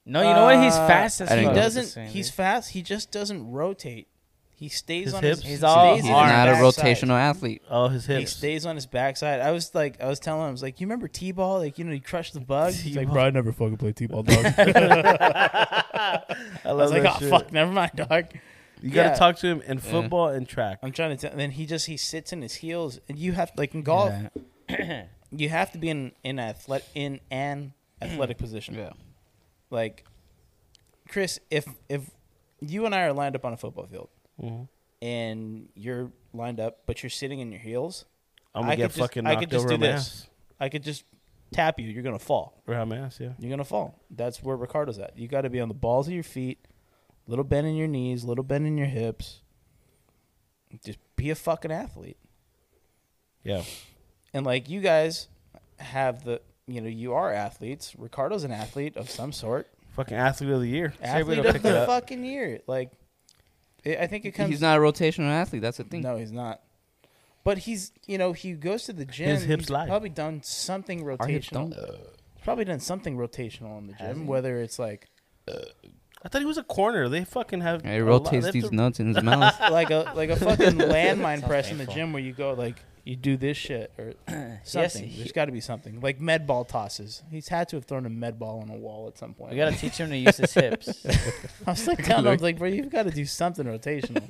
Speaker 5: you know what? He's
Speaker 4: Uh,
Speaker 5: fast as
Speaker 3: I didn't
Speaker 5: fuck.
Speaker 4: He
Speaker 3: know.
Speaker 5: with
Speaker 4: doesn't.
Speaker 5: this thing,
Speaker 4: he's
Speaker 5: dude.
Speaker 4: fast. He just doesn't rotate. He stays
Speaker 2: His
Speaker 4: on
Speaker 2: hips?
Speaker 4: his.
Speaker 5: He's
Speaker 4: he
Speaker 5: all
Speaker 4: stays
Speaker 3: He's
Speaker 4: in his
Speaker 5: arm.
Speaker 3: not a
Speaker 4: backside.
Speaker 3: rotational athlete.
Speaker 2: Oh, his
Speaker 4: He
Speaker 2: hips.
Speaker 4: stays on his backside. I was like, I was telling him, I was like, you remember T-ball? Like, you know, you crush the bug. He's like,
Speaker 2: T-ball.
Speaker 4: bro, I never fucking played T-ball, dog. I,
Speaker 2: I love
Speaker 4: was like,
Speaker 2: that
Speaker 4: oh
Speaker 2: shit.
Speaker 4: fuck, never mind, dog.
Speaker 2: You gotta
Speaker 4: Yeah.
Speaker 2: talk to him in football and track.
Speaker 4: I'm trying to tell. Then he just he sits in his heels, and you have like in golf, you have to be in in athletic in an athletic position. Like, Chris, if if you and I are lined up on a football field,
Speaker 2: Mhm.
Speaker 4: and you're lined up, but you're sitting in your heels,
Speaker 2: I'm gonna
Speaker 4: I could
Speaker 2: get
Speaker 4: just-
Speaker 2: fucking
Speaker 4: I
Speaker 2: knocked
Speaker 4: could just
Speaker 2: over
Speaker 4: do
Speaker 2: on my
Speaker 4: this.
Speaker 2: ass.
Speaker 4: I could just tap you. You're gonna fall.
Speaker 2: Or on my ass, yeah.
Speaker 4: You're gonna fall. That's where Ricardo's at. You got to be on the balls of your feet, little bend in your knees, little bend in your hips. Just be a fucking athlete.
Speaker 2: Yeah.
Speaker 4: And like you guys have the, you know, you are athletes. Ricardo's an athlete of some sort.
Speaker 2: Fucking athlete of the year.
Speaker 5: we
Speaker 4: Athlete
Speaker 5: don't
Speaker 4: of
Speaker 5: pick it
Speaker 4: the
Speaker 5: up.
Speaker 4: fucking year. Like, it, I think it comes.
Speaker 3: He's not a rotational athlete. That's the thing.
Speaker 4: No, he's not. But he's, you know, he goes to the gym.
Speaker 2: hips
Speaker 4: he's
Speaker 2: lie.
Speaker 4: probably done something
Speaker 3: Our hips
Speaker 4: rotational. Probably done something rotational in the
Speaker 5: Uh, Has he?
Speaker 4: gym, whether it's like
Speaker 2: I thought he was a corner. They fucking have.
Speaker 3: Yeah, he
Speaker 2: a lot-
Speaker 3: rotates
Speaker 2: they have
Speaker 3: these
Speaker 2: to-
Speaker 3: nuts in his mouth.
Speaker 4: like a like a fucking landmine
Speaker 5: Sounds
Speaker 4: press in the
Speaker 5: painful.
Speaker 4: gym where you go like you do this shit or something.
Speaker 5: he-
Speaker 4: There's got to be something like med ball tosses. He's had to have thrown a med ball on a wall at some point.
Speaker 5: We gotta teach him to use his hips.
Speaker 4: I was like telling him, I was like, bro, you've got to do something rotational,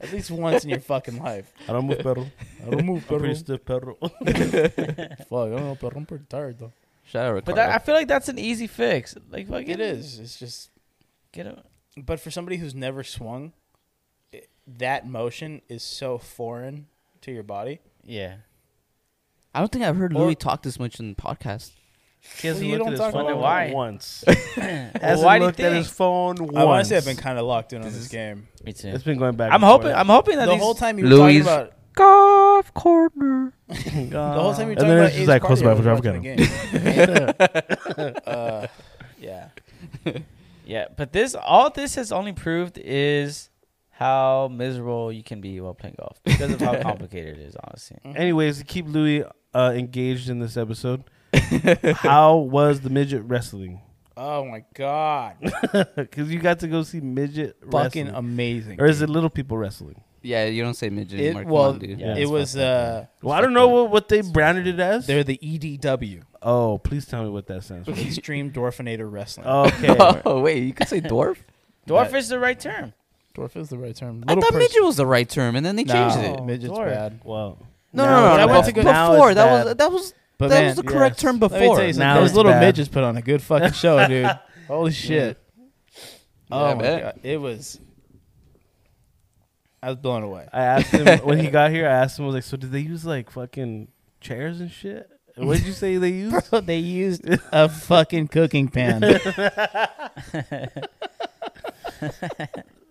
Speaker 4: at least once in your fucking life.
Speaker 2: I don't move pedal.
Speaker 4: I don't move,
Speaker 2: I'm
Speaker 4: bro.
Speaker 2: pretty
Speaker 4: Fuck,
Speaker 2: stiff pedal.
Speaker 4: I don't know, but I'm pretty tired though.
Speaker 3: Shout out,
Speaker 5: But
Speaker 3: Ricardo.
Speaker 5: that, I feel like that's an easy fix. Like fucking,
Speaker 4: It is. It's just
Speaker 5: Get him.
Speaker 4: but for somebody who's never swung, it- that motion is so foreign to your body.
Speaker 5: Yeah.
Speaker 3: I don't think I've heard
Speaker 4: Or-
Speaker 3: Louis talk this much in the podcast.
Speaker 2: He hasn't
Speaker 4: you
Speaker 2: looked
Speaker 4: don't
Speaker 2: at his
Speaker 4: talk
Speaker 2: phone
Speaker 5: about why.
Speaker 2: once.
Speaker 5: Well,
Speaker 2: hasn't
Speaker 5: why do you
Speaker 2: looked at
Speaker 5: think?
Speaker 2: his phone once.
Speaker 4: I honestly have been kind of locked in on this game.
Speaker 5: Me too.
Speaker 2: It's been going back.
Speaker 5: I'm
Speaker 2: and
Speaker 5: hoping.
Speaker 2: forth.
Speaker 5: I'm hoping that
Speaker 4: The
Speaker 5: these-
Speaker 4: whole time you were
Speaker 3: Louis-
Speaker 4: talking about
Speaker 3: Golf corner.
Speaker 4: the whole time you were
Speaker 2: And
Speaker 4: talking
Speaker 2: then
Speaker 4: about
Speaker 2: it's just
Speaker 4: Ace
Speaker 2: like, close
Speaker 4: Carter,
Speaker 2: by,
Speaker 4: I was
Speaker 2: drive
Speaker 4: watching the game. uh, yeah,
Speaker 5: Yeah, but this all this has only proved is how miserable you can be while playing golf because of how complicated it is. Honestly,
Speaker 2: Anyways, to keep Louis uh, engaged in this episode, how was the midget wrestling?
Speaker 4: Oh my god,
Speaker 2: Because you got to go see midget
Speaker 4: fucking
Speaker 2: wrestling,
Speaker 4: amazing!
Speaker 2: or is it little people wrestling?
Speaker 3: Yeah, you don't say midget
Speaker 4: It,
Speaker 3: anymore. Come
Speaker 4: well,
Speaker 3: on, dude.
Speaker 2: Yeah.
Speaker 4: it was uh,
Speaker 2: Well, I don't know what, what they branded it as.
Speaker 4: they're the EDW,
Speaker 2: oh, please tell me what that stands for.
Speaker 4: Extreme Dwarfinator Wrestling.
Speaker 2: Okay,
Speaker 3: oh wait, you could say dwarf.
Speaker 5: dwarf
Speaker 4: That-
Speaker 5: is the right term.
Speaker 4: Dwarf is the right term.
Speaker 3: I
Speaker 4: Little
Speaker 3: thought
Speaker 4: person.
Speaker 3: midget was the right term, and then they changed
Speaker 4: No,
Speaker 3: it.
Speaker 4: midget's
Speaker 5: Dwarf.
Speaker 4: bad.
Speaker 2: well,
Speaker 3: No,
Speaker 2: Now
Speaker 3: no, no,
Speaker 4: it's
Speaker 3: no. bef-
Speaker 4: bad. Now it's
Speaker 3: Before that was
Speaker 4: bad.
Speaker 3: that was
Speaker 4: But
Speaker 3: that
Speaker 4: man,
Speaker 3: was the correct
Speaker 2: yes.
Speaker 3: term
Speaker 4: Let me tell
Speaker 3: before.
Speaker 4: you
Speaker 2: Now
Speaker 4: something. Those
Speaker 2: it's
Speaker 4: little
Speaker 2: bad.
Speaker 4: midgets put on a good fucking show, dude. Holy shit. Oh
Speaker 3: I
Speaker 4: my
Speaker 3: bet.
Speaker 4: god. It was I was blown away.
Speaker 2: I asked him when he got here. I asked him, I was like, so did they use like fucking chairs and shit? What did you say they used?
Speaker 4: Bro, they used a fucking cooking pan. like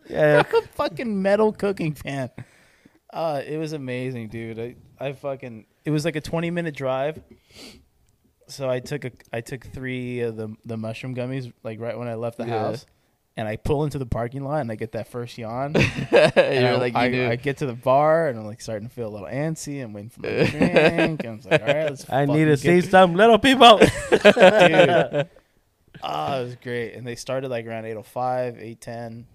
Speaker 2: yeah,
Speaker 4: a fucking metal cooking pan. Uh, it was amazing, dude. I, I fucking it was like a twenty minute drive. So I took a I took three of the the mushroom gummies like right when I left the
Speaker 3: Yeah.
Speaker 4: house. And I pull into the parking lot and I get that first yawn.
Speaker 3: You're
Speaker 4: And I,
Speaker 3: like you
Speaker 4: I,
Speaker 3: knew.
Speaker 4: I get to the bar and I'm like starting to feel a little antsy. I'm waiting for my drink. And I was like, all right, let's
Speaker 2: I
Speaker 4: fucking
Speaker 2: need to
Speaker 4: get
Speaker 2: see
Speaker 4: this,
Speaker 2: some little people.
Speaker 4: dude. Oh, it was great. And they started like around 805, 810.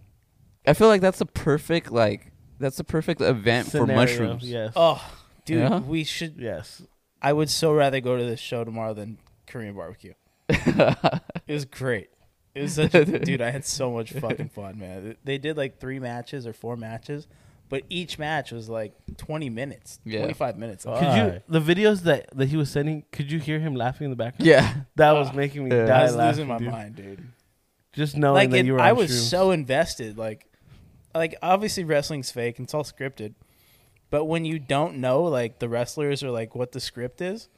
Speaker 3: I feel like that's the perfect like that's the perfect event for
Speaker 2: Scenario,
Speaker 3: mushrooms.
Speaker 2: Yes.
Speaker 4: Oh, dude,
Speaker 3: Yeah?
Speaker 4: we should.
Speaker 2: Yes.
Speaker 4: I would so rather go to this show tomorrow than Korean barbecue. it was great. It was such a dude. I had so much fucking fun, man. They did like three matches or four matches, but each match was like 20 minutes,
Speaker 3: Yeah.
Speaker 4: 25 minutes.
Speaker 2: Could you the videos that that he was sending? Could you hear him laughing in the background?
Speaker 3: Yeah.
Speaker 2: That was making me
Speaker 3: Yeah.
Speaker 2: die
Speaker 4: I was
Speaker 2: laughing.
Speaker 4: losing my
Speaker 2: dude.
Speaker 4: mind, dude.
Speaker 2: Just knowing
Speaker 4: like
Speaker 2: that
Speaker 4: it,
Speaker 2: you were.
Speaker 4: I
Speaker 2: on
Speaker 4: was
Speaker 2: shrooms.
Speaker 4: so invested. Like, like obviously wrestling's fake and it's all scripted, but when you don't know, like the wrestlers or like what the script is,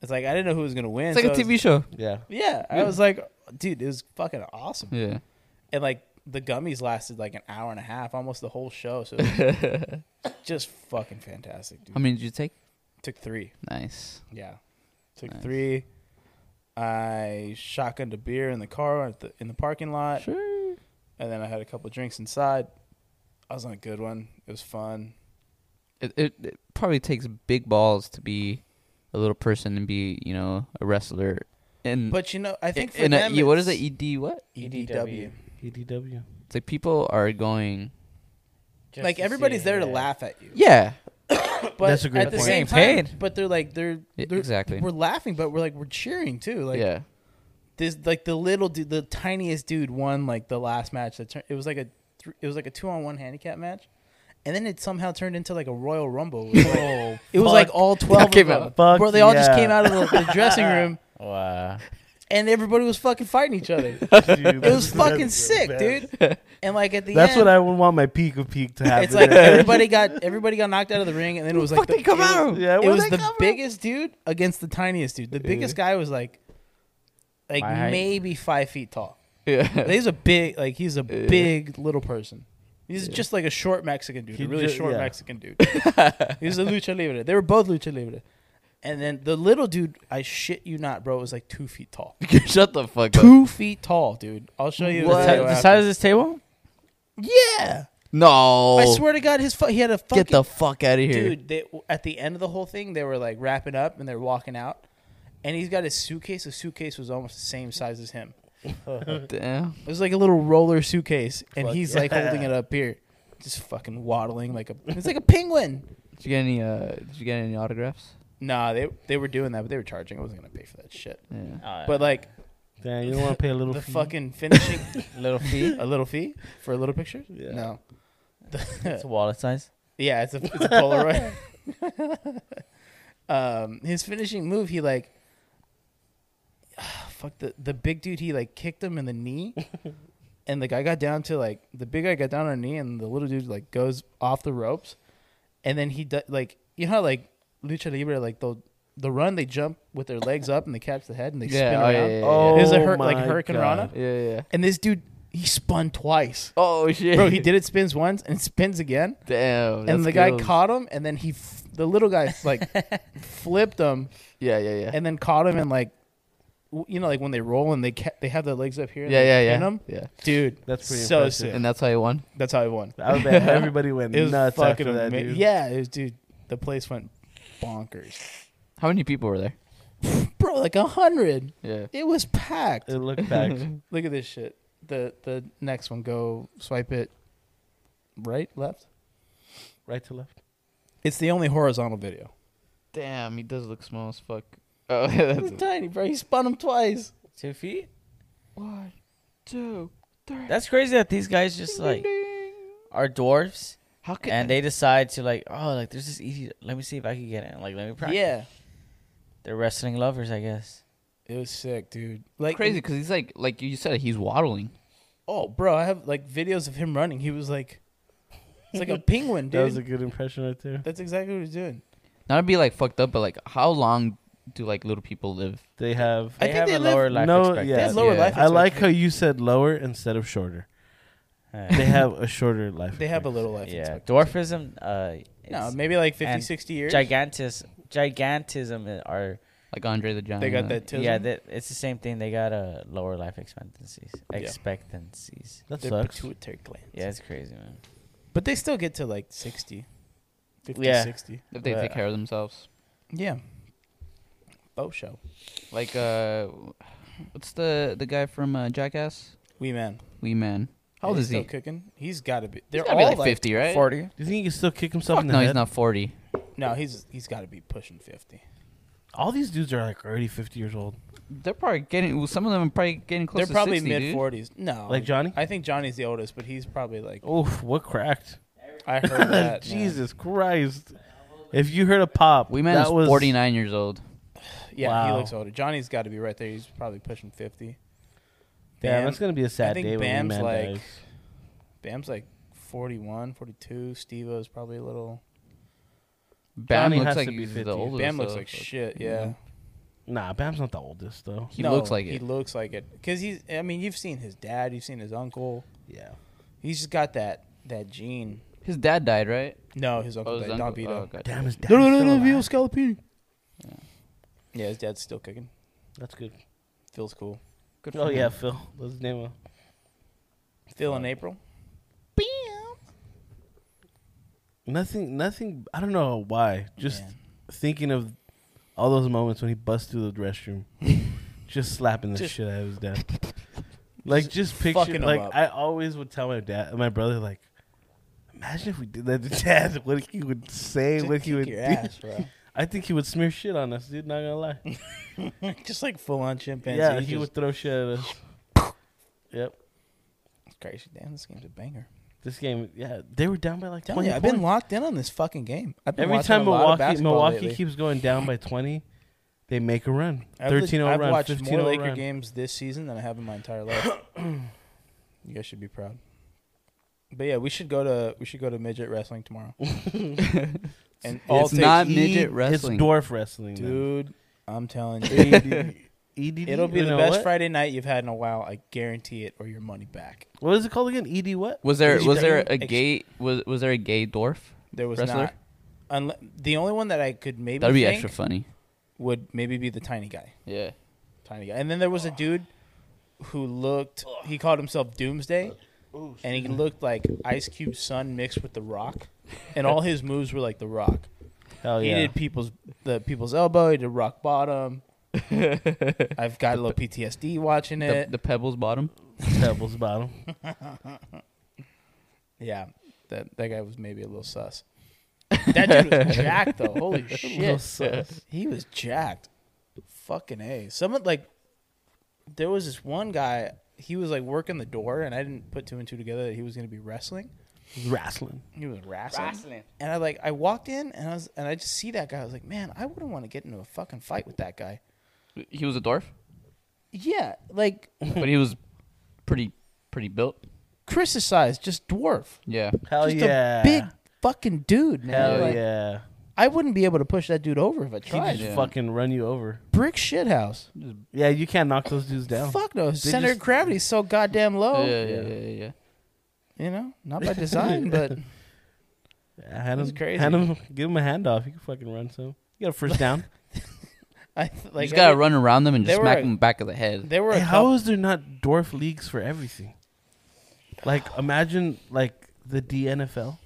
Speaker 4: it's like I didn't know who was gonna win.
Speaker 3: It's like a
Speaker 4: so I was-
Speaker 3: TV show.
Speaker 2: Yeah.
Speaker 4: yeah, I
Speaker 3: Yeah.
Speaker 4: was like, dude, it was fucking awesome.
Speaker 3: Yeah.
Speaker 4: And like the gummies lasted like an hour and a half, almost the whole show. So it was just fucking fantastic, dude.
Speaker 3: How many did you take?
Speaker 4: Took three.
Speaker 3: Nice.
Speaker 4: Yeah, took
Speaker 3: Nice.
Speaker 4: three. I shotgunned a beer in the car at the, in the parking lot.
Speaker 3: Sure.
Speaker 4: and then I had a couple drinks inside. I was on a good one. It was fun.
Speaker 3: It, it, it probably takes big balls to be a little person and be you know a wrestler. And
Speaker 4: But you know, I think for
Speaker 3: Mm. in a,
Speaker 4: them,
Speaker 3: yeah, what is
Speaker 4: it's E
Speaker 3: it? E ED what?
Speaker 4: EDW.
Speaker 2: EDW.
Speaker 3: It's like people are going.
Speaker 4: Like everybody's there to laugh at you.
Speaker 3: Yeah.
Speaker 4: But
Speaker 2: That's a great
Speaker 4: at the
Speaker 2: point.
Speaker 4: same
Speaker 5: Getting
Speaker 4: time, but they're like they're,
Speaker 3: Yeah,
Speaker 4: they're-
Speaker 3: exactly.
Speaker 4: We're laughing, but we're like we're cheering too. Like
Speaker 3: yeah.
Speaker 4: this, like the little dude, the tiniest dude won like the last match. That tur- it was like a thr- it was like a two on one handicap match, and then it somehow turned into like a Royal Rumble. It was like, it was like all twelve.
Speaker 3: came
Speaker 4: of
Speaker 3: out.
Speaker 4: them.
Speaker 2: Fuck
Speaker 4: Bro, they all just
Speaker 2: yeah.
Speaker 4: came out of the, the dressing room,
Speaker 5: Wow.
Speaker 4: and everybody was fucking fighting each other. It was fucking sick, dude. And like at the
Speaker 2: That's
Speaker 4: end,
Speaker 2: what I would want my peak of peak to happen.
Speaker 4: It's like everybody got everybody got knocked out of the ring, and then it was like
Speaker 3: Fuck, they come
Speaker 4: it was-
Speaker 3: out.
Speaker 2: yeah,
Speaker 4: It
Speaker 2: where'd
Speaker 4: was
Speaker 2: that
Speaker 4: the
Speaker 2: come from?
Speaker 4: biggest dude against the tiniest dude. The biggest guy was like, like
Speaker 5: My height.
Speaker 4: maybe five feet tall. But
Speaker 3: Yeah.
Speaker 4: he's a big, like he's a big little person. He's just like a short Mexican dude,
Speaker 2: He
Speaker 4: a really
Speaker 2: ju-
Speaker 4: short
Speaker 2: yeah.
Speaker 4: Mexican dude. he's a lucha libre. They were both lucha libre. And then the little dude, I shit you not, bro, was like two feet tall.
Speaker 3: Shut the fuck up.
Speaker 4: Two feet tall, dude. I'll show you. a
Speaker 5: The,
Speaker 3: What?
Speaker 5: si-
Speaker 4: video
Speaker 5: the
Speaker 4: after.
Speaker 5: size of this table?
Speaker 4: Yeah.
Speaker 3: No.
Speaker 4: I swear to God, his fu- he had a fucking
Speaker 3: Oh. Get the fuck out of here.
Speaker 4: dude. They, at the end of the whole thing, they were like wrapping up and they're walking out, and he's got his suitcase. The suitcase was almost the same size as him.
Speaker 3: Damn.
Speaker 4: It was like a little roller suitcase, and
Speaker 2: Fuck
Speaker 4: he's
Speaker 2: yeah.
Speaker 4: like holding it up here, just fucking waddling like a. It's like a penguin.
Speaker 3: Did you get any? Uh, did you get any autographs?
Speaker 4: Nah, they they were doing that, but they were charging. I wasn't gonna pay for that shit.
Speaker 3: Oh, Yeah.
Speaker 4: But like
Speaker 2: Damn, you don't want to pay a little
Speaker 4: the
Speaker 2: fee?
Speaker 4: fucking finishing,
Speaker 5: little feet.
Speaker 4: a little fee for a little picture.
Speaker 2: Yeah.
Speaker 4: No.
Speaker 5: It's a wallet size.
Speaker 4: Yeah, it's a, it's a Polaroid. um, his finishing move, he like, fuck the the big dude. He like kicked him in the knee, and the guy got down to like the big guy got down on a knee, and the little dude like goes off the ropes, and then he do, like you know how, like lucha libre like they'll the run they jump with their legs up and they catch the head and they
Speaker 3: Yeah,
Speaker 4: spin
Speaker 3: oh,
Speaker 4: around.
Speaker 3: yeah, yeah, yeah.
Speaker 2: Oh,
Speaker 4: Is it hurt- like
Speaker 2: my
Speaker 4: Hurricane
Speaker 2: God.
Speaker 4: Rana?
Speaker 3: Yeah. Yeah.
Speaker 4: And this dude he spun twice,
Speaker 3: Oh shit.
Speaker 4: bro. He did it spins once and spins again
Speaker 3: Damn. that's
Speaker 4: and the guy
Speaker 3: skills.
Speaker 4: caught him, and then he, f- the little guy, like flipped him,
Speaker 3: Yeah. Yeah. Yeah.
Speaker 4: and then caught him, and like you know, like when they roll and they ca- they have their legs up here. and
Speaker 3: Yeah,
Speaker 4: they
Speaker 3: yeah,
Speaker 4: pin
Speaker 3: yeah.
Speaker 4: 'em?
Speaker 3: Yeah.
Speaker 4: dude.
Speaker 2: That's pretty
Speaker 4: so
Speaker 2: impressive.
Speaker 4: sick.
Speaker 3: And that's how he won.
Speaker 4: That's how I won.
Speaker 2: I would bet everybody went
Speaker 4: It was
Speaker 2: nuts
Speaker 4: fucking
Speaker 2: after that,
Speaker 4: ama-
Speaker 2: dude.
Speaker 4: Yeah, it was, dude. The place went bonkers,
Speaker 3: How many people were there?
Speaker 4: bro. Like a hundred.
Speaker 3: Yeah.
Speaker 4: It was packed.
Speaker 2: It looked back.
Speaker 4: Look at this shit. The the next one, go swipe it right, left.
Speaker 2: right to left.
Speaker 4: It's the only horizontal video.
Speaker 3: Damn, he does look small as fuck. Oh, that's
Speaker 4: It's tiny, bro. He spun him twice.
Speaker 5: Two feet?
Speaker 3: one, two, three.
Speaker 5: That's crazy that these guys just like are dwarfs
Speaker 3: how could
Speaker 5: and they decide to like, oh, like there's this easy. Let me see if I can get it. Like, let me practice.
Speaker 4: Yeah,
Speaker 5: They're wrestling lovers, I guess.
Speaker 4: it was sick, dude. Like
Speaker 3: crazy because he's like like you said he's waddling.
Speaker 4: Oh, bro, I have like videos of him running. He was like, it's like a penguin,
Speaker 2: That was
Speaker 4: dude.
Speaker 2: a good impression right there.
Speaker 4: That's exactly what he's doing.
Speaker 3: Not to be like fucked up, but like how long do like little people live?
Speaker 2: They have.
Speaker 5: They
Speaker 4: I think
Speaker 5: have
Speaker 4: they
Speaker 5: a
Speaker 4: live-
Speaker 5: lower life
Speaker 2: No,
Speaker 5: expectancy.
Speaker 2: yeah.
Speaker 4: They have lower
Speaker 3: yeah.
Speaker 4: life.
Speaker 2: I like how
Speaker 4: expectancy.
Speaker 2: you said lower instead of shorter. They
Speaker 5: Uh,
Speaker 2: have a shorter life.
Speaker 4: They have a little life.
Speaker 5: yeah.
Speaker 4: expectancy.
Speaker 5: Dwarfism, uh,
Speaker 4: No,
Speaker 5: it's
Speaker 4: maybe like 50,
Speaker 5: and
Speaker 4: 60 years.
Speaker 5: gigantis, gigantism are
Speaker 3: Like Andre the Giant.
Speaker 4: They got
Speaker 3: uh,
Speaker 4: that too.
Speaker 5: yeah. That, it's the same thing. They got a lower life expectancies.
Speaker 4: Yeah.
Speaker 5: Expectancies.
Speaker 2: That
Speaker 4: their
Speaker 2: sucks.
Speaker 4: pituitary glands.
Speaker 5: Yeah, it's crazy, man.
Speaker 4: But they still get to like 60, 50,
Speaker 5: Yeah.
Speaker 4: 60.
Speaker 3: If they
Speaker 5: Yeah.
Speaker 3: take care of themselves.
Speaker 4: Yeah. Bo show.
Speaker 3: Like uh, what's the the guy from uh, Jackass?
Speaker 4: Wee man.
Speaker 3: Wee man. How old
Speaker 4: He's
Speaker 3: is he?
Speaker 4: Still cooking. He's got to be.
Speaker 3: He's
Speaker 4: They're
Speaker 3: gotta
Speaker 4: all
Speaker 3: be like
Speaker 4: like-
Speaker 3: fifty, right?
Speaker 5: Forty.
Speaker 2: Do you think he can still kick himself
Speaker 3: Fuck
Speaker 2: in the
Speaker 3: no,
Speaker 2: head?
Speaker 3: he's not forty.
Speaker 4: No, he's he's got to be pushing fifty.
Speaker 2: All these dudes are like already 50 years old.
Speaker 3: They're probably getting. Well, some of them are probably getting close.
Speaker 4: They're
Speaker 3: to
Speaker 4: probably
Speaker 3: 60,
Speaker 4: mid
Speaker 3: dude.
Speaker 4: forties. No,
Speaker 2: Like Johnny?
Speaker 4: I think Johnny's the oldest, but he's probably like.
Speaker 2: Oof, what cracked?
Speaker 4: I heard that. man.
Speaker 2: Jesus Christ. If you heard a pop,
Speaker 3: Wee man
Speaker 2: that
Speaker 3: is
Speaker 2: was
Speaker 3: forty nine years old.
Speaker 4: Yeah, he
Speaker 2: Wow.
Speaker 4: looks older. Johnny's got to be right there. He's probably pushing fifty.
Speaker 2: Damn,
Speaker 4: Bam-
Speaker 2: that's going to be a sad
Speaker 4: think
Speaker 2: day when Wee
Speaker 4: Bam's
Speaker 2: Man
Speaker 4: like-
Speaker 2: dies.
Speaker 4: Bam's like 41, 42. Steve O's probably a little.
Speaker 3: Bam
Speaker 2: Johnny
Speaker 3: looks
Speaker 2: has
Speaker 3: like
Speaker 2: to be
Speaker 3: he's
Speaker 2: 50.
Speaker 3: the oldest.
Speaker 4: Bam looks
Speaker 3: so-
Speaker 4: like shit.
Speaker 3: yeah.
Speaker 4: Yeah,
Speaker 2: Nah, Bam's not the oldest, though.
Speaker 3: He looks like
Speaker 4: He
Speaker 3: it.
Speaker 4: looks like it because he's. I mean, you've seen his dad. You've seen his uncle.
Speaker 2: Yeah.
Speaker 4: He's just got that that gene.
Speaker 3: His dad died, right?
Speaker 4: No, his uncle
Speaker 3: his
Speaker 4: died. Don
Speaker 3: uncle-
Speaker 4: Vito.
Speaker 3: oh, gotcha.
Speaker 2: Damn, his dad.
Speaker 4: No,
Speaker 2: is
Speaker 4: no, no,
Speaker 2: still
Speaker 4: no, Vito
Speaker 2: alive.
Speaker 4: Scalapini. Yeah, his dad's still cooking.
Speaker 2: That's good.
Speaker 4: Phil's cool.
Speaker 3: Good
Speaker 2: Oh,
Speaker 3: for
Speaker 2: yeah,
Speaker 3: him.
Speaker 2: Phil. That's his name.
Speaker 4: Phil in April.
Speaker 2: Nothing, nothing. I don't know why. Just
Speaker 4: Man.
Speaker 2: thinking of all those moments when he busts through the restroom, just slapping the
Speaker 4: Just-
Speaker 2: shit out of his dad. Like just picture,
Speaker 4: fucking him
Speaker 2: like
Speaker 4: up.
Speaker 2: I always would tell my dad, my brother, like, imagine if we did that to dad, what he would say,
Speaker 4: Just
Speaker 2: what he
Speaker 4: kick
Speaker 2: would do.
Speaker 4: your ass, bro.
Speaker 2: I think he would smear shit on us, dude. Not gonna lie.
Speaker 4: just like full on chimpanzee.
Speaker 2: yeah, he
Speaker 4: just,
Speaker 2: would throw shit at us. yep.
Speaker 4: Crazy. Damn, this game's a banger.
Speaker 2: This game, yeah, they were down by like
Speaker 4: Tell
Speaker 2: twenty.
Speaker 4: me, I've been
Speaker 2: points.
Speaker 4: locked in on this fucking game. I've been
Speaker 2: Every
Speaker 4: watching
Speaker 2: time
Speaker 4: a lot of
Speaker 2: Milwaukee,
Speaker 4: basketball
Speaker 2: Milwaukee
Speaker 4: lately.
Speaker 2: keeps going down by twenty, they make a run.
Speaker 4: I've lit-
Speaker 2: 13
Speaker 4: I've
Speaker 2: run,
Speaker 4: watched
Speaker 2: 15
Speaker 4: more Laker
Speaker 2: run.
Speaker 4: games this season than I have in my entire life. you guys should be proud. But yeah, we should go to we should go to midget wrestling tomorrow. and all
Speaker 3: It's
Speaker 4: take-
Speaker 3: not midget wrestling.
Speaker 2: It's dwarf wrestling, E dude.
Speaker 4: dude. I'm telling you,
Speaker 2: EDD.
Speaker 4: E it'll be
Speaker 2: You
Speaker 4: the
Speaker 2: know
Speaker 4: best
Speaker 2: what?
Speaker 4: Friday night you've had in a while. I guarantee it, or your money back.
Speaker 2: What is it called again? ED what?
Speaker 3: Was there
Speaker 4: He's
Speaker 3: was there
Speaker 4: done.
Speaker 3: a gay was was there a gay dwarf?
Speaker 4: There was
Speaker 3: Wrestler?
Speaker 4: not. Unle- the only one that I could maybe
Speaker 3: That'd be
Speaker 4: think
Speaker 3: extra funny.
Speaker 4: would maybe be the tiny guy.
Speaker 3: Yeah.
Speaker 4: tiny guy. And then there was a dude who looked. He called himself Doomsday, and he looked like Ice Cube's son mixed with The Rock, and all his moves were like The Rock.
Speaker 2: Hell
Speaker 4: He
Speaker 2: Oh, yeah.
Speaker 4: did people's the people's elbow. He did rock bottom. I've got a little PTSD watching
Speaker 3: The,
Speaker 4: it.
Speaker 3: the pebbles bottom.
Speaker 2: Pebbles bottom.
Speaker 4: yeah, that that guy was maybe a little sus. That dude was jacked though. Holy
Speaker 2: Little
Speaker 4: shit,
Speaker 2: sus.
Speaker 4: he was jacked. Fucking a. Someone like there was this one guy. He was like working the door, and I didn't put two and two together that he was going to be wrestling.
Speaker 2: Wrestling.
Speaker 4: He was wrestling. And I like I walked in and I was and I just see that guy. I was like, man, I wouldn't want to get into a fucking fight with that guy.
Speaker 3: He was a dwarf,
Speaker 4: Yeah, like
Speaker 3: but he was pretty pretty built.
Speaker 4: Chris's size, just dwarf,
Speaker 3: Yeah.
Speaker 2: Hell
Speaker 4: just
Speaker 2: yeah.
Speaker 4: a big fucking dude. Man.
Speaker 2: Hell
Speaker 4: Like,
Speaker 2: yeah.
Speaker 4: I wouldn't be able to push that dude over if I
Speaker 2: He
Speaker 4: tried.
Speaker 2: just
Speaker 3: yeah.
Speaker 2: fucking run you over.
Speaker 4: Brick shit house.
Speaker 2: Yeah, you can't knock those dudes down.
Speaker 4: Fuck no. Center
Speaker 2: just-
Speaker 4: of gravity's so goddamn low.
Speaker 3: yeah, yeah, yeah, yeah, yeah.
Speaker 4: You know, not by design, but
Speaker 2: Yeah, Hand
Speaker 4: That's
Speaker 2: him,
Speaker 4: crazy.
Speaker 2: Hand him, give him a handoff. You can fucking run some. You got a first down.
Speaker 4: I, like
Speaker 3: you just gotta
Speaker 4: every-
Speaker 3: run around them and
Speaker 4: they
Speaker 3: just
Speaker 4: were
Speaker 3: smack
Speaker 4: a-
Speaker 3: them back of the head.
Speaker 4: There were a
Speaker 2: Hey,
Speaker 4: couple,
Speaker 2: how is there not dwarf leagues for everything? Like imagine like the DNFL,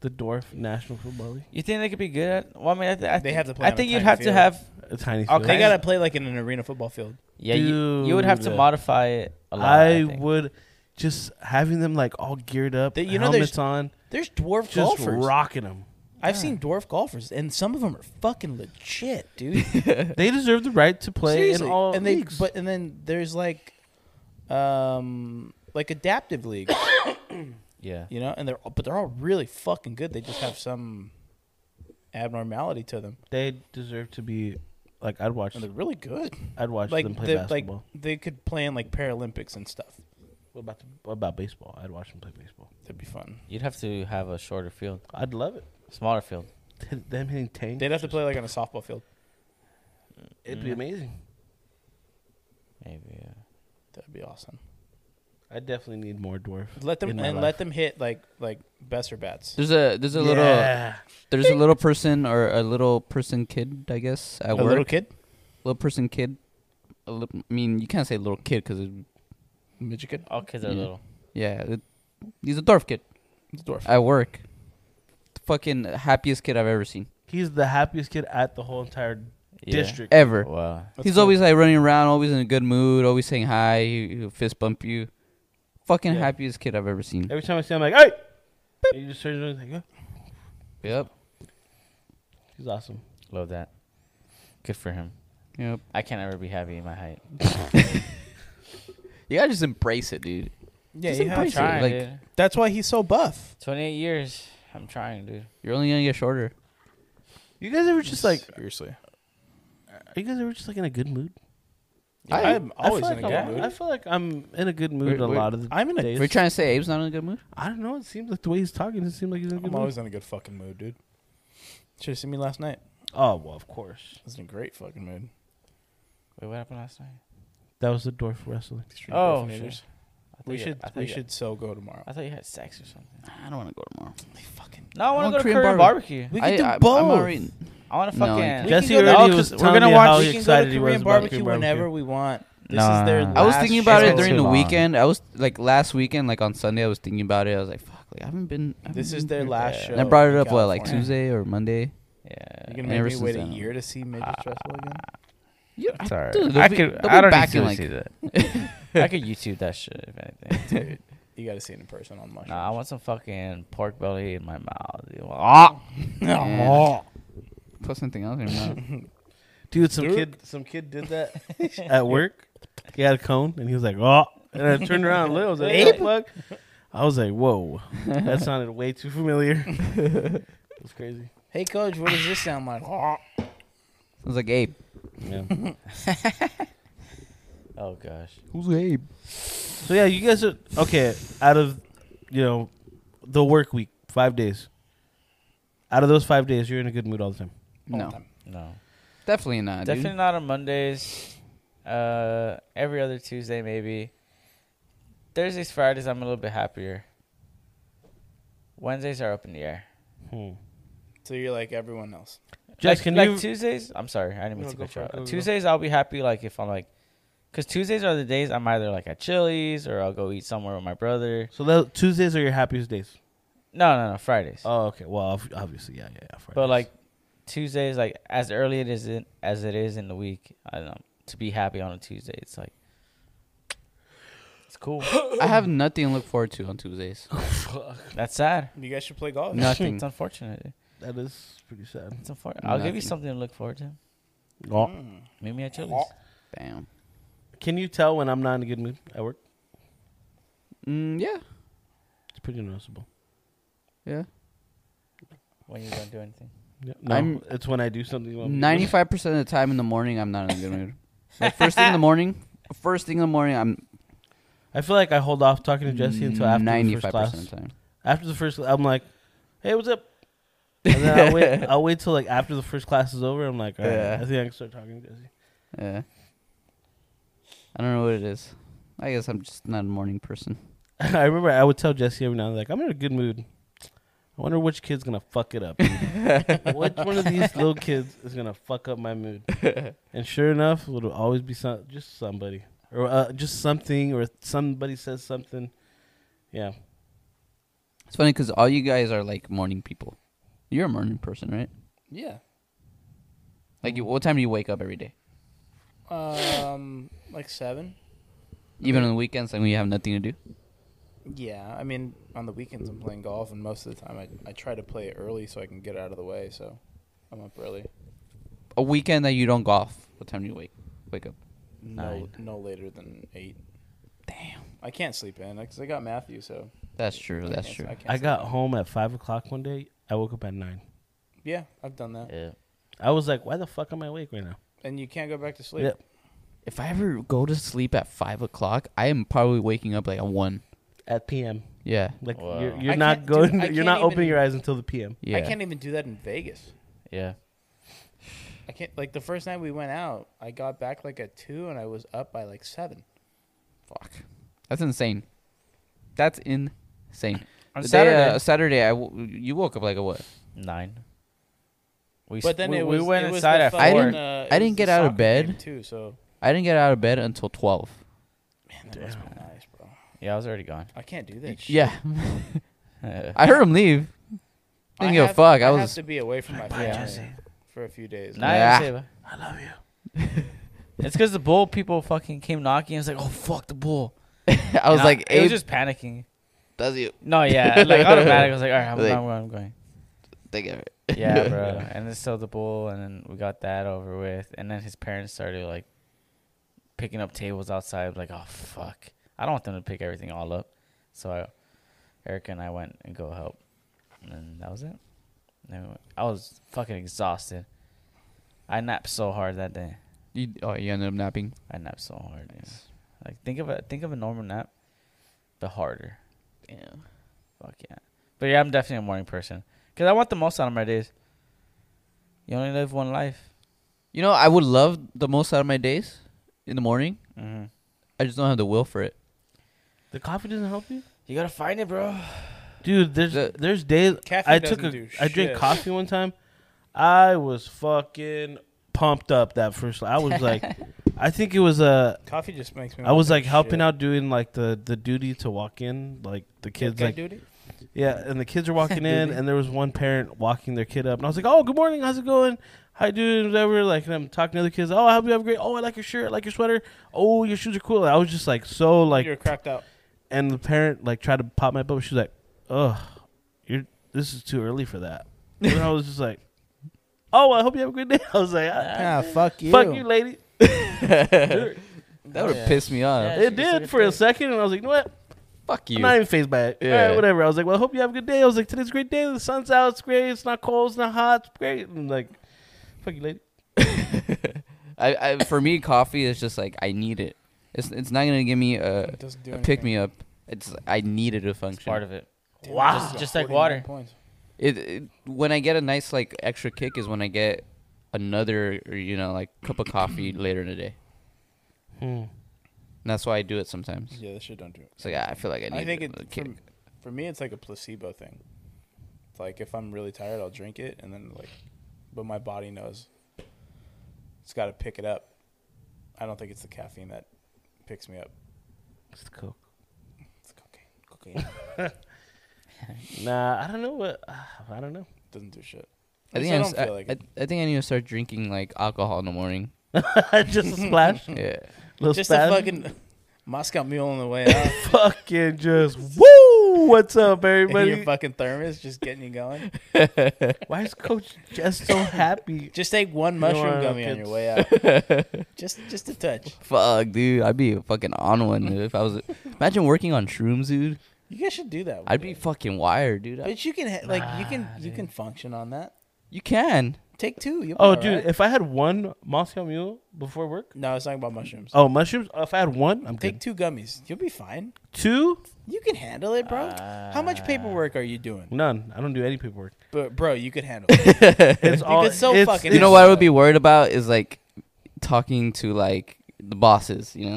Speaker 2: the dwarf National Football League,
Speaker 5: You think they could be good at? Well, I mean, I th- I
Speaker 4: They
Speaker 5: think-
Speaker 4: have to play
Speaker 5: I
Speaker 4: on a
Speaker 5: think you'd
Speaker 4: tiny
Speaker 5: have to
Speaker 4: field.
Speaker 5: have.
Speaker 2: a tiny.
Speaker 5: Okay.
Speaker 2: field.
Speaker 4: they gotta play like in an arena football field.
Speaker 5: Yeah, you, you would have to
Speaker 2: Dude.
Speaker 5: modify it a lot. I,
Speaker 2: I
Speaker 5: think.
Speaker 2: would just having them like all geared up,
Speaker 4: They- you
Speaker 2: you
Speaker 4: know,
Speaker 2: know,
Speaker 4: there's
Speaker 2: helmets on,
Speaker 4: There's dwarf
Speaker 2: just
Speaker 4: golfers.
Speaker 2: rocking them.
Speaker 4: I've seen dwarf golfers, and some of them are fucking legit, dude.
Speaker 2: They deserve the right to play
Speaker 4: Seriously.
Speaker 2: in all
Speaker 4: and they,
Speaker 2: leagues.
Speaker 4: but and then there's like, um, like adaptive leagues,
Speaker 5: Yeah.
Speaker 4: you know, and they're but they're all really fucking good. They just have some abnormality to them,
Speaker 2: they deserve to be like I'd watch.
Speaker 4: and they're really good.
Speaker 2: I'd watch
Speaker 4: Like
Speaker 2: them play
Speaker 4: they like
Speaker 2: basketball.
Speaker 4: they could play in like Paralympics and stuff.
Speaker 2: what about the, what about baseball? I'd watch them play baseball.
Speaker 4: That'd be fun.
Speaker 5: You'd have to have a shorter field,
Speaker 2: I'd love it.
Speaker 5: smaller field.
Speaker 2: Them hitting tank,
Speaker 4: They'd have to play like on a softball field.
Speaker 2: it'd
Speaker 5: Mm-hmm.
Speaker 2: be amazing.
Speaker 5: Maybe. Yeah.
Speaker 4: That'd be awesome.
Speaker 2: I definitely need more dwarf.
Speaker 4: Let them
Speaker 2: in
Speaker 4: and
Speaker 2: my life.
Speaker 4: let them hit like like besser bats.
Speaker 3: There's a there's a little
Speaker 2: Yeah.
Speaker 3: there's a little person or a little person kid I guess at
Speaker 4: A
Speaker 3: work.
Speaker 4: little kid,
Speaker 3: Little person kid. A li- I mean you can't say little kid because
Speaker 4: midget kid,
Speaker 5: All kids are
Speaker 3: Yeah.
Speaker 5: little.
Speaker 3: yeah it- he's a dwarf kid
Speaker 4: it's a dwarf.
Speaker 3: at work. The fucking happiest kid I've ever seen
Speaker 2: He's the happiest kid at the whole entire
Speaker 5: Yeah.
Speaker 2: district.
Speaker 3: ever.
Speaker 5: Wow.
Speaker 4: That's
Speaker 3: he's
Speaker 4: cool.
Speaker 3: always like running around, always in a good mood, always saying hi, he- he'll fist bump you. Fucking
Speaker 2: Yeah.
Speaker 3: happiest kid I've ever seen.
Speaker 2: Every time I see him, I'm like, hey! And he just turns around and he's like, "Yeah."
Speaker 3: Yep.
Speaker 2: He's awesome.
Speaker 5: Love that. Good for him.
Speaker 3: Yep.
Speaker 5: I can't ever be happy in my height.
Speaker 3: You gotta just embrace it, dude.
Speaker 4: Yeah,
Speaker 3: Just
Speaker 4: you have
Speaker 3: embrace it.
Speaker 4: to.
Speaker 5: Trying,
Speaker 3: like-
Speaker 5: dude.
Speaker 4: That's why he's so buff.
Speaker 5: 28 years. I'm trying, dude.
Speaker 3: You're only gonna get shorter.
Speaker 2: You guys ever just like,
Speaker 4: seriously.
Speaker 2: are you guys ever just like in a good mood?
Speaker 4: I, am always
Speaker 2: I
Speaker 4: in
Speaker 2: feel
Speaker 4: a
Speaker 2: like
Speaker 4: good
Speaker 2: I'm-
Speaker 4: mood.
Speaker 2: I feel like I'm in a good mood
Speaker 3: We're-
Speaker 2: a
Speaker 3: we're-
Speaker 2: lot of the
Speaker 4: I'm in a-
Speaker 2: days.
Speaker 3: Were you trying to say Abe's not in a good mood?
Speaker 2: I don't know. It seems like the way he's talking, it seems like he's in a good
Speaker 4: I'm
Speaker 2: mood.
Speaker 4: always in a good fucking mood, dude. Should have seen me last night.
Speaker 2: oh, well, of course.
Speaker 4: I was in a great fucking mood.
Speaker 5: Wait, what happened last night?
Speaker 2: That was the dwarf wrestling.
Speaker 4: Extreme
Speaker 5: Oh,
Speaker 4: Orphanagers.
Speaker 5: shit. I
Speaker 4: we
Speaker 5: thought you-
Speaker 4: should
Speaker 5: I thought
Speaker 4: we
Speaker 5: you-
Speaker 4: should so go tomorrow.
Speaker 5: I thought you had sex or something.
Speaker 3: I don't wanna go tomorrow.
Speaker 4: fucking
Speaker 5: No, I want
Speaker 3: want
Speaker 5: to go to
Speaker 3: Korean
Speaker 5: Korean barbecue.
Speaker 4: we
Speaker 3: I,
Speaker 4: could do
Speaker 3: I,
Speaker 4: both.
Speaker 3: I'm already,
Speaker 5: I want to
Speaker 3: No, you
Speaker 5: fucking.
Speaker 3: can't.
Speaker 2: Jesse
Speaker 4: go to-
Speaker 2: already
Speaker 5: No,
Speaker 2: was
Speaker 5: 'cause
Speaker 2: telling me how
Speaker 5: watch-
Speaker 4: we can go to
Speaker 2: excited he was
Speaker 4: Korean
Speaker 2: about
Speaker 4: barbecue,
Speaker 2: Korean
Speaker 4: whenever
Speaker 2: barbecue.
Speaker 4: we want. This is
Speaker 5: Nah.
Speaker 4: their
Speaker 5: I
Speaker 3: I was
Speaker 4: last
Speaker 3: thinking about
Speaker 5: shit.
Speaker 3: it
Speaker 4: show.
Speaker 3: during
Speaker 5: Too
Speaker 3: the
Speaker 5: long.
Speaker 3: weekend. I was like last weekend, like on Sunday, I was thinking about it. I was like, "Fuck!" Like I haven't been. I haven't
Speaker 4: This is
Speaker 3: been
Speaker 4: their
Speaker 3: here.
Speaker 4: last
Speaker 5: Yeah.
Speaker 4: show.
Speaker 3: And I brought it
Speaker 4: in
Speaker 3: up what, like
Speaker 4: California.
Speaker 3: Tuesday or Monday?
Speaker 5: Yeah.
Speaker 4: You're gonna
Speaker 3: and
Speaker 4: make
Speaker 3: ever
Speaker 4: me wait a
Speaker 3: since then-
Speaker 4: year to see Midget Stressful again?
Speaker 3: Yeah,
Speaker 5: It's alright.
Speaker 3: Dude, they'll
Speaker 5: I
Speaker 3: be-
Speaker 5: could.
Speaker 3: they'll
Speaker 5: I
Speaker 3: be
Speaker 5: don't
Speaker 3: back
Speaker 5: need
Speaker 3: in,
Speaker 5: to
Speaker 3: like-
Speaker 5: see that. I could YouTube that shit if anything.
Speaker 4: Dude, you got to see it in person on my show.
Speaker 5: Nah, I want some fucking pork belly in my mouth. dude. Ah,
Speaker 3: Yeah. Put eh, something else in your mouth.
Speaker 2: Dude, some kid, some kid did that at work. He had a cone, and he was like, "Oh!" And I turned around and looked. I was like, "What the fuck?" I was like, "Whoa, that sounded way too familiar." it was crazy.
Speaker 4: Hey, coach, what does this sound like?
Speaker 3: Sounds like Abe.
Speaker 2: Yeah.
Speaker 5: oh gosh.
Speaker 3: Who's Abe?
Speaker 2: So yeah, you guys are okay. Out of you know the work week, five days. Out of those five days, you're in a good mood all the time.
Speaker 4: Oh,
Speaker 3: No,
Speaker 5: No.
Speaker 3: definitely not. dude.
Speaker 5: Definitely not on Mondays. Uh, every other Tuesday maybe. Thursdays, Fridays, I'm a little bit happier. Wednesdays are up in the air.
Speaker 2: Hmm.
Speaker 4: So you're like everyone else.
Speaker 2: Jess,
Speaker 5: like,
Speaker 2: can
Speaker 5: like
Speaker 2: you?
Speaker 5: Tuesdays? I'm sorry, I didn't mean
Speaker 2: No,
Speaker 5: to
Speaker 2: go
Speaker 5: cut
Speaker 2: for
Speaker 5: you
Speaker 2: it,
Speaker 5: off.
Speaker 2: go, go, go.
Speaker 5: Tuesdays, I'll be happy like if I'm like, because Tuesdays are the days I'm either like at Chili's or I'll go eat somewhere with my brother.
Speaker 2: so tho- Tuesdays are your happiest days.
Speaker 5: No, no, no, Fridays.
Speaker 2: Oh, okay. Well, ob- obviously, yeah, yeah, yeah.
Speaker 5: but
Speaker 2: Fridays.
Speaker 5: like Tuesdays, like as early it is in, as it is in the week, I don't know, to be happy on a Tuesday, it's like it's cool.
Speaker 3: I have nothing to look forward to on Tuesdays.
Speaker 5: That's sad.
Speaker 4: You guys should play golf.
Speaker 3: Nothing.
Speaker 5: It's unfortunate. dude.
Speaker 2: that is pretty sad.
Speaker 5: It's unfortunate. I'll give you
Speaker 3: Nothing.
Speaker 5: something to look forward to.
Speaker 2: Oh.
Speaker 5: Hmm. Meet me at Chili's.
Speaker 3: Damn.
Speaker 2: Can you tell when I'm not in a good mood at work?
Speaker 3: Mm, yeah.
Speaker 2: It's pretty noticeable.
Speaker 3: Yeah.
Speaker 5: When you don't do anything.
Speaker 2: Yeah. No,
Speaker 3: I'm-
Speaker 2: it's when I do something. when I'm in a good mood.
Speaker 3: Ninety-five percent of the time in the morning, I'm not in a good mood. Like first thing in the morning, first thing in the morning, I'm
Speaker 2: I feel like I hold off talking to Jesse until after the first
Speaker 3: ninety-five
Speaker 2: class.
Speaker 3: percent of the time.
Speaker 2: After the first, I'm like, "Hey, what's up?" And then I'll wait. I'll wait till like after the first class is over. I'm like, All right,
Speaker 3: Yeah.
Speaker 2: I think I can start talking to Jesse.
Speaker 3: Yeah. I don't know what it is. I guess I'm just not a morning person.
Speaker 2: I remember I would tell Jesse every now and then, like, "I'm in a good mood. I I wonder which kid's gonna fuck it up. which one of these little kids is gonna fuck up my mood? And sure enough, it'll always be some, just somebody, or uh, just something, or somebody says something. Yeah,
Speaker 3: It's funny because all you guys are like morning people. You're a morning person, right?
Speaker 4: Yeah.
Speaker 3: Like, you, what time do you wake up every day?
Speaker 4: Um, like seven.
Speaker 3: Even on the weekends, like when you have nothing to do.
Speaker 4: Yeah, I mean, on the weekends I'm playing golf, and most of the time I, I try to play early so I can get out of the way. So I'm up early,
Speaker 3: A weekend that you don't golf. What time do you wake wake up?
Speaker 4: no
Speaker 3: Nine.
Speaker 4: no later than eight.
Speaker 3: Damn,
Speaker 4: I can't sleep in because I got Matthew. So
Speaker 3: that's true.
Speaker 4: I
Speaker 3: That's
Speaker 4: can't-
Speaker 3: true.
Speaker 4: can't
Speaker 2: I
Speaker 4: sleep
Speaker 2: got
Speaker 4: in.
Speaker 2: home at five o'clock one day. I woke up at nine.
Speaker 4: Yeah, I've done that,
Speaker 5: Yeah.
Speaker 2: I was like, "Why the fuck am I awake right now?"
Speaker 4: and you can't go back to sleep.
Speaker 2: Yep.
Speaker 3: If I ever go to sleep at five o'clock, I am probably waking up like at one.
Speaker 2: At p.m.
Speaker 3: Yeah,
Speaker 2: Like
Speaker 5: Wow.
Speaker 2: you're,
Speaker 4: I
Speaker 2: you're not
Speaker 4: can't-
Speaker 2: going.
Speaker 4: dude, I
Speaker 2: you're
Speaker 4: can't
Speaker 2: not
Speaker 4: even-
Speaker 2: opening your eyes until the p.m.
Speaker 3: yeah.
Speaker 4: I can't even do that in Vegas.
Speaker 5: Yeah.
Speaker 4: I can't like the first night we went out. I got back like at two, and I was up by like seven.
Speaker 3: Fuck, that's insane. That's insane.
Speaker 5: On
Speaker 3: The
Speaker 5: Saturday.
Speaker 3: day, uh, Saturday, I w- you woke up like a what?
Speaker 5: Nine. We,
Speaker 4: But then
Speaker 5: we,
Speaker 4: it
Speaker 5: we
Speaker 4: was,
Speaker 5: went
Speaker 4: it was
Speaker 5: inside
Speaker 4: the
Speaker 5: at four.
Speaker 3: I
Speaker 4: fucking,
Speaker 3: didn't-
Speaker 4: uh, it
Speaker 3: I
Speaker 4: was
Speaker 3: didn't
Speaker 4: the
Speaker 3: get out of
Speaker 4: soccer game,
Speaker 3: bed.
Speaker 4: too. So
Speaker 3: I didn't get out of bed until twelve.
Speaker 4: man, that must be nice, bro.
Speaker 5: Yeah, I was already gone.
Speaker 4: I can't do that. shit.
Speaker 3: Yeah, I heard him leave. Didn't give a
Speaker 4: have-
Speaker 3: fuck. I,
Speaker 4: I have
Speaker 3: was.
Speaker 4: to be away from my
Speaker 5: Jesse.
Speaker 4: family for a few days.
Speaker 5: Nah,
Speaker 3: Yeah.
Speaker 5: I love
Speaker 2: love you.
Speaker 5: you. It's because the bull people fucking came knocking. It's like, oh fuck the bull.
Speaker 3: I was
Speaker 5: And
Speaker 3: like,
Speaker 5: it
Speaker 3: Abe,
Speaker 5: was just panicking.
Speaker 3: does you
Speaker 5: No, yeah, like automatic. I was like, all right, I'm,
Speaker 3: Like-
Speaker 5: I'm, I'm going.
Speaker 3: think of it?
Speaker 5: Yeah, bro. And then so the bull, and then we got that over with, and then his parents started like picking up tables outside. Like, oh fuck, I don't want them to pick everything all up. So I, Erica and I went and go help, and that was it. And we went- I was fucking exhausted. I napped so hard that day.
Speaker 3: You, oh, you ended up napping.
Speaker 5: I napped so hard. yeah. Like think of a think of a normal nap, but harder.
Speaker 3: Damn.
Speaker 5: Fuck yeah. But yeah, I'm definitely a morning person because I want the most out of my days. You only live one life.
Speaker 3: You know, I would love the most out of my days in the morning.
Speaker 5: Mm-hmm.
Speaker 3: I just don't have the will for it.
Speaker 2: The coffee doesn't help you,
Speaker 5: You gotta find it, bro.
Speaker 2: dude. There's
Speaker 3: The-
Speaker 2: there's days
Speaker 4: Caffeine
Speaker 2: I took
Speaker 4: doesn't
Speaker 2: a
Speaker 4: do
Speaker 2: I drank
Speaker 4: shit.
Speaker 2: coffee one time. I was fucking pumped up that first. I was like, I think it was a.
Speaker 4: Coffee just makes me.
Speaker 2: I was like helping out doing like the the duty to walk in, like the kids like
Speaker 4: duty.
Speaker 2: yeah, and the kids are walking in, and there was one parent walking their kid up, and I was like, "Oh, good morning, how's it going? Hi, dude, whatever." Like, and I'm talking to the kids. Oh, I hope you have a great. Oh, I like your shirt, I like your sweater. Oh, your shoes are cool. I was just like so like,
Speaker 4: you're cracked out.
Speaker 2: and the parent like tried to pop my bubble. She was like, "Ugh, you're this is too early for that." And I was just like, "Oh, I hope you have a good day." I was like, ah,
Speaker 4: fuck
Speaker 2: "Fuck you, lady."
Speaker 3: that would
Speaker 5: Yeah.
Speaker 3: piss me off.
Speaker 5: Yeah.
Speaker 2: It
Speaker 5: she just
Speaker 2: did
Speaker 5: did
Speaker 2: for a
Speaker 5: it.
Speaker 2: second, and I was like, "You know what?"
Speaker 3: Fuck you.
Speaker 2: I'm not even phased by it.
Speaker 3: Yeah.
Speaker 2: All right, whatever. I was like, well, I hope you have a good day. I was like, today's a great day. The sun's out. It's great. It's not cold. It's not hot. It's great. And like, fuck you, lady.
Speaker 3: I, I, for me, coffee is just like I need it. It's it's not gonna give me a,
Speaker 4: doesn't do
Speaker 3: a pick me up. It's I need it to
Speaker 5: It's
Speaker 3: function.
Speaker 5: part of it.
Speaker 4: Damn,
Speaker 5: Wow.
Speaker 4: this is
Speaker 5: Just
Speaker 4: got
Speaker 5: like water.
Speaker 4: 49 points.
Speaker 3: It, it when I get a nice like extra kick is when I get another you know like cup of coffee later in the day. And that's why I do it sometimes.
Speaker 4: Hmm. Yeah, this shit don't do it.
Speaker 3: So yeah, I feel like I need
Speaker 4: I think
Speaker 3: it, a
Speaker 4: it
Speaker 3: kick.
Speaker 4: for, for me it's like a placebo thing. It's like if I'm really tired, I'll drink it, and then like, but my body knows it's got to pick it up. I don't think it's the caffeine that picks me up.
Speaker 2: It's the coke.
Speaker 4: It's cocaine. Cocaine
Speaker 2: Nah, I don't know what. Uh, I don't know.
Speaker 4: doesn't do shit.
Speaker 3: I think
Speaker 4: I
Speaker 3: I,
Speaker 4: don't
Speaker 3: I,
Speaker 4: feel like it.
Speaker 3: I, I think I need to start drinking like alcohol in the morning.
Speaker 2: just a splash.
Speaker 4: Hmm.
Speaker 3: Yeah.
Speaker 2: Little
Speaker 4: Just a
Speaker 2: splash.
Speaker 4: fucking Moscow Mule on the way out.
Speaker 2: Fucking just woo. What's up,
Speaker 4: in your
Speaker 2: everybody?
Speaker 4: fucking thermos, just getting you going.
Speaker 2: Why is Coach just so happy?
Speaker 4: Just take one
Speaker 2: know
Speaker 4: mushroom
Speaker 2: what,
Speaker 4: gummy on your
Speaker 2: kids?
Speaker 4: way out. just, just a touch.
Speaker 3: Fuck, dude. I'd be fucking on one dude, if I was. Imagine working on shrooms, dude.
Speaker 4: You guys should do that. one
Speaker 3: I'd
Speaker 4: day.
Speaker 3: be fucking wired, dude. I-
Speaker 4: But you can ha- like you can you can function on that.
Speaker 3: you can.
Speaker 4: Take two. You'll be
Speaker 2: Oh,
Speaker 4: all
Speaker 2: dude,
Speaker 4: right.
Speaker 2: if I had one Moscow Mule before work.
Speaker 4: no, I was talking about mushrooms.
Speaker 2: Oh, mushrooms. If I had one, I'm
Speaker 4: Take
Speaker 2: good.
Speaker 4: two gummies. You'll be fine.
Speaker 2: Two?
Speaker 4: You can handle it, bro. How much paperwork are you doing?
Speaker 2: None. I don't do any paperwork.
Speaker 4: But bro, you could handle it.
Speaker 2: It's all.
Speaker 4: it's so fucking-
Speaker 3: You know what I would be worried about is like talking to like the bosses. You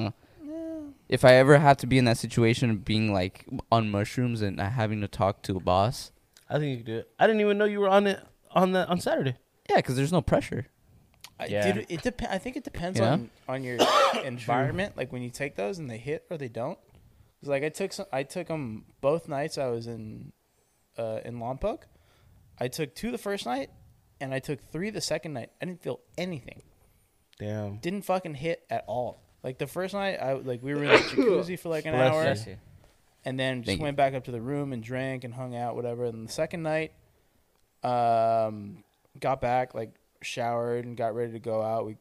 Speaker 3: know, if uh, I ever have to be in that situation of being like on mushrooms and not having to talk to a boss,
Speaker 2: I I think you could do it. I didn't even know you were on it on that on Saturday.
Speaker 3: Yeah, because there's no pressure.
Speaker 4: I,
Speaker 5: Yeah.
Speaker 4: dude, it dep- I think it depends
Speaker 3: You know?
Speaker 4: on on your environment. Like when you take those and they hit or they don't. 'Cause, like I took some, I took them both nights. I was in uh, in Lompoc. I took two the first night, and I took three the second night. I didn't feel anything.
Speaker 2: Damn.
Speaker 4: Didn't fucking hit at all. Like the first night, I like we were in the jacuzzi for like an
Speaker 2: Bless
Speaker 4: hour.
Speaker 5: Bless you.
Speaker 4: and then just
Speaker 3: Thank you.
Speaker 4: went back up to the room and drank and hung out, whatever. And the second night, um, got back, like showered and got ready to go out. We,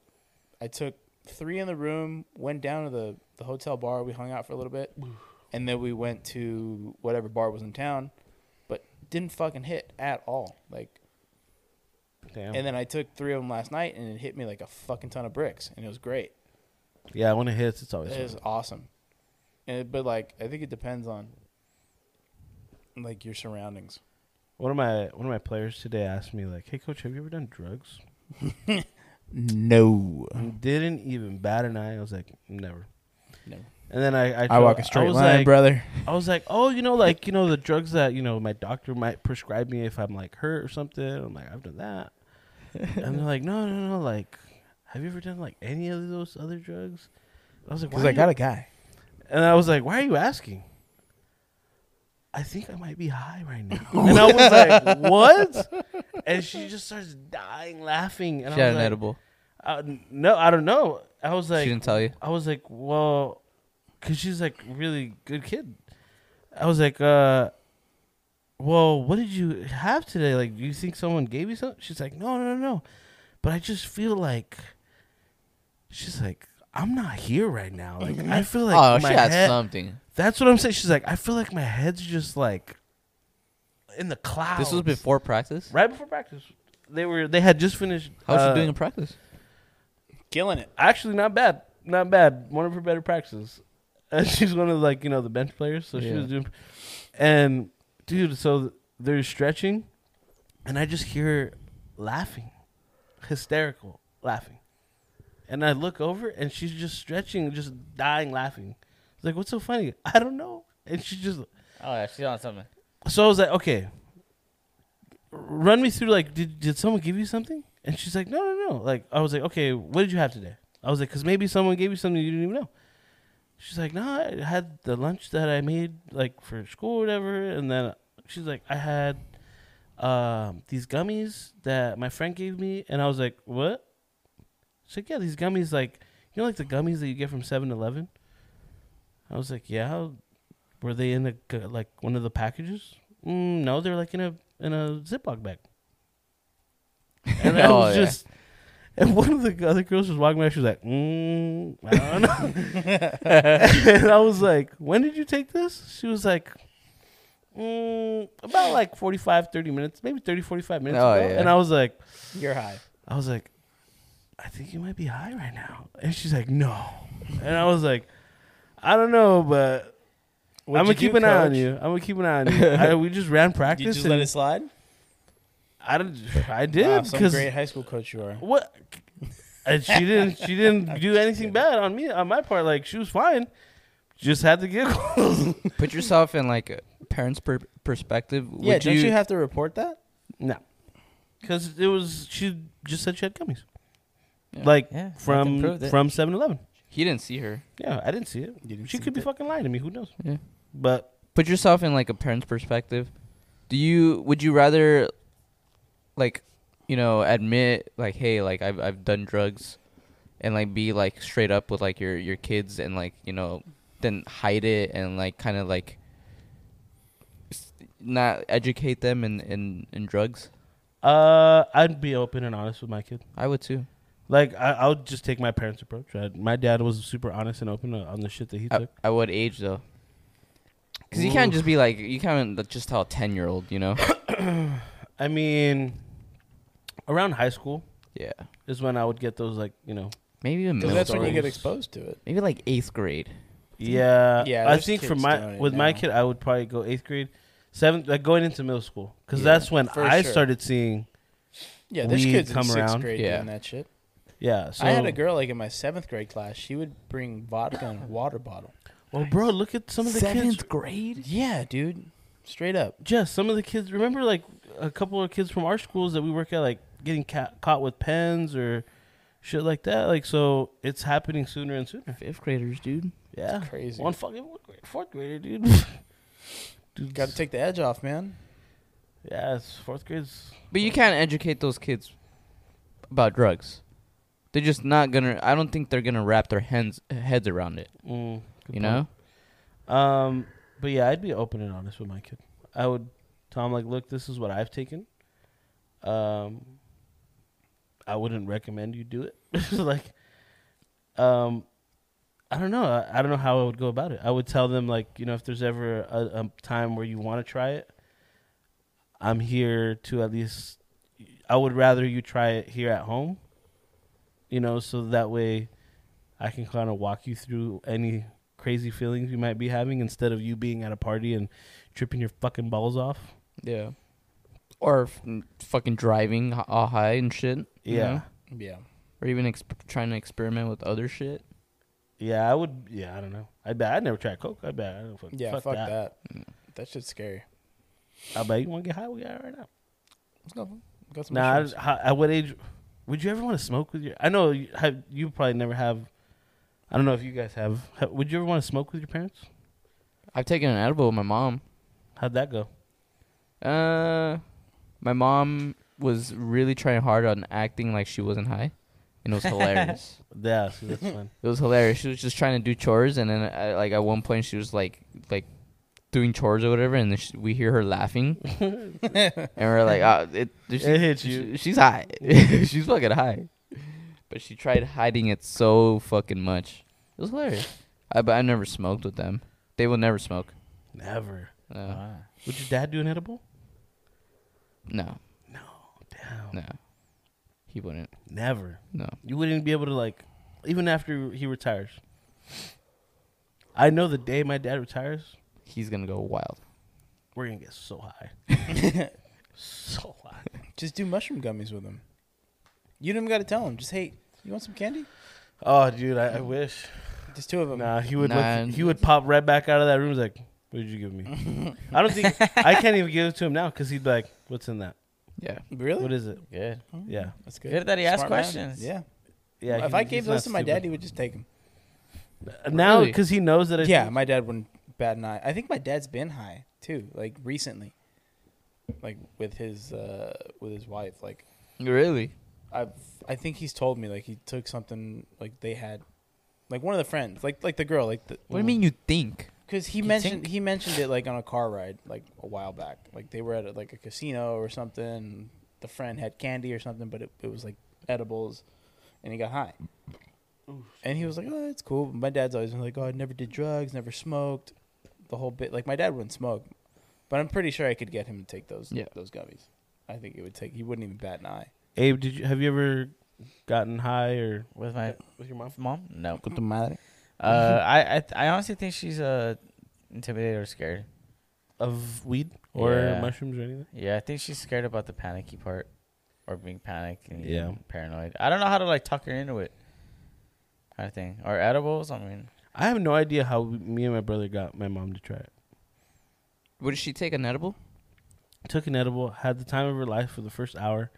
Speaker 4: I took three in the room, went down to the the hotel bar. We hung out for a little bit, and then we went to whatever bar was in town, but didn't fucking hit at all. Like,
Speaker 2: Damn.
Speaker 4: and then I took three of them last night, and it hit me like a fucking ton of bricks, and it was great.
Speaker 2: yeah, when it hits, it's always
Speaker 4: It is
Speaker 2: fun.
Speaker 4: awesome. And it- but like, I think it depends on like your surroundings.
Speaker 2: One of my one of my players today asked me like, "Hey, coach, have you ever done drugs?"
Speaker 4: No.
Speaker 2: Didn't even bat an eye. I was like, "Never."
Speaker 4: Never.
Speaker 2: And then I I,
Speaker 4: I walk
Speaker 2: told-
Speaker 4: a straight
Speaker 2: was
Speaker 4: line,
Speaker 2: like-
Speaker 4: brother.
Speaker 2: I was like, oh, you know, like you know, the drugs that you know my doctor might prescribe me if I'm like hurt or something. I'm like, I've done that. and they're like, no, no, no. Like, have you ever done like any of those other drugs? I was like, why?
Speaker 4: Because I
Speaker 2: are
Speaker 4: got
Speaker 2: you-"
Speaker 4: a guy.
Speaker 2: and I was like, why are you asking? I think I might be high right now. and I was like, what? And she just starts dying laughing. And
Speaker 3: she
Speaker 2: I
Speaker 3: had
Speaker 2: was
Speaker 3: an
Speaker 2: like,
Speaker 3: edible.
Speaker 2: uh, no, I don't know. I was like,
Speaker 3: she didn't tell you.
Speaker 2: I was like, well, because she's like really good kid. I was like, uh, well, what did you have today? Like, do you think someone gave you something? She's like, no, no, no, no. But I just feel like, she's like, I'm not here right now. Like, I feel like
Speaker 3: oh,
Speaker 2: my
Speaker 3: she had
Speaker 2: head.
Speaker 3: something.
Speaker 2: That's what I'm saying. She's like, I feel like my head's just like in the clouds.
Speaker 3: This was before practice.
Speaker 2: right before practice. They were they had just finished.
Speaker 3: How was
Speaker 2: uh,
Speaker 3: she doing in practice?
Speaker 4: Killing it.
Speaker 2: actually not bad not bad one of her better practices and she's one of like you know the bench players so she
Speaker 3: Yeah.
Speaker 2: was doing and dude so they're stretching and i just hear her laughing hysterical laughing and i look over and she's just stretching just dying laughing it's like what's so funny i don't know and she just
Speaker 5: Oh yeah, she's on something.
Speaker 2: so I was like, okay, run me through like, did did someone give you something? And she's like, no, no, no. Like I was like, okay, what did you have today? I was like, because maybe someone gave you something you didn't even know. She's like, no, I had the lunch that I made like for school or whatever, and then she's like, I had um, these gummies that my friend gave me, and I was like, what? She's like, yeah, these gummies, like you know, like the gummies that you get from 7-Eleven? I was like, yeah, were they in a g- like one of the packages? Mm, no, they're like in a in a Ziploc bag. And I
Speaker 3: Oh,
Speaker 2: was
Speaker 3: yeah.
Speaker 2: just, and one of the other girls was walking by. She was like, mm, I don't know. and I was like, when did you take this? She was like, mm, about like 45, 30 minutes, maybe 30, 45 minutes
Speaker 3: Oh,
Speaker 2: ago.
Speaker 3: yeah.
Speaker 2: And I was like,
Speaker 4: You're high.
Speaker 2: I was like, I think you might be high right now. And she's like, no. And I was like, I don't know, but I'm gonna
Speaker 4: What'd you
Speaker 2: keep
Speaker 4: do,
Speaker 2: an eye on
Speaker 4: coach?
Speaker 2: you. I'm gonna keep an eye on you. I, we just ran
Speaker 4: Did you
Speaker 2: practice.
Speaker 4: just let
Speaker 2: and
Speaker 4: it slide?
Speaker 2: I did. I
Speaker 4: Wow,
Speaker 2: did
Speaker 4: some
Speaker 2: because
Speaker 4: great high school coach you are.
Speaker 2: what? And she didn't. She didn't do anything bad on me on my part. Like she was fine. Just had the giggles.
Speaker 3: Put yourself in like a parent's per- perspective. Would
Speaker 4: yeah, don't you have to report that?
Speaker 2: no, because it was. She just said she had gummies,
Speaker 3: Yeah.
Speaker 2: like
Speaker 5: Yeah, I can
Speaker 2: from
Speaker 5: prove it.
Speaker 2: from Seven Eleven.
Speaker 3: He didn't see her.
Speaker 2: Yeah, I didn't see it.
Speaker 4: You didn't
Speaker 2: She
Speaker 4: see
Speaker 2: could be
Speaker 4: that.
Speaker 2: fucking lying to me. Who knows?
Speaker 3: Yeah.
Speaker 2: But
Speaker 3: put yourself in like a parent's perspective. Do you would you rather like you know admit like hey like I've I've done drugs and like be like straight up with like your your kids and like you know then hide it and like kind of like s- not educate them in in in drugs?
Speaker 2: uh, I'd be open and honest with my kid.
Speaker 3: I would too.
Speaker 2: Like I, I would just take my parents' approach. I, my dad was super honest and open on the shit that
Speaker 4: Uh,
Speaker 2: he
Speaker 3: At,
Speaker 2: took.
Speaker 3: at what age though? Because you can't
Speaker 2: Oof.
Speaker 3: just be like you can't like, just tell a ten year old you know.
Speaker 2: I mean, around high school
Speaker 3: yeah,
Speaker 2: is when I would get those like you know.
Speaker 3: maybe even
Speaker 4: Because
Speaker 3: middle
Speaker 4: that's when you
Speaker 3: school.
Speaker 4: get exposed to it.
Speaker 3: Maybe like eighth grade.
Speaker 2: Yeah,
Speaker 4: Yeah,
Speaker 2: I
Speaker 4: there's
Speaker 2: think for
Speaker 4: kids
Speaker 2: my
Speaker 4: doing it
Speaker 2: with my
Speaker 4: now.
Speaker 2: kid, I would probably go eighth grade, seventh, like going into middle school, because
Speaker 3: Yeah,
Speaker 2: that's when
Speaker 4: for
Speaker 2: I
Speaker 4: sure.
Speaker 2: started seeing.
Speaker 4: Yeah, there's
Speaker 2: We
Speaker 4: kids in
Speaker 2: come
Speaker 4: sixth
Speaker 2: around.
Speaker 4: grade
Speaker 3: Yeah.
Speaker 4: doing that shit.
Speaker 2: Yeah, so
Speaker 4: I had a girl like in my seventh grade class. She would bring vodka and a water bottle.
Speaker 2: Well, bro, look at some of the kids.
Speaker 3: grade.
Speaker 4: Yeah, dude. Straight up.
Speaker 2: Jess, some of the kids remember like a couple of kids from our schools that we work at like getting ca- caught with pens or shit like that. Like so, it's happening sooner and sooner.
Speaker 3: Fifth graders, dude.
Speaker 2: Yeah,
Speaker 4: crazy.
Speaker 2: One fucking fourth grade- fourth grader, dude. dude,
Speaker 4: Got to take the edge off, man.
Speaker 2: yeah, it's fourth grades.
Speaker 3: But you can't educate those kids about drugs. They're just not gonna. I don't think they're gonna wrap their hands, heads around it.
Speaker 2: Mm, good point.
Speaker 3: You know.
Speaker 2: Um, but yeah, I'd be open and honest with my kid. I would tell him like, look, this is what I've taken. Um, I wouldn't recommend you do it. like, um, I don't know. I, I don't know how I would go about it. I would tell them like, you know, if there's ever a, a time where you want to try it, I'm here to at least. I would rather you try it here at home. You know, so that way, I can kind of walk you through any crazy feelings you might be having instead of you being at a party and tripping your fucking balls off.
Speaker 3: Yeah. Or f- fucking driving h- all high and shit. you
Speaker 2: Yeah.
Speaker 3: know?
Speaker 4: Yeah.
Speaker 3: Or even exp- trying to experiment with other shit.
Speaker 2: Yeah, I would. Yeah, I don't know. I bet I'd never try coke. I bet. I don't fuck,
Speaker 4: Yeah. Fuck,
Speaker 2: fuck, that.
Speaker 4: that. That shit's scary.
Speaker 2: I bet you want to get high. We got it right now.
Speaker 4: Let's go. Got some
Speaker 2: Nah, I,
Speaker 4: mushrooms.
Speaker 2: how, at what age would you ever want to smoke with your? I know you, have, you probably never have. I don't know if you guys have. Ha- Would you ever want to smoke with your parents?
Speaker 3: I've taken an edible with my mom.
Speaker 2: How'd that go?
Speaker 3: Uh, my mom was really trying hard on acting like she wasn't high, and it was hilarious.
Speaker 2: Yeah, so that's fun.
Speaker 3: It was hilarious. She was just trying to do chores, and then uh, like at one point she was like like doing chores or whatever, and then she, we hear her laughing, and we're like, oh, it, she,
Speaker 2: It hits you.
Speaker 3: she- she's high. she's fucking high. But she tried hiding it so fucking much. It was hilarious. I but I never smoked with them. They will never smoke.
Speaker 2: Never.
Speaker 3: No,
Speaker 2: Would your dad do an edible?
Speaker 3: no,
Speaker 2: Damn.
Speaker 3: no. He wouldn't.
Speaker 2: Never.
Speaker 3: No.
Speaker 2: You wouldn't be able to like, even after he retires. I know the day my dad retires,
Speaker 3: He's gonna go wild.
Speaker 2: we're gonna get so high, so high.
Speaker 4: Just do mushroom gummies with them. You don't even got to tell them. Just hey, you want some candy?
Speaker 2: Oh, dude, I, I wish.
Speaker 4: Just two of them.
Speaker 2: Nah, he would.
Speaker 3: Nah.
Speaker 2: Look, he would pop right back out of that room. He's like, "What did you give me?" I don't think I can't even give it to him now because he'd be like, "What's in that?
Speaker 3: Yeah.
Speaker 4: Really?
Speaker 2: What is it?"
Speaker 5: Good.
Speaker 2: Yeah,
Speaker 4: That's
Speaker 5: Good that he asked
Speaker 4: man.
Speaker 5: questions.
Speaker 4: Yeah.
Speaker 2: yeah.
Speaker 4: if
Speaker 2: he-
Speaker 4: I
Speaker 2: he's
Speaker 4: gave
Speaker 2: not
Speaker 4: those to my dad,
Speaker 2: stupid. Uh,
Speaker 4: he would just take them.
Speaker 2: now
Speaker 3: Really?
Speaker 2: because he knows that. I
Speaker 4: Yeah, my dad wouldn't bat an eye. I think my dad's been high too, like recently, like with his uh with his wife. Like
Speaker 3: Really?
Speaker 4: I've I think he's told me like he took something like they had, like one of the friends, like like the girl, like the
Speaker 3: What do you mean you think?
Speaker 4: Because he
Speaker 5: You
Speaker 4: mentioned
Speaker 5: think?
Speaker 4: he mentioned it like on a car ride like a while back. Like they were at like a casino or something. The friend had candy or something, but it, it was like edibles, and he got high. And he was like, "Oh, it's cool." My dad's always been like, "Oh, I never did drugs, never smoked, the whole bit." Like my dad wouldn't smoke, but I'm pretty sure I could get him to take those
Speaker 3: Yeah.
Speaker 4: those gummies. I think it would take. He wouldn't even bat an eye.
Speaker 2: Abe, did you have you ever gotten high or
Speaker 5: With my
Speaker 2: with your mom?
Speaker 5: mom? No.
Speaker 4: Con tu madre.
Speaker 5: Uh, I, I th- I honestly think she's uh intimidated or scared.
Speaker 2: of weed or
Speaker 5: Yeah.
Speaker 2: mushrooms or anything?
Speaker 5: Yeah, I think she's scared about the panicky part, or being panicked and
Speaker 2: Yeah.
Speaker 5: yeah paranoid. I don't know how to like tuck her into it. Kind of thing, or edibles. I mean,
Speaker 2: I have no idea how me and my brother got my mom to try it.
Speaker 3: What did she take? An edible?
Speaker 2: Took an edible, had the time of her life for the first hour.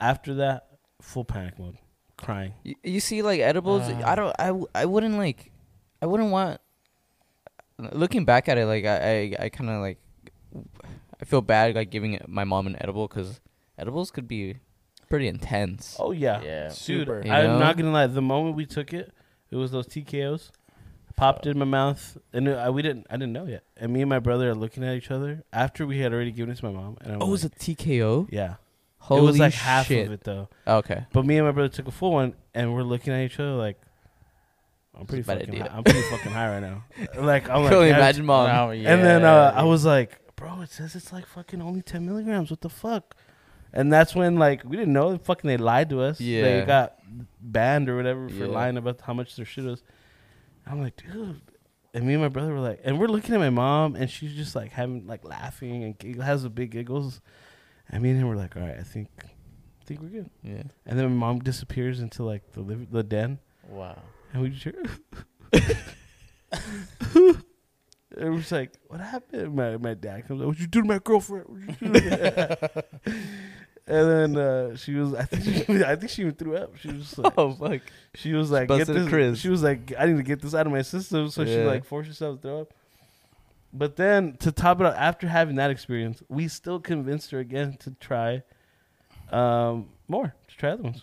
Speaker 2: After that, full panic mode, crying.
Speaker 3: You, you see, like edibles. I don't. I, w- I. wouldn't like. I wouldn't want. Looking back at it, like I. I, I kind of like. I feel bad like giving my mom an edible because edibles could be pretty intense.
Speaker 2: Oh yeah,
Speaker 5: Yeah.
Speaker 4: Super.
Speaker 2: Dude,
Speaker 3: You
Speaker 2: I'm
Speaker 3: know?
Speaker 2: not gonna lie. The moment we took it, it was those TKOs. Popped in my mouth, and I, we didn't. I didn't know yet. And me and my brother are looking at each other after we had already given it to my mom. And I'm
Speaker 3: Oh, it was a
Speaker 2: like,
Speaker 3: TKO.
Speaker 2: yeah.
Speaker 3: Holy
Speaker 2: it was like half
Speaker 3: shit.
Speaker 2: of it though.
Speaker 3: Oh, Okay.
Speaker 2: But me and my brother took a full one, and we're looking at each other like, I'm pretty
Speaker 3: a bad
Speaker 2: fucking.
Speaker 3: idea.
Speaker 2: High. I'm pretty fucking high right now. Like I'm
Speaker 3: I
Speaker 2: like,
Speaker 3: can only
Speaker 2: yeah,
Speaker 3: imagine mom.
Speaker 5: no,
Speaker 2: And then uh,
Speaker 5: yeah,
Speaker 2: I was like, bro, it says it's like fucking only 10 milligrams. What the fuck? And that's when like we didn't know. Fucking they lied to us.
Speaker 3: Yeah.
Speaker 2: They got banned or whatever for
Speaker 3: Yeah.
Speaker 2: lying about how much their shit was. I'm like, dude. And me and my brother were like, and we're looking at my mom, and she's just like having like laughing and giggle, has the big giggles. And me and him were like, all right, I think, I think we're good.
Speaker 3: Yeah.
Speaker 2: And then my mom disappears into like the liv- the den,
Speaker 5: wow.
Speaker 2: and we just hear, It was like, what happened? My my dad comes, up, what you do to my girlfriend? What you do? To and then uh, she was, I think, she, I think she even threw up. She was just like,
Speaker 3: Oh fuck!
Speaker 2: she was like, get
Speaker 3: busted a
Speaker 2: this.
Speaker 3: Chris.
Speaker 2: She was like, I need to get this out of my system. So she
Speaker 3: Yeah.
Speaker 2: like forced herself to throw up. But then to top it off, after having that experience, we still convinced her again to try um, more, to try other ones.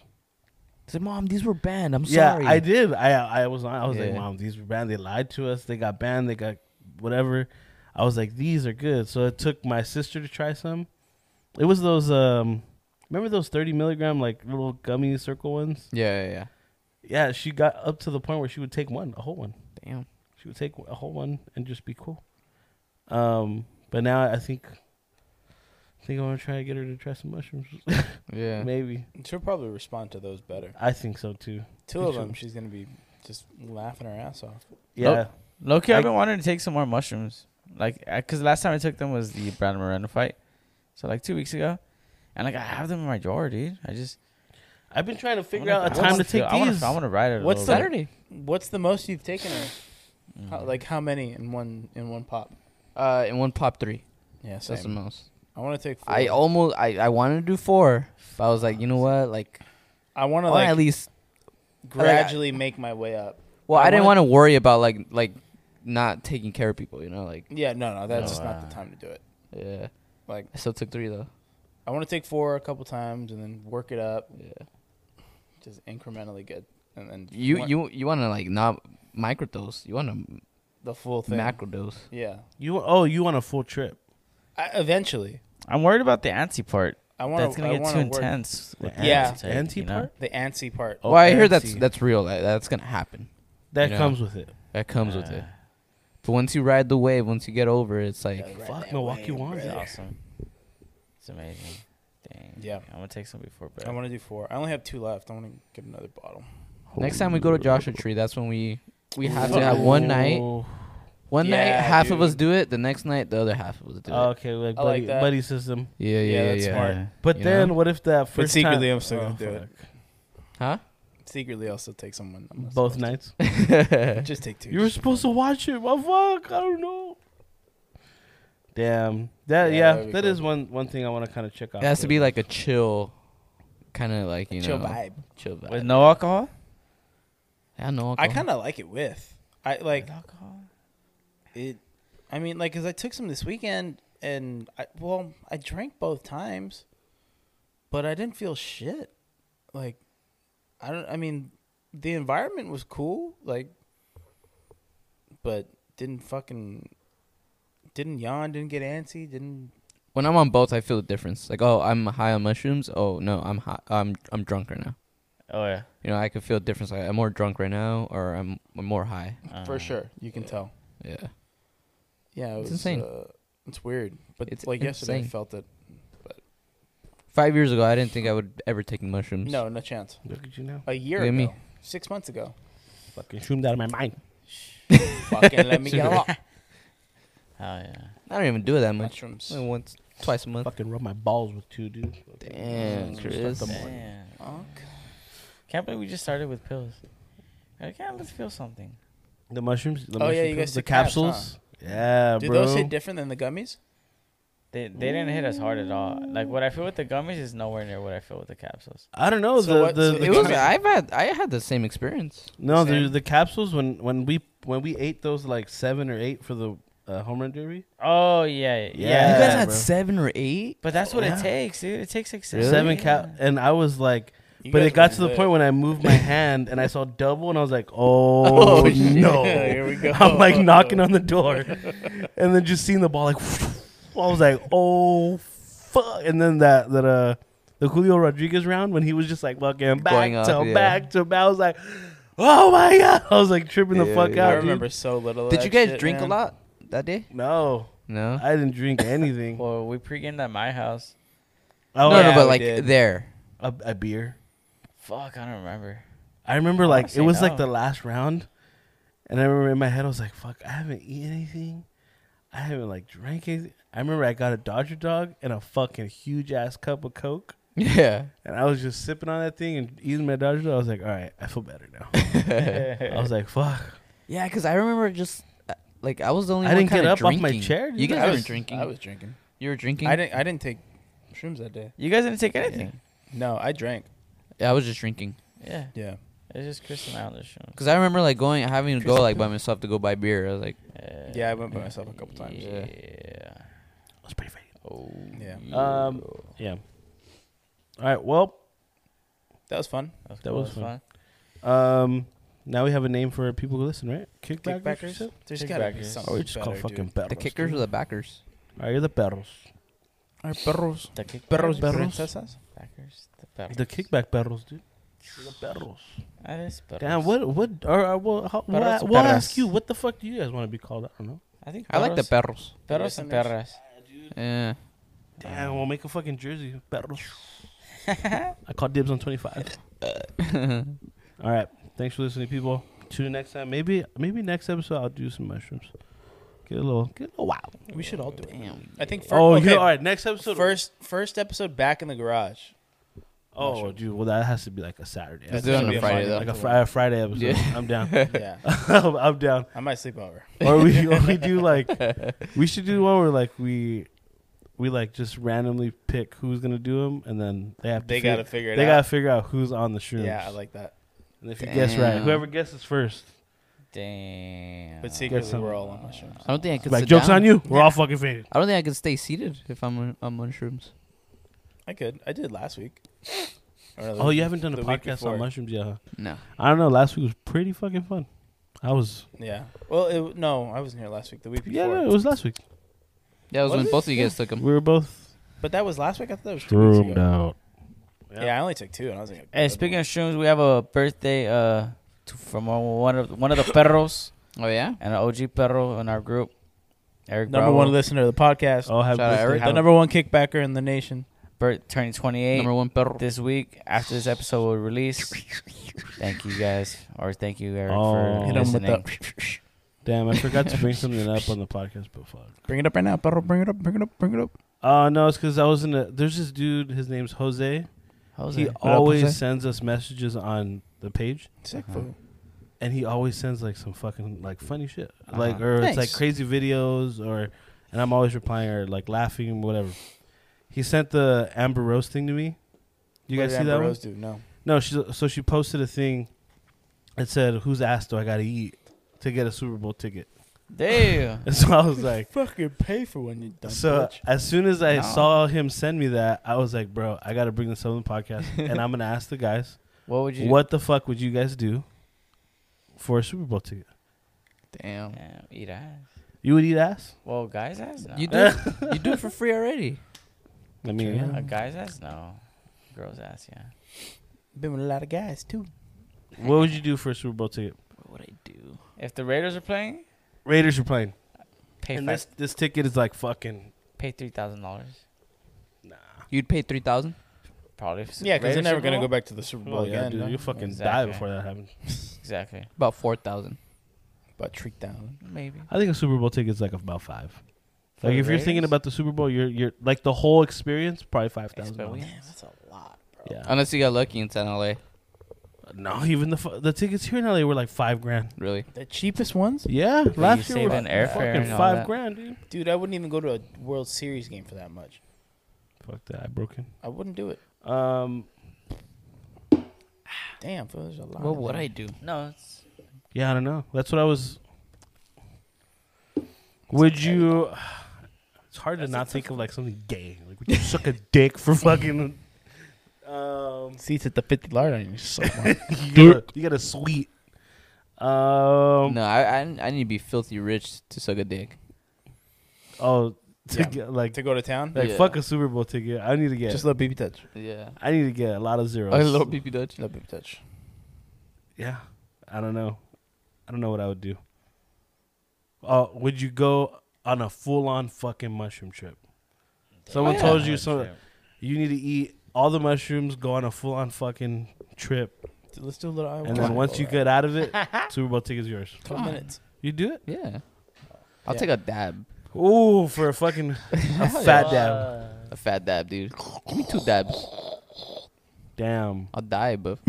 Speaker 3: Say, mom, these were banned. I'm
Speaker 2: yeah,
Speaker 3: sorry.
Speaker 2: I did. I I was on. I was like,
Speaker 3: Yeah.
Speaker 2: mom, these were banned. They lied to us. They got banned. They got whatever. I was like, these are good. So it took my sister to try some. It was those um, remember those thirty milligram like little gummy circle ones?
Speaker 3: Yeah, yeah, yeah.
Speaker 2: Yeah, she got up to the point where she would take one, a whole one.
Speaker 3: Damn.
Speaker 2: She would take a whole one and just be cool. Um, but now I think, I think I want to try to get her to try some mushrooms.
Speaker 3: Yeah.
Speaker 2: Maybe
Speaker 4: She'll probably respond to those better.
Speaker 2: I think so too.
Speaker 4: Two of
Speaker 2: Sure.
Speaker 4: them, she's gonna be just laughing her ass off.
Speaker 2: Yeah,
Speaker 5: Nope. Loki, I've
Speaker 2: I-
Speaker 5: been wanting to take some more mushrooms. Like, I- cause last time I took them was the Brandon Moreno fight, so like two weeks ago, and like I have them in my drawer, dude. I just
Speaker 2: I've been trying to
Speaker 5: I
Speaker 2: figure
Speaker 5: wanna-
Speaker 2: out a
Speaker 5: I
Speaker 2: time
Speaker 5: wanna
Speaker 2: to take
Speaker 5: feel- I wanna,
Speaker 2: these.
Speaker 5: I want to ride it. a
Speaker 4: What's
Speaker 5: little
Speaker 3: Saturday.
Speaker 5: bit.
Speaker 4: What's the most you've taken her?
Speaker 5: Mm-hmm.
Speaker 4: How, like how many in one in one pop?
Speaker 3: Uh, and one pop three.
Speaker 4: Yeah,
Speaker 3: So That's the
Speaker 4: same.
Speaker 3: most.
Speaker 4: I want to take. Four.
Speaker 3: I almost I, I wanted to do four. But I was like, you know what? Like,
Speaker 4: I want
Speaker 3: I
Speaker 4: to
Speaker 3: wanna
Speaker 4: like
Speaker 3: at least.
Speaker 4: gradually make my way up.
Speaker 3: Well, I,
Speaker 4: I
Speaker 3: didn't want
Speaker 4: wanna-
Speaker 3: to worry about like like not taking care of people. You know, like
Speaker 4: Yeah, no, no, that's
Speaker 3: No,
Speaker 4: just not
Speaker 5: uh,
Speaker 4: the time to do it.
Speaker 3: yeah.
Speaker 4: Like
Speaker 3: I still took three though.
Speaker 4: I want to take four a couple times and then work it up,
Speaker 3: Yeah.
Speaker 4: just incrementally good, and then
Speaker 3: You
Speaker 4: one-
Speaker 3: you you want to like not microdose. You want to
Speaker 4: the full thing.
Speaker 3: macrodose.
Speaker 4: yeah,
Speaker 2: you oh, you want a full trip?
Speaker 4: I, eventually
Speaker 5: I'm worried about the antsy part.
Speaker 4: I want to.
Speaker 5: That's gonna
Speaker 4: I
Speaker 5: get
Speaker 4: wanna
Speaker 5: too
Speaker 4: work
Speaker 5: intense. with the
Speaker 4: Yeah.
Speaker 5: antsy type,
Speaker 2: Antsy
Speaker 5: you know?
Speaker 2: part?
Speaker 4: The antsy part.
Speaker 2: Oh,
Speaker 3: well, I hear that's
Speaker 2: fancy.
Speaker 3: that's real. That, that's gonna happen.
Speaker 2: That
Speaker 3: Yeah.
Speaker 2: comes with it.
Speaker 3: That comes with it.
Speaker 5: Yeah.
Speaker 3: But once you ride the wave, once you get over, it, it's like
Speaker 4: Yeah, right
Speaker 2: Fuck,
Speaker 4: that
Speaker 2: Milwaukee
Speaker 4: way,
Speaker 2: wants
Speaker 5: It's
Speaker 2: it.
Speaker 4: brother.
Speaker 5: awesome. It's amazing. Dang.
Speaker 4: Yeah.
Speaker 5: I'm gonna take some before bed.
Speaker 4: I want to do four. I only have two left. I want to get another bottle.
Speaker 3: next time we go to Joshua Tree, that's when we we have to
Speaker 4: Fuck.
Speaker 3: have one night.
Speaker 2: Oh,
Speaker 3: One night,
Speaker 4: Yeah,
Speaker 3: half of
Speaker 4: dude.
Speaker 3: us do it. The next night, the other half of us do it.
Speaker 2: Okay, like
Speaker 4: I
Speaker 2: buddy,
Speaker 4: like that.
Speaker 2: buddy system.
Speaker 3: Yeah, yeah, yeah.
Speaker 4: Yeah, that's
Speaker 3: yeah.
Speaker 4: smart.
Speaker 2: But
Speaker 3: You
Speaker 2: then,
Speaker 3: know? Oh,
Speaker 2: what if that first
Speaker 4: But secretly,
Speaker 2: time-
Speaker 4: I'm still gonna do it.
Speaker 2: fuck.
Speaker 3: Huh?
Speaker 4: Secretly, I'll still take someone. I'm not
Speaker 2: Both
Speaker 4: supposed to.
Speaker 2: nights.
Speaker 4: Just take two.
Speaker 2: You were supposed to watch it. My fuck, I don't know. Damn. That
Speaker 4: Yeah,
Speaker 2: yeah,
Speaker 4: that'd be
Speaker 2: that
Speaker 4: cool.
Speaker 2: is one one thing I want to kind of check out.
Speaker 3: It has to
Speaker 2: though.
Speaker 3: be like a chill, kind of like you
Speaker 4: chill
Speaker 3: know,
Speaker 4: vibe.
Speaker 3: chill vibe.
Speaker 5: With no alcohol.
Speaker 3: I know.
Speaker 4: I kind of like it with. I like
Speaker 5: With alcohol.
Speaker 4: it. I mean, like, cause I took some this weekend, and I well, I drank both times, but I didn't feel shit. Like, I don't. I mean, the environment was cool. Like, but didn't fucking didn't yawn. Didn't get antsy. Didn't.
Speaker 3: when I'm on both, I feel the difference. Like, oh, I'm high on mushrooms. Oh no, I'm high. I'm I'm drunk right now.
Speaker 5: Oh yeah.
Speaker 3: You know, I can feel the difference. Like, I'm more drunk right now, or I'm, I'm more high.
Speaker 5: Uh,
Speaker 4: for sure, you can tell.
Speaker 3: Yeah.
Speaker 4: Yeah, it
Speaker 3: It's
Speaker 4: was,
Speaker 3: insane.
Speaker 4: Uh, it's weird, but
Speaker 3: It's
Speaker 4: like yesterday, I
Speaker 3: insane.
Speaker 4: felt it.
Speaker 3: Five years ago, I didn't think I would ever take mushrooms.
Speaker 4: No, no chance.
Speaker 2: Look at you now.
Speaker 4: A year
Speaker 3: Look at
Speaker 4: ago,
Speaker 3: me.
Speaker 4: six months ago,
Speaker 2: Fucking shooting out of my mind.
Speaker 4: fucking let me get a lot.
Speaker 5: Oh yeah.
Speaker 3: I don't even do it that much.
Speaker 4: Mushrooms.
Speaker 3: Like, once, twice a month.
Speaker 2: Fucking rub my balls with two dudes.
Speaker 3: Damn, Chris.
Speaker 5: Damn. Can't believe we just started with pills. Okay, let's feel something.
Speaker 2: The mushrooms. The
Speaker 4: Oh, yeah,
Speaker 2: mushroom
Speaker 4: you
Speaker 2: pills,
Speaker 4: guys
Speaker 2: the
Speaker 4: took caps, huh?
Speaker 2: capsules. Yeah,
Speaker 4: Do
Speaker 2: bro.
Speaker 4: those hit different than the gummies?
Speaker 5: They they didn't hit us hard at all. Like what I feel with the gummies is nowhere near what I feel with the capsules.
Speaker 2: I don't know.
Speaker 4: So
Speaker 2: the,
Speaker 4: what-
Speaker 2: the,
Speaker 4: so
Speaker 2: the
Speaker 3: It was.
Speaker 4: Like-
Speaker 3: I've had. I had the same experience.
Speaker 2: No, the
Speaker 4: Same.
Speaker 2: the capsules when when we when we ate those like seven or eight for the uh, home run derby.
Speaker 5: Oh yeah, yeah.
Speaker 2: Yeah.
Speaker 3: you guys had
Speaker 2: bro.
Speaker 3: seven or eight.
Speaker 5: But that's what
Speaker 2: Yeah.
Speaker 5: it takes, dude. It takes like
Speaker 3: Really?
Speaker 2: Seven
Speaker 5: yeah.
Speaker 2: cap, and I was like,
Speaker 4: You
Speaker 2: but
Speaker 4: guys
Speaker 2: it got
Speaker 4: were
Speaker 2: to the
Speaker 4: lit.
Speaker 2: point when I moved my hand and I saw double, and I was like, oh,
Speaker 3: Oh, shit.
Speaker 2: no,
Speaker 4: Here we go.
Speaker 2: I'm like knocking on the door, and then just seeing the ball like, I was like, oh fuck, and then that that uh the Julio Rodriguez round when he was just like fucking back
Speaker 3: Going
Speaker 2: to
Speaker 3: up, yeah.
Speaker 2: back to back, I was like, oh my god, I was like tripping the
Speaker 3: Yeah,
Speaker 2: fuck
Speaker 3: yeah.
Speaker 2: out.
Speaker 4: I
Speaker 2: dude.
Speaker 4: remember so little. of
Speaker 3: Did
Speaker 4: that
Speaker 3: you guys
Speaker 4: shit,
Speaker 3: drink
Speaker 4: man.
Speaker 3: a lot that day?
Speaker 2: No,
Speaker 3: No.
Speaker 2: I didn't drink anything.
Speaker 5: Well, we pre-gamed at my house.
Speaker 2: I
Speaker 3: no,
Speaker 2: was-
Speaker 3: no,
Speaker 4: yeah,
Speaker 3: but
Speaker 4: we
Speaker 3: like
Speaker 4: did.
Speaker 3: there.
Speaker 2: a, a beer.
Speaker 5: Fuck, I don't remember.
Speaker 2: I remember like it
Speaker 4: Oh,
Speaker 5: Honestly,
Speaker 2: was like
Speaker 5: no.
Speaker 2: the last round, and I remember in my head I was like, "Fuck, I haven't eaten anything, I haven't like drank anything." I remember I got a Dodger dog and a fucking huge ass cup of Coke,
Speaker 3: Yeah.
Speaker 2: and I was just sipping on that thing and eating my Dodger dog. I was like, "All right, I feel better now." I
Speaker 3: yeah,
Speaker 2: was like, "Fuck."
Speaker 3: because I remember just uh, like I was the only
Speaker 2: I
Speaker 3: one
Speaker 2: didn't
Speaker 3: kinda
Speaker 2: get up off
Speaker 3: drinking.
Speaker 2: my chair, dude.
Speaker 3: You guys
Speaker 4: I
Speaker 3: weren't
Speaker 4: was-
Speaker 3: drinking.
Speaker 4: I was drinking.
Speaker 3: you were drinking.
Speaker 4: I didn't. I didn't take shrooms that day.
Speaker 5: You guys didn't take anything.
Speaker 4: No, I drank.
Speaker 3: Yeah, I was just drinking
Speaker 5: Yeah.
Speaker 4: Yeah.
Speaker 5: It's just Chris and I on the show.
Speaker 3: because I remember like going having to go like by myself to go buy beer. I was like,
Speaker 5: Eh,
Speaker 4: Yeah, I went by myself a couple times.
Speaker 5: Yeah.
Speaker 3: Yeah.
Speaker 2: was pretty funny.
Speaker 4: Yeah.
Speaker 2: Um, yeah. All right. Well,
Speaker 4: That was fun.
Speaker 5: That was,
Speaker 2: That
Speaker 5: cool.
Speaker 2: was
Speaker 5: That was
Speaker 2: fun.
Speaker 5: fun.
Speaker 2: um, now we have a name for people who listen, right? Kickbackers. or
Speaker 4: Kickbackers.
Speaker 2: something?
Speaker 4: There's gotta be
Speaker 5: Kickbackers.
Speaker 4: something.
Speaker 2: Oh, we just call
Speaker 4: better,
Speaker 2: fucking
Speaker 4: dude.
Speaker 2: perros.
Speaker 3: the kickers or the backers?
Speaker 2: All right, you're the perros.
Speaker 4: Our perros.
Speaker 5: The kick
Speaker 4: Perros,
Speaker 2: Perros.
Speaker 4: princesas.
Speaker 5: backers. The backers.
Speaker 2: The kickback perros, dude. You're the perros.
Speaker 5: That is better.
Speaker 2: Damn, what, what, or, or, well, how, we'll,
Speaker 5: Perros,
Speaker 2: we'll
Speaker 5: perras.
Speaker 2: ask you, what the fuck do you guys want to be called? I don't know.
Speaker 5: I think
Speaker 3: I like the
Speaker 5: perros-
Speaker 3: perros.
Speaker 5: perros and
Speaker 4: Listeners.
Speaker 5: perras.
Speaker 3: Yeah.
Speaker 2: Ah, Damn, we'll make a fucking jersey. Perros. I call dibs on 25. All right. Thanks for listening, people. Tune in next time. Maybe, maybe next episode I'll do some mushrooms. Get a little, get a little wild.
Speaker 4: We should all do it.
Speaker 3: Damn.
Speaker 4: I think. First,
Speaker 2: Oh,
Speaker 4: okay,
Speaker 2: yeah. All right. Next episode.
Speaker 4: First, first episode back in the garage.
Speaker 2: Oh,
Speaker 4: Mushrooms.
Speaker 2: dude. Well, that has to be like a Saturday.
Speaker 3: Let's
Speaker 4: That's
Speaker 3: do it
Speaker 4: gonna
Speaker 3: on
Speaker 4: be
Speaker 3: a
Speaker 4: a
Speaker 3: Friday
Speaker 4: fun-
Speaker 3: though.
Speaker 2: like a Friday, Friday episode.
Speaker 3: Yeah.
Speaker 2: I'm down.
Speaker 4: Yeah.
Speaker 2: I'm, I'm down.
Speaker 4: I might sleep over.
Speaker 2: Or we, or we do like, we should do one where like we, we like just randomly pick who's gonna do them, and then they have to
Speaker 4: They
Speaker 2: fig-
Speaker 4: gotta figure it
Speaker 2: they gotta
Speaker 4: out.
Speaker 2: figure out who's on the shrooms.
Speaker 4: yeah, I like that.
Speaker 2: And if you guess right,
Speaker 3: Damn.
Speaker 2: whoever guesses first,
Speaker 5: Damn.
Speaker 4: But secretly,
Speaker 2: some-
Speaker 4: we're all on mushrooms.
Speaker 3: I don't think I could.
Speaker 2: like
Speaker 3: sit
Speaker 2: jokes
Speaker 3: down.
Speaker 2: on you. We're all fucking faded.
Speaker 3: I don't think I could stay seated if I'm on- on mushrooms.
Speaker 4: I could. I did last week. Or no, the
Speaker 2: Oh,
Speaker 4: week-
Speaker 2: you haven't done a
Speaker 4: the week
Speaker 2: podcast
Speaker 4: before.
Speaker 2: on mushrooms yet? Huh?
Speaker 3: No.
Speaker 2: I don't know. Last week was pretty fucking fun. I was.
Speaker 4: Yeah. Well, it, no, I wasn't here last week. The week
Speaker 2: Yeah,
Speaker 4: before.
Speaker 2: no, it was last week.
Speaker 3: That was,
Speaker 4: Was
Speaker 3: when
Speaker 4: it?
Speaker 3: both of you guys took them.
Speaker 2: We were both
Speaker 4: But that was last week. I thought that was two weeks
Speaker 2: shroomed
Speaker 4: ago.
Speaker 2: out.
Speaker 4: Yeah. I only took two, and I was like,
Speaker 5: Hey, speaking of shrooms, we have a birthday uh to, from one of one of the perros
Speaker 3: Oh yeah.
Speaker 5: and an OG perro in our group. Eric
Speaker 4: number
Speaker 5: Bravo,
Speaker 4: one listener of the podcast, uh,
Speaker 2: Oh, have
Speaker 3: Shout out Eric.
Speaker 4: the number one kickbacker in the nation.
Speaker 5: birth, turning 28
Speaker 3: Number one perro.
Speaker 5: this week. After this episode will release, thank you guys, or thank you Eric
Speaker 2: Oh.
Speaker 5: for
Speaker 4: Hit him with
Speaker 5: listening.
Speaker 4: the.
Speaker 2: Damn, I forgot to bring something up on the podcast, but fuck.
Speaker 4: Bring it up right now, perro. Bring it up. Bring it up. Bring it up.
Speaker 2: Oh no, it's because I was in a. There's this dude. His name's Jose.
Speaker 5: Jose.
Speaker 2: He
Speaker 4: up,
Speaker 2: always
Speaker 4: Jose?
Speaker 2: sends us messages on the page,
Speaker 4: Sick
Speaker 3: Uh-huh.
Speaker 4: fool.
Speaker 2: and he always sends like some fucking like funny shit, like
Speaker 3: Uh-huh.
Speaker 2: or it's like
Speaker 4: Thanks.
Speaker 2: crazy videos, or and I'm always replying or like laughing, whatever. He sent the Amber Rose thing to me. You
Speaker 4: What
Speaker 2: guys
Speaker 4: did
Speaker 2: see
Speaker 4: Amber
Speaker 2: that one?
Speaker 4: Rose do? No.
Speaker 2: No, she so she posted a thing that said, "Whose ass do I gotta eat to get a Super Bowl ticket?"
Speaker 5: Damn.
Speaker 2: And so I was like,
Speaker 4: Fucking pay for one, you dumb
Speaker 2: so
Speaker 4: bitch.
Speaker 2: as soon as I
Speaker 3: No.
Speaker 2: saw him send me that, I was like, "Bro, I gotta bring this up on the podcast, and I'm gonna ask the guys,
Speaker 5: What would you?
Speaker 2: what the fuck would you guys do for a Super Bowl ticket?
Speaker 3: Damn.
Speaker 5: Damn, eat ass.
Speaker 2: You would eat ass?
Speaker 5: Well, guys ass. No.
Speaker 3: You do. it- you do it for free already.
Speaker 2: I mean,
Speaker 5: A
Speaker 2: yeah.
Speaker 5: guy's ass? No. Girl's ass, yeah.
Speaker 4: Been with a lot of guys too.
Speaker 2: what would you do for a Super Bowl ticket?
Speaker 3: What would I do?
Speaker 5: If the Raiders are playing,
Speaker 2: Raiders are playing,
Speaker 5: pay
Speaker 2: and
Speaker 5: fi-
Speaker 2: this this ticket is like fucking.
Speaker 5: pay three thousand dollars.
Speaker 3: You'd pay three thousand.
Speaker 5: Probably. if
Speaker 4: Yeah, because they're
Speaker 5: Raiders
Speaker 4: never
Speaker 5: Super
Speaker 4: gonna
Speaker 5: Bowl?
Speaker 4: go back to the Super Bowl
Speaker 2: Well, Oh, yeah,
Speaker 4: again.
Speaker 2: dude,
Speaker 4: no?
Speaker 2: you fucking die
Speaker 5: Oh, Exactly.
Speaker 2: before that happens.
Speaker 5: Exactly.
Speaker 3: About four thousand.
Speaker 4: About trick down.
Speaker 5: Maybe.
Speaker 2: I think a Super Bowl ticket is like about five.
Speaker 5: For
Speaker 2: Like
Speaker 5: the
Speaker 2: if you're thinking
Speaker 5: Raiders?
Speaker 2: about the Super Bowl, you're you're like the whole experience probably five
Speaker 5: Yes,
Speaker 2: thousand.
Speaker 5: but we-
Speaker 2: dollars.
Speaker 5: that's a lot.
Speaker 2: Yeah.
Speaker 3: Unless you got lucky and it's in LA.
Speaker 2: Uh, No, even the fu- the tickets here in LA were like five grand.
Speaker 3: Really.
Speaker 4: The cheapest ones,
Speaker 2: Yeah, last year
Speaker 5: saving
Speaker 2: were
Speaker 5: airfare
Speaker 2: fucking
Speaker 5: and all
Speaker 2: five
Speaker 5: that.
Speaker 2: grand, dude.
Speaker 4: dude. I wouldn't even go to a World Series game for that much.
Speaker 2: Fuck that, I broke in.
Speaker 4: I wouldn't do it.
Speaker 2: Um,
Speaker 4: Damn, fool, there's a lot.
Speaker 3: What
Speaker 4: of
Speaker 3: would
Speaker 4: them.
Speaker 3: I do?
Speaker 5: No, it's
Speaker 2: yeah, I don't know. That's what I was. Would you? It's hard to not think of like something gay. Like would you suck a dick for fucking? Um,
Speaker 4: Seats at the fifty yard line. So much.
Speaker 2: you got a- you got a sweet. Um,
Speaker 3: no, I, I I need to be filthy rich to suck a dick.
Speaker 2: oh, to
Speaker 4: Yeah.
Speaker 2: get, like
Speaker 4: to go to town.
Speaker 2: Like
Speaker 3: Yeah.
Speaker 2: fuck a Super Bowl ticket. I need to get.
Speaker 4: Just let baby touch.
Speaker 3: Yeah.
Speaker 2: I need to get a lot of zeros.
Speaker 3: I love PP Dutch.
Speaker 4: Let baby touch.
Speaker 2: yeah, I don't know. I don't know what I would do. Uh, would you go on a full-on fucking mushroom trip? Someone
Speaker 3: Oh, yeah.
Speaker 2: told you so you need to eat all the mushrooms. Go on a full-on fucking trip,
Speaker 4: Dude, let's do a little. Iowa
Speaker 2: and then
Speaker 4: Bowl
Speaker 2: once you
Speaker 4: ride.
Speaker 2: get out of it, Super Bowl ticket's yours.
Speaker 4: twelve minutes.
Speaker 2: You do it?
Speaker 3: Yeah. I'll
Speaker 4: Yeah.
Speaker 3: take a dab.
Speaker 2: Ooh, for a fucking a fat dab.
Speaker 3: A fat dab, dude. Give me two dabs.
Speaker 2: Damn.
Speaker 3: I'll die, but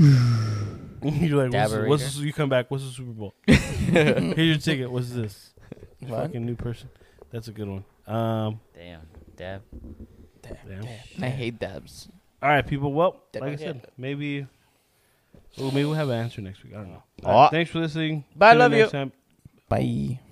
Speaker 2: You're like, what's,
Speaker 5: Dabberator.
Speaker 2: what's this, you come back? What's the Super Bowl? Here's your ticket. What's this?
Speaker 4: What?
Speaker 2: Fucking new person. That's a good one. Um,
Speaker 5: Damn. Dab.
Speaker 2: damn.
Speaker 3: I hate dabs.
Speaker 2: All right, people. Well,
Speaker 3: Dab,
Speaker 2: like I
Speaker 3: dab,
Speaker 2: said, maybe. Well, maybe we'll have an answer next week. I don't know.
Speaker 3: Oh.
Speaker 2: All right, thanks for listening.
Speaker 5: Bye,
Speaker 2: See you
Speaker 5: love
Speaker 2: next
Speaker 5: you.
Speaker 2: time.
Speaker 3: Bye.